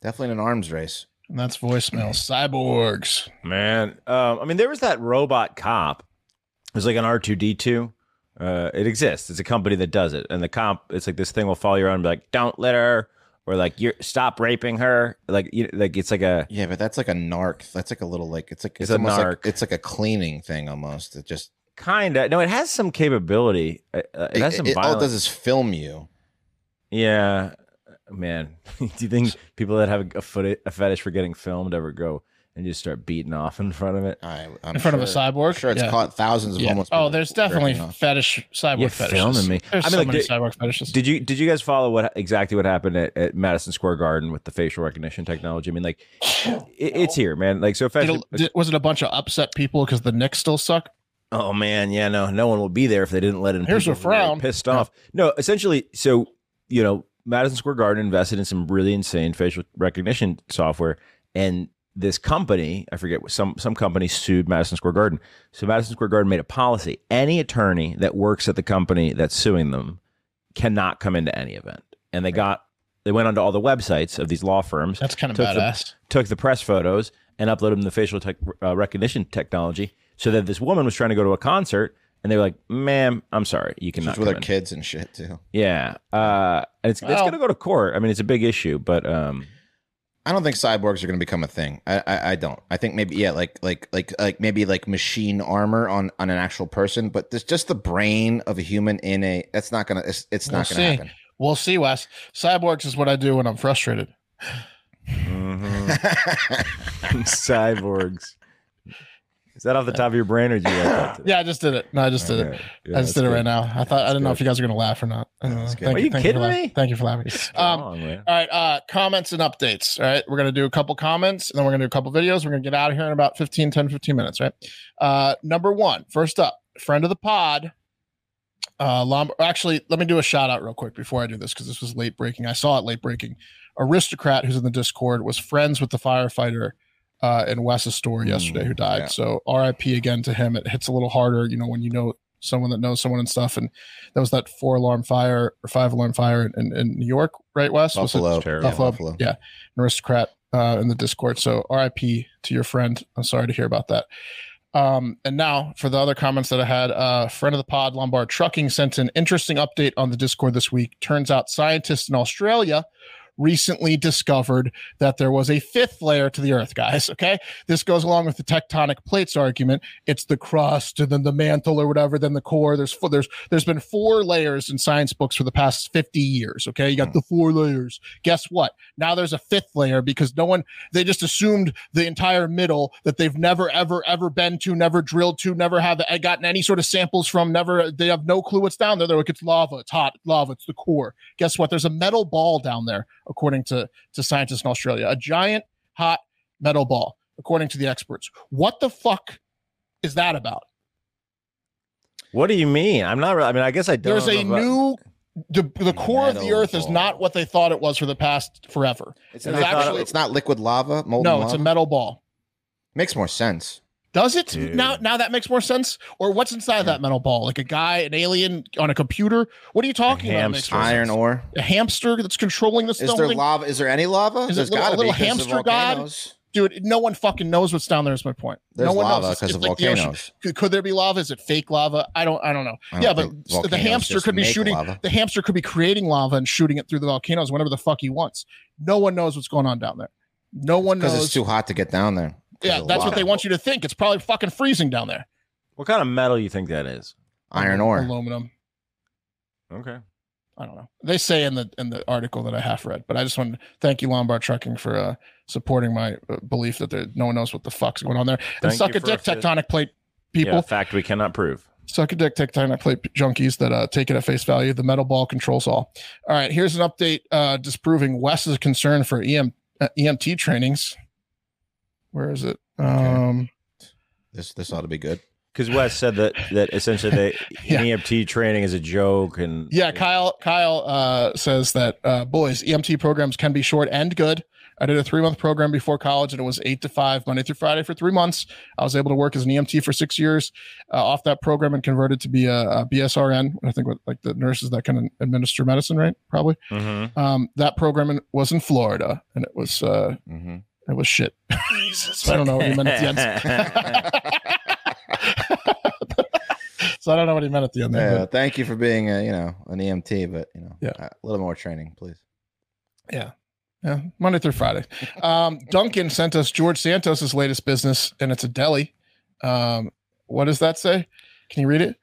Speaker 2: Definitely an arms race.
Speaker 1: And that's voicemail cyborgs.
Speaker 3: Man, um, I mean, there was that robot cop. It was like an R two D two. Uh, It exists. It's a company that does it, and the cop. It's like this thing will follow you around and be like, "Don't let her," or like, "You stop raping her." Like, you like it's like a
Speaker 2: yeah, but that's like a narc. That's like a little like it's like
Speaker 3: It's
Speaker 2: it's,
Speaker 3: a
Speaker 2: almost
Speaker 3: narc.
Speaker 2: like it's like a cleaning thing almost. It just
Speaker 3: kind of no. It has some capability. Uh, uh, it, has
Speaker 2: it-
Speaker 3: some.
Speaker 2: it- all it does
Speaker 3: violence.
Speaker 2: is film you.
Speaker 3: Yeah, uh, man. Do you think people that have a, foot, a fetish for getting filmed ever go and just start beating off in front of it?
Speaker 2: I,
Speaker 1: in front of a cyborg.
Speaker 2: sure it's
Speaker 1: Yeah.
Speaker 2: caught thousands of
Speaker 1: Yeah.
Speaker 2: homeless
Speaker 1: Oh,
Speaker 2: people
Speaker 1: there's definitely
Speaker 2: jerking off.
Speaker 1: fetish cyborg
Speaker 3: You're
Speaker 1: fetishes.
Speaker 3: filming me.
Speaker 1: There's
Speaker 3: I mean,
Speaker 1: so
Speaker 3: like,
Speaker 1: many
Speaker 3: did-
Speaker 1: cyborg fetishes.
Speaker 3: Did you did you guys follow what exactly what happened at, at Madison Square Garden with the facial recognition technology? I mean, like it, it's here, man. Like so,
Speaker 1: Did
Speaker 3: fashion,
Speaker 1: a- did- was it a bunch of upset people because the Knicks still suck?
Speaker 3: Oh man, yeah, no, no one will be there if they didn't let in.
Speaker 1: Here's
Speaker 3: people
Speaker 1: a
Speaker 3: who were
Speaker 1: frown.
Speaker 3: Pissed off. No, essentially, so you know, Madison Square Garden invested in some really insane facial recognition software, and this company, I forget, what- some some company sued Madison Square Garden. So Madison Square Garden made a policy: any attorney that works at the company that's suing them cannot come into any event. And they got they went onto all the websites of these law firms. That's
Speaker 1: kinda badass.
Speaker 3: took the press photos and uploaded them to facial tech, uh, recognition technology, so that this woman was trying to go to a concert, and they were like, "Ma'am, I'm sorry, you cannot."
Speaker 2: It's with
Speaker 3: come
Speaker 2: their
Speaker 3: in."
Speaker 2: kids and shit too.
Speaker 3: Yeah, uh, and it's, it's
Speaker 2: Well-
Speaker 3: going to go to court. I mean, it's a big issue, but um,
Speaker 2: I don't think cyborgs are going to become a thing. I, I I don't. I think maybe yeah, like like like like maybe like machine armor on on an actual person, but there's just the brain of a human in a. That's not gonna. It's, it's not
Speaker 1: we'll
Speaker 2: gonna
Speaker 1: see.
Speaker 2: happen.
Speaker 1: We'll see, Wes. Cyborgs is what I do when I'm frustrated.
Speaker 3: mm-hmm. Cyborgs. Is that off the top of your brain, or did you like that?
Speaker 1: Yeah, I just did it. No, I just did it.
Speaker 3: Okay. Yeah,
Speaker 1: I just
Speaker 3: that's
Speaker 1: did it right
Speaker 3: good.
Speaker 1: now. I thought I didn't know if you guys were gonna laugh or not. I don't know.
Speaker 3: good.
Speaker 1: Thank
Speaker 3: Are you
Speaker 1: thank
Speaker 3: kidding
Speaker 1: for laugh-
Speaker 3: me?
Speaker 1: Thank you for laughing. Um, all right, uh, comments and updates. All right, we're gonna do a couple comments, and then we're gonna do a couple videos. We're gonna get out of here in about 15, 10, 15 minutes. Right. Uh, number one, first up, friend of the pod. Uh, Lomb- actually, let me do a shout out real quick before I do this because this was late breaking. I saw it late breaking. Aristocrat, who's in the Discord, was friends with the firefighter uh, in Wes's store yesterday who died.
Speaker 2: yeah.
Speaker 1: So RIP again to him. It hits a little harder, you know, when you know someone that knows someone and stuff. And that was that four alarm fire or five alarm fire in, in, in New York, right, Wes? Was it-
Speaker 2: Buffalo. It's terrible.
Speaker 1: Buffalo.
Speaker 2: Yeah, Buffalo.
Speaker 1: Yeah. An aristocrat uh, in the Discord. So RIP to your friend. I'm sorry to hear about that. Um, and now for the other comments that I had, uh, friend of the pod, Lombard Trucking, sent an interesting update on the Discord this week. Turns out scientists in Australia recently discovered that there was a fifth layer to the Earth, guys. Okay. This goes along with the tectonic plates argument. It's the crust and then the mantle or whatever, then the core. There's four, there's there's been four layers in science books for the past 50 years. Okay. You got the four layers. Guess what? Now there's a fifth layer because no one they just assumed the entire middle that they've never ever ever been to, never drilled to, never have gotten any sort of samples from, never they have no clue what's down there. They're like, it's lava, it's hot, it's lava, it's the core. Guess what? There's a metal ball down there, according to to scientists in Australia. A giant hot metal ball, according to the experts. What the fuck is that about?
Speaker 3: What do you mean? I'm not. Really, I mean, I guess I don't.
Speaker 1: There's a
Speaker 3: know about-
Speaker 1: new the, the core of the
Speaker 3: Metal
Speaker 1: earth is not what they thought it was for the past forever. It's,
Speaker 2: It's, not,
Speaker 1: actually
Speaker 2: it's not liquid lava. Molten
Speaker 1: no, it's a
Speaker 2: lava?
Speaker 1: metal ball.
Speaker 2: Makes more sense.
Speaker 1: Does it now? Now that makes more sense. Or what's inside that metal ball? Like a guy, an alien on a computer? What are you talking about? It makes more
Speaker 2: iron
Speaker 1: sense.
Speaker 2: ore.
Speaker 1: a hamster that's controlling this.
Speaker 2: Is
Speaker 1: whole
Speaker 2: there
Speaker 1: thing?
Speaker 2: lava? Is there any lava?
Speaker 1: Is
Speaker 2: There's
Speaker 1: it little, a
Speaker 2: gotta be
Speaker 1: little
Speaker 2: 'cause of
Speaker 1: hamster god?
Speaker 2: volcanoes.
Speaker 1: Dude, no one fucking knows what's down there. Is my point.
Speaker 2: There's
Speaker 1: no one
Speaker 2: lava
Speaker 1: knows.
Speaker 2: 'cause
Speaker 1: It's
Speaker 2: of
Speaker 1: the ocean.
Speaker 2: volcanoes.
Speaker 1: Could, could there be lava? Is it fake lava? I don't. I don't know.
Speaker 2: I don't
Speaker 1: yeah,
Speaker 2: think
Speaker 1: but the
Speaker 2: volcanoes
Speaker 1: hamster
Speaker 2: just
Speaker 1: could be
Speaker 2: make
Speaker 1: shooting.
Speaker 2: lava.
Speaker 1: The hamster could be creating lava and shooting it through the volcanoes whenever the fuck he wants. No one knows what's going on down there. No one
Speaker 2: Because
Speaker 1: knows.
Speaker 2: it's too hot to get down there. 'Cause
Speaker 1: yeah,
Speaker 2: of
Speaker 1: that's what
Speaker 2: lava.
Speaker 1: they want you to think. It's probably fucking freezing down there.
Speaker 3: What kind of metal you think that is?
Speaker 2: Iron ore.
Speaker 1: Aluminum.
Speaker 3: Okay.
Speaker 1: I don't know. They say in the in the article that I half read, but I just want to thank you, Lombard Trucking, for uh, supporting my uh, belief that there, no one knows what the fuck's going on there. And
Speaker 3: Thank
Speaker 1: suck
Speaker 3: you
Speaker 1: a
Speaker 3: for
Speaker 1: dick,
Speaker 3: a fifth.
Speaker 1: tectonic plate
Speaker 3: Yeah,
Speaker 1: people.
Speaker 3: fact we cannot prove.
Speaker 1: Suck a dick, tectonic plate junkies that uh, take it at face value. The metal ball controls all. All right, here's an update uh, disproving Wes's concern for EM, uh, EMT trainings. Where is it? Um,
Speaker 2: This this ought to be good.
Speaker 3: Because Wes said that that essentially E the EMT training is a joke, and
Speaker 1: Yeah, Kyle. Kyle uh, says that uh, boys EMT programs can be short and good. I did a three month program before college, and it was eight to five Monday through Friday for three months. I was able to work as an EMT for six years uh, off that program and converted to be a, a BSRN. I think with like the nurses that can administer medicine, right? Probably. Um, that program in, was in Florida, and it was uh, it was shit. Jesus, I don't know what he meant at the end. so I don't know what he meant at the end. there,
Speaker 2: Yeah,
Speaker 1: but-
Speaker 2: thank you for being a, you know an EMT, but you know a little more training, please.
Speaker 1: Yeah. Yeah. Monday through Friday. Um, Duncan sent us George Santos's latest business, and it's a deli. Um, what does that say? Can you read it?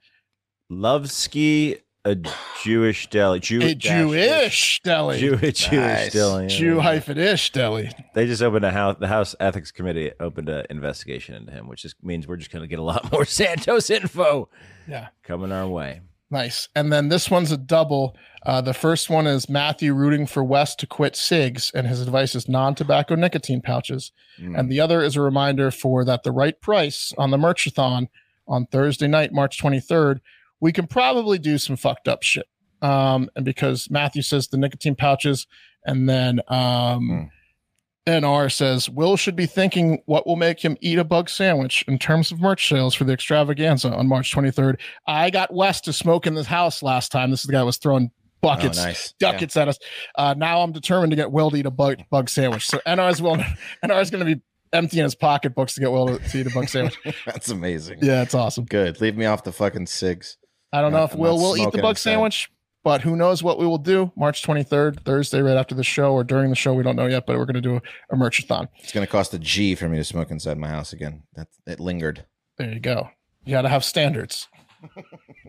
Speaker 3: Lovsky, a Jewish deli, Jew,
Speaker 1: a
Speaker 3: dash-
Speaker 1: Jewish deli.
Speaker 3: Jew- Jewish deli, yeah.
Speaker 1: Jew hyphen ish deli.
Speaker 3: They just opened a house. The House Ethics Committee opened an investigation into him, which just means we're just going to get a lot more Santos info
Speaker 1: Yeah.
Speaker 3: coming our way.
Speaker 1: Nice. And then this one's a double. Uh, the first one is Matthew rooting for West to quit cigs, and his advice is non-tobacco nicotine pouches. And the other is a reminder for that the right price on the merchathon on Thursday night, March 23rd, we can probably do some fucked up shit. Um, and because Matthew says the nicotine pouches, and then um, NR says Will should be thinking what will make him eat a bug sandwich in terms of merch sales for the extravaganza on March 23rd. I got West to smoke in this house last time. This is the guy who was throwing buckets,
Speaker 2: Oh, nice.
Speaker 1: ducats at us. Uh, now I'm determined to get Will to eat a bug, bug sandwich. So NR is will NR is going to be emptying his pocketbooks to get Will to, to eat a bug sandwich.
Speaker 2: That's amazing.
Speaker 1: Yeah, it's awesome.
Speaker 2: Good. Leave me off the fucking cigs.
Speaker 1: I don't know
Speaker 2: I'm
Speaker 1: if
Speaker 2: not
Speaker 1: Will will eat the
Speaker 2: smoking
Speaker 1: bug
Speaker 2: instead.
Speaker 1: sandwich, But who knows what we will do March 23rd, Thursday, right after the show or during the show. We don't know yet, but we're going to do a, a merchathon.
Speaker 2: It's going to cost a G for me to smoke inside my house again. That it lingered.
Speaker 1: There you go. You got to have standards.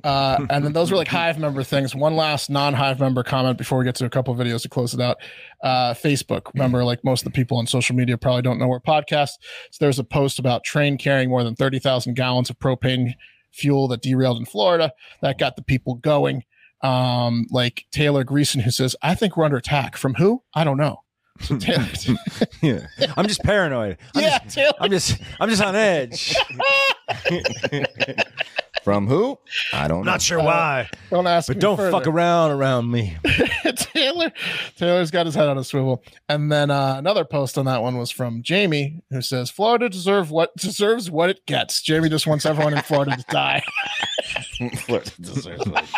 Speaker 1: Uh, and then those were like Hive member things. One last non Hive member comment before we get to a couple of videos to close it out. Uh, Facebook. Remember, like most of the people on social media probably don't know we're podcast. So there's a post about train carrying more than 30,000 gallons of propane fuel that derailed in Florida. That got the people going. Um, like Taylor Greason, who says, I think we're under attack. From who? I don't know. So Taylor,
Speaker 3: yeah. I'm just paranoid. I'm
Speaker 1: Yeah,
Speaker 3: just,
Speaker 1: Taylor.
Speaker 3: I'm just I'm just on edge.
Speaker 2: From who? I don't know.
Speaker 3: Not sure why.
Speaker 1: Don't ask
Speaker 3: But
Speaker 1: me
Speaker 3: don't
Speaker 1: further.
Speaker 3: fuck around around me.
Speaker 1: Taylor Taylor's got his head on a swivel. And then uh, another post on that one was from Jamie, who says Florida deserve what deserves what it gets. Jamie just wants everyone in Florida to die.
Speaker 2: Florida deserves what it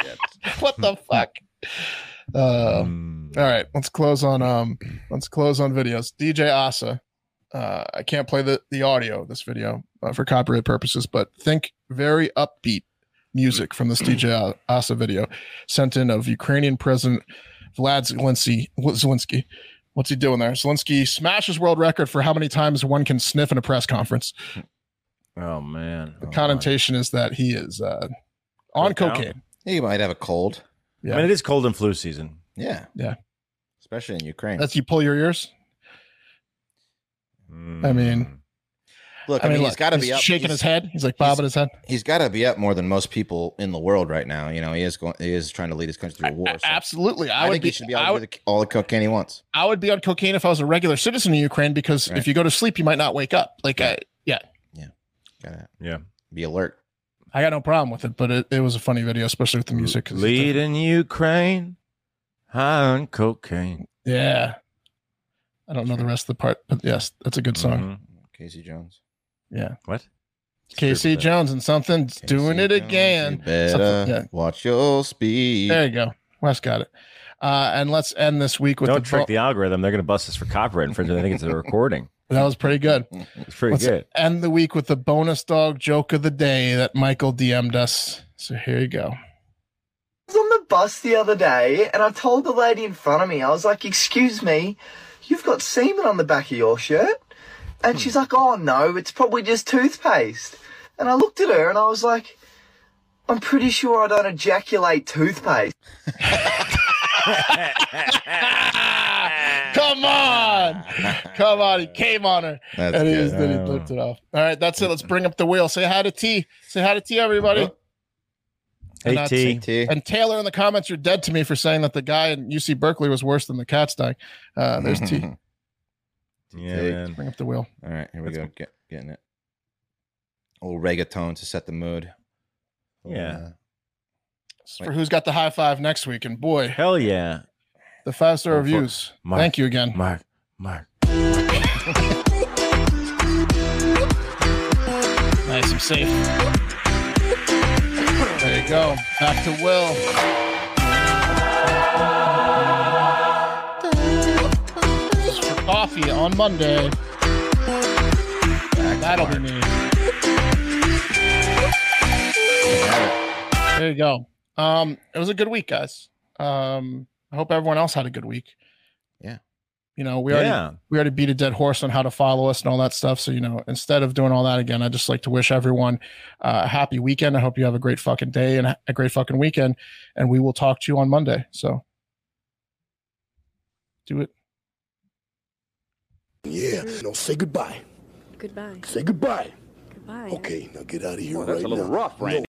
Speaker 2: gets.
Speaker 1: what the fuck? Uh,
Speaker 3: Hmm.
Speaker 1: All right, let's close on um, let's close on videos. DJ Asa, uh, I can't play the the audio of this video uh, for copyright purposes, but think very upbeat music from this DJ Asa video sent in of Ukrainian President Vlad Zelensky. Zelensky. What's he doing there? Zelensky smashes world record for how many times one can sniff in a press conference.
Speaker 3: Oh man.
Speaker 1: The connotation is that he is uh, on
Speaker 3: Coked out?
Speaker 1: cocaine.
Speaker 2: He might have a cold.
Speaker 3: I mean, it is cold and flu season.
Speaker 2: Yeah.
Speaker 1: Yeah.
Speaker 2: Especially in Ukraine.
Speaker 1: That's you pull your ears. I
Speaker 3: Hmm.
Speaker 1: mean,
Speaker 2: Look, I mean, he's
Speaker 1: look,
Speaker 2: got to be up.
Speaker 1: shaking
Speaker 2: he's-
Speaker 1: his head. He's like bobbing his head.
Speaker 2: He's got to be up more than most people in the world right now. You know, he is going. He is trying to lead his country through a war. So
Speaker 1: Absolutely, I,
Speaker 2: I,
Speaker 1: would
Speaker 2: think
Speaker 1: be.
Speaker 2: he should be able
Speaker 1: I
Speaker 2: to
Speaker 1: would,
Speaker 2: do the, all the cocaine he wants.
Speaker 1: I would be on cocaine if I was a regular citizen in Ukraine because
Speaker 2: Right.
Speaker 1: if you go to sleep, you might not wake up. Like, I, yeah,
Speaker 2: Gotta
Speaker 3: Yeah.
Speaker 2: be alert.
Speaker 1: I got no problem with it, but it, it was a funny video, especially with the music. 'cause-
Speaker 3: Lead in Ukraine, high on cocaine.
Speaker 1: yeah, I don't know the rest of the part, but yes, that's a good song.
Speaker 2: Casey Jones.
Speaker 1: Yeah.
Speaker 3: Mm-hmm. What?
Speaker 1: Casey Jones and something's doing it again.
Speaker 2: Better
Speaker 1: Something- yeah.
Speaker 2: watch your speed.
Speaker 1: There you go. Wes got it. Uh, and let's end this week with
Speaker 3: Don't
Speaker 1: the,
Speaker 3: trick
Speaker 1: bo-
Speaker 3: the algorithm. They're going to bust us for copyright infringement. I think it's a recording.
Speaker 1: that was pretty good.
Speaker 3: It's pretty
Speaker 1: Let's
Speaker 3: good.
Speaker 1: end the week with the bonus dog joke of the day that Michael DM'd us. So here you go.
Speaker 22: was on the bus the other day and I told the lady in front of me, I was like, Excuse me, you've got semen on the back of your shirt? And she's like, Oh no, it's probably just toothpaste. And I looked at her and I was like, I'm pretty sure I don't ejaculate toothpaste.
Speaker 1: Come on. Come on. He came on her.
Speaker 2: That's
Speaker 1: and he,
Speaker 2: good.
Speaker 1: just- then he flipped it off. All right. That's it. Let's bring up the wheel. Say hi to T. Say hi to T, everybody.
Speaker 3: Hey,
Speaker 1: that's
Speaker 3: T.
Speaker 1: it. And Taylor in the comments, you're dead to me for saying that the guy in UC Berkeley was worse than the cat's dying. Uh, there's T.
Speaker 3: Yeah,
Speaker 2: Take.
Speaker 3: man.
Speaker 1: Bring up the wheel.
Speaker 2: All right, here we go. Get, getting it. Old reggaeton to set the mood.
Speaker 3: Oh,
Speaker 2: Uh,
Speaker 3: Yeah.
Speaker 1: For who's got the high five next week. And boy,
Speaker 3: Hell yeah.
Speaker 1: the five star
Speaker 3: Mark-
Speaker 1: reviews.
Speaker 3: Mark-
Speaker 1: Thank you again.
Speaker 3: Mark, Mark.
Speaker 1: Nice and safe. There you go. Back to Will. For coffee on Monday. That'll be me. There you go. Um, it was a good week, guys. Um, I hope everyone else had a good week.
Speaker 2: Yeah.
Speaker 1: You know, we
Speaker 3: Yeah.
Speaker 1: already we already beat a dead horse on how to follow us and all that stuff. So you know, instead of doing all that again, I just like to wish everyone uh, a happy weekend. I hope you have a great fucking day and a great fucking weekend. And we will talk to you on Monday. So do it.
Speaker 23: Yeah. No, say goodbye.
Speaker 10: Goodbye.
Speaker 23: Say goodbye.
Speaker 10: Goodbye.
Speaker 23: Okay, now get out of here
Speaker 10: Well, that's
Speaker 23: right
Speaker 10: a little
Speaker 23: now.
Speaker 10: rough,
Speaker 23: No.
Speaker 10: Randy.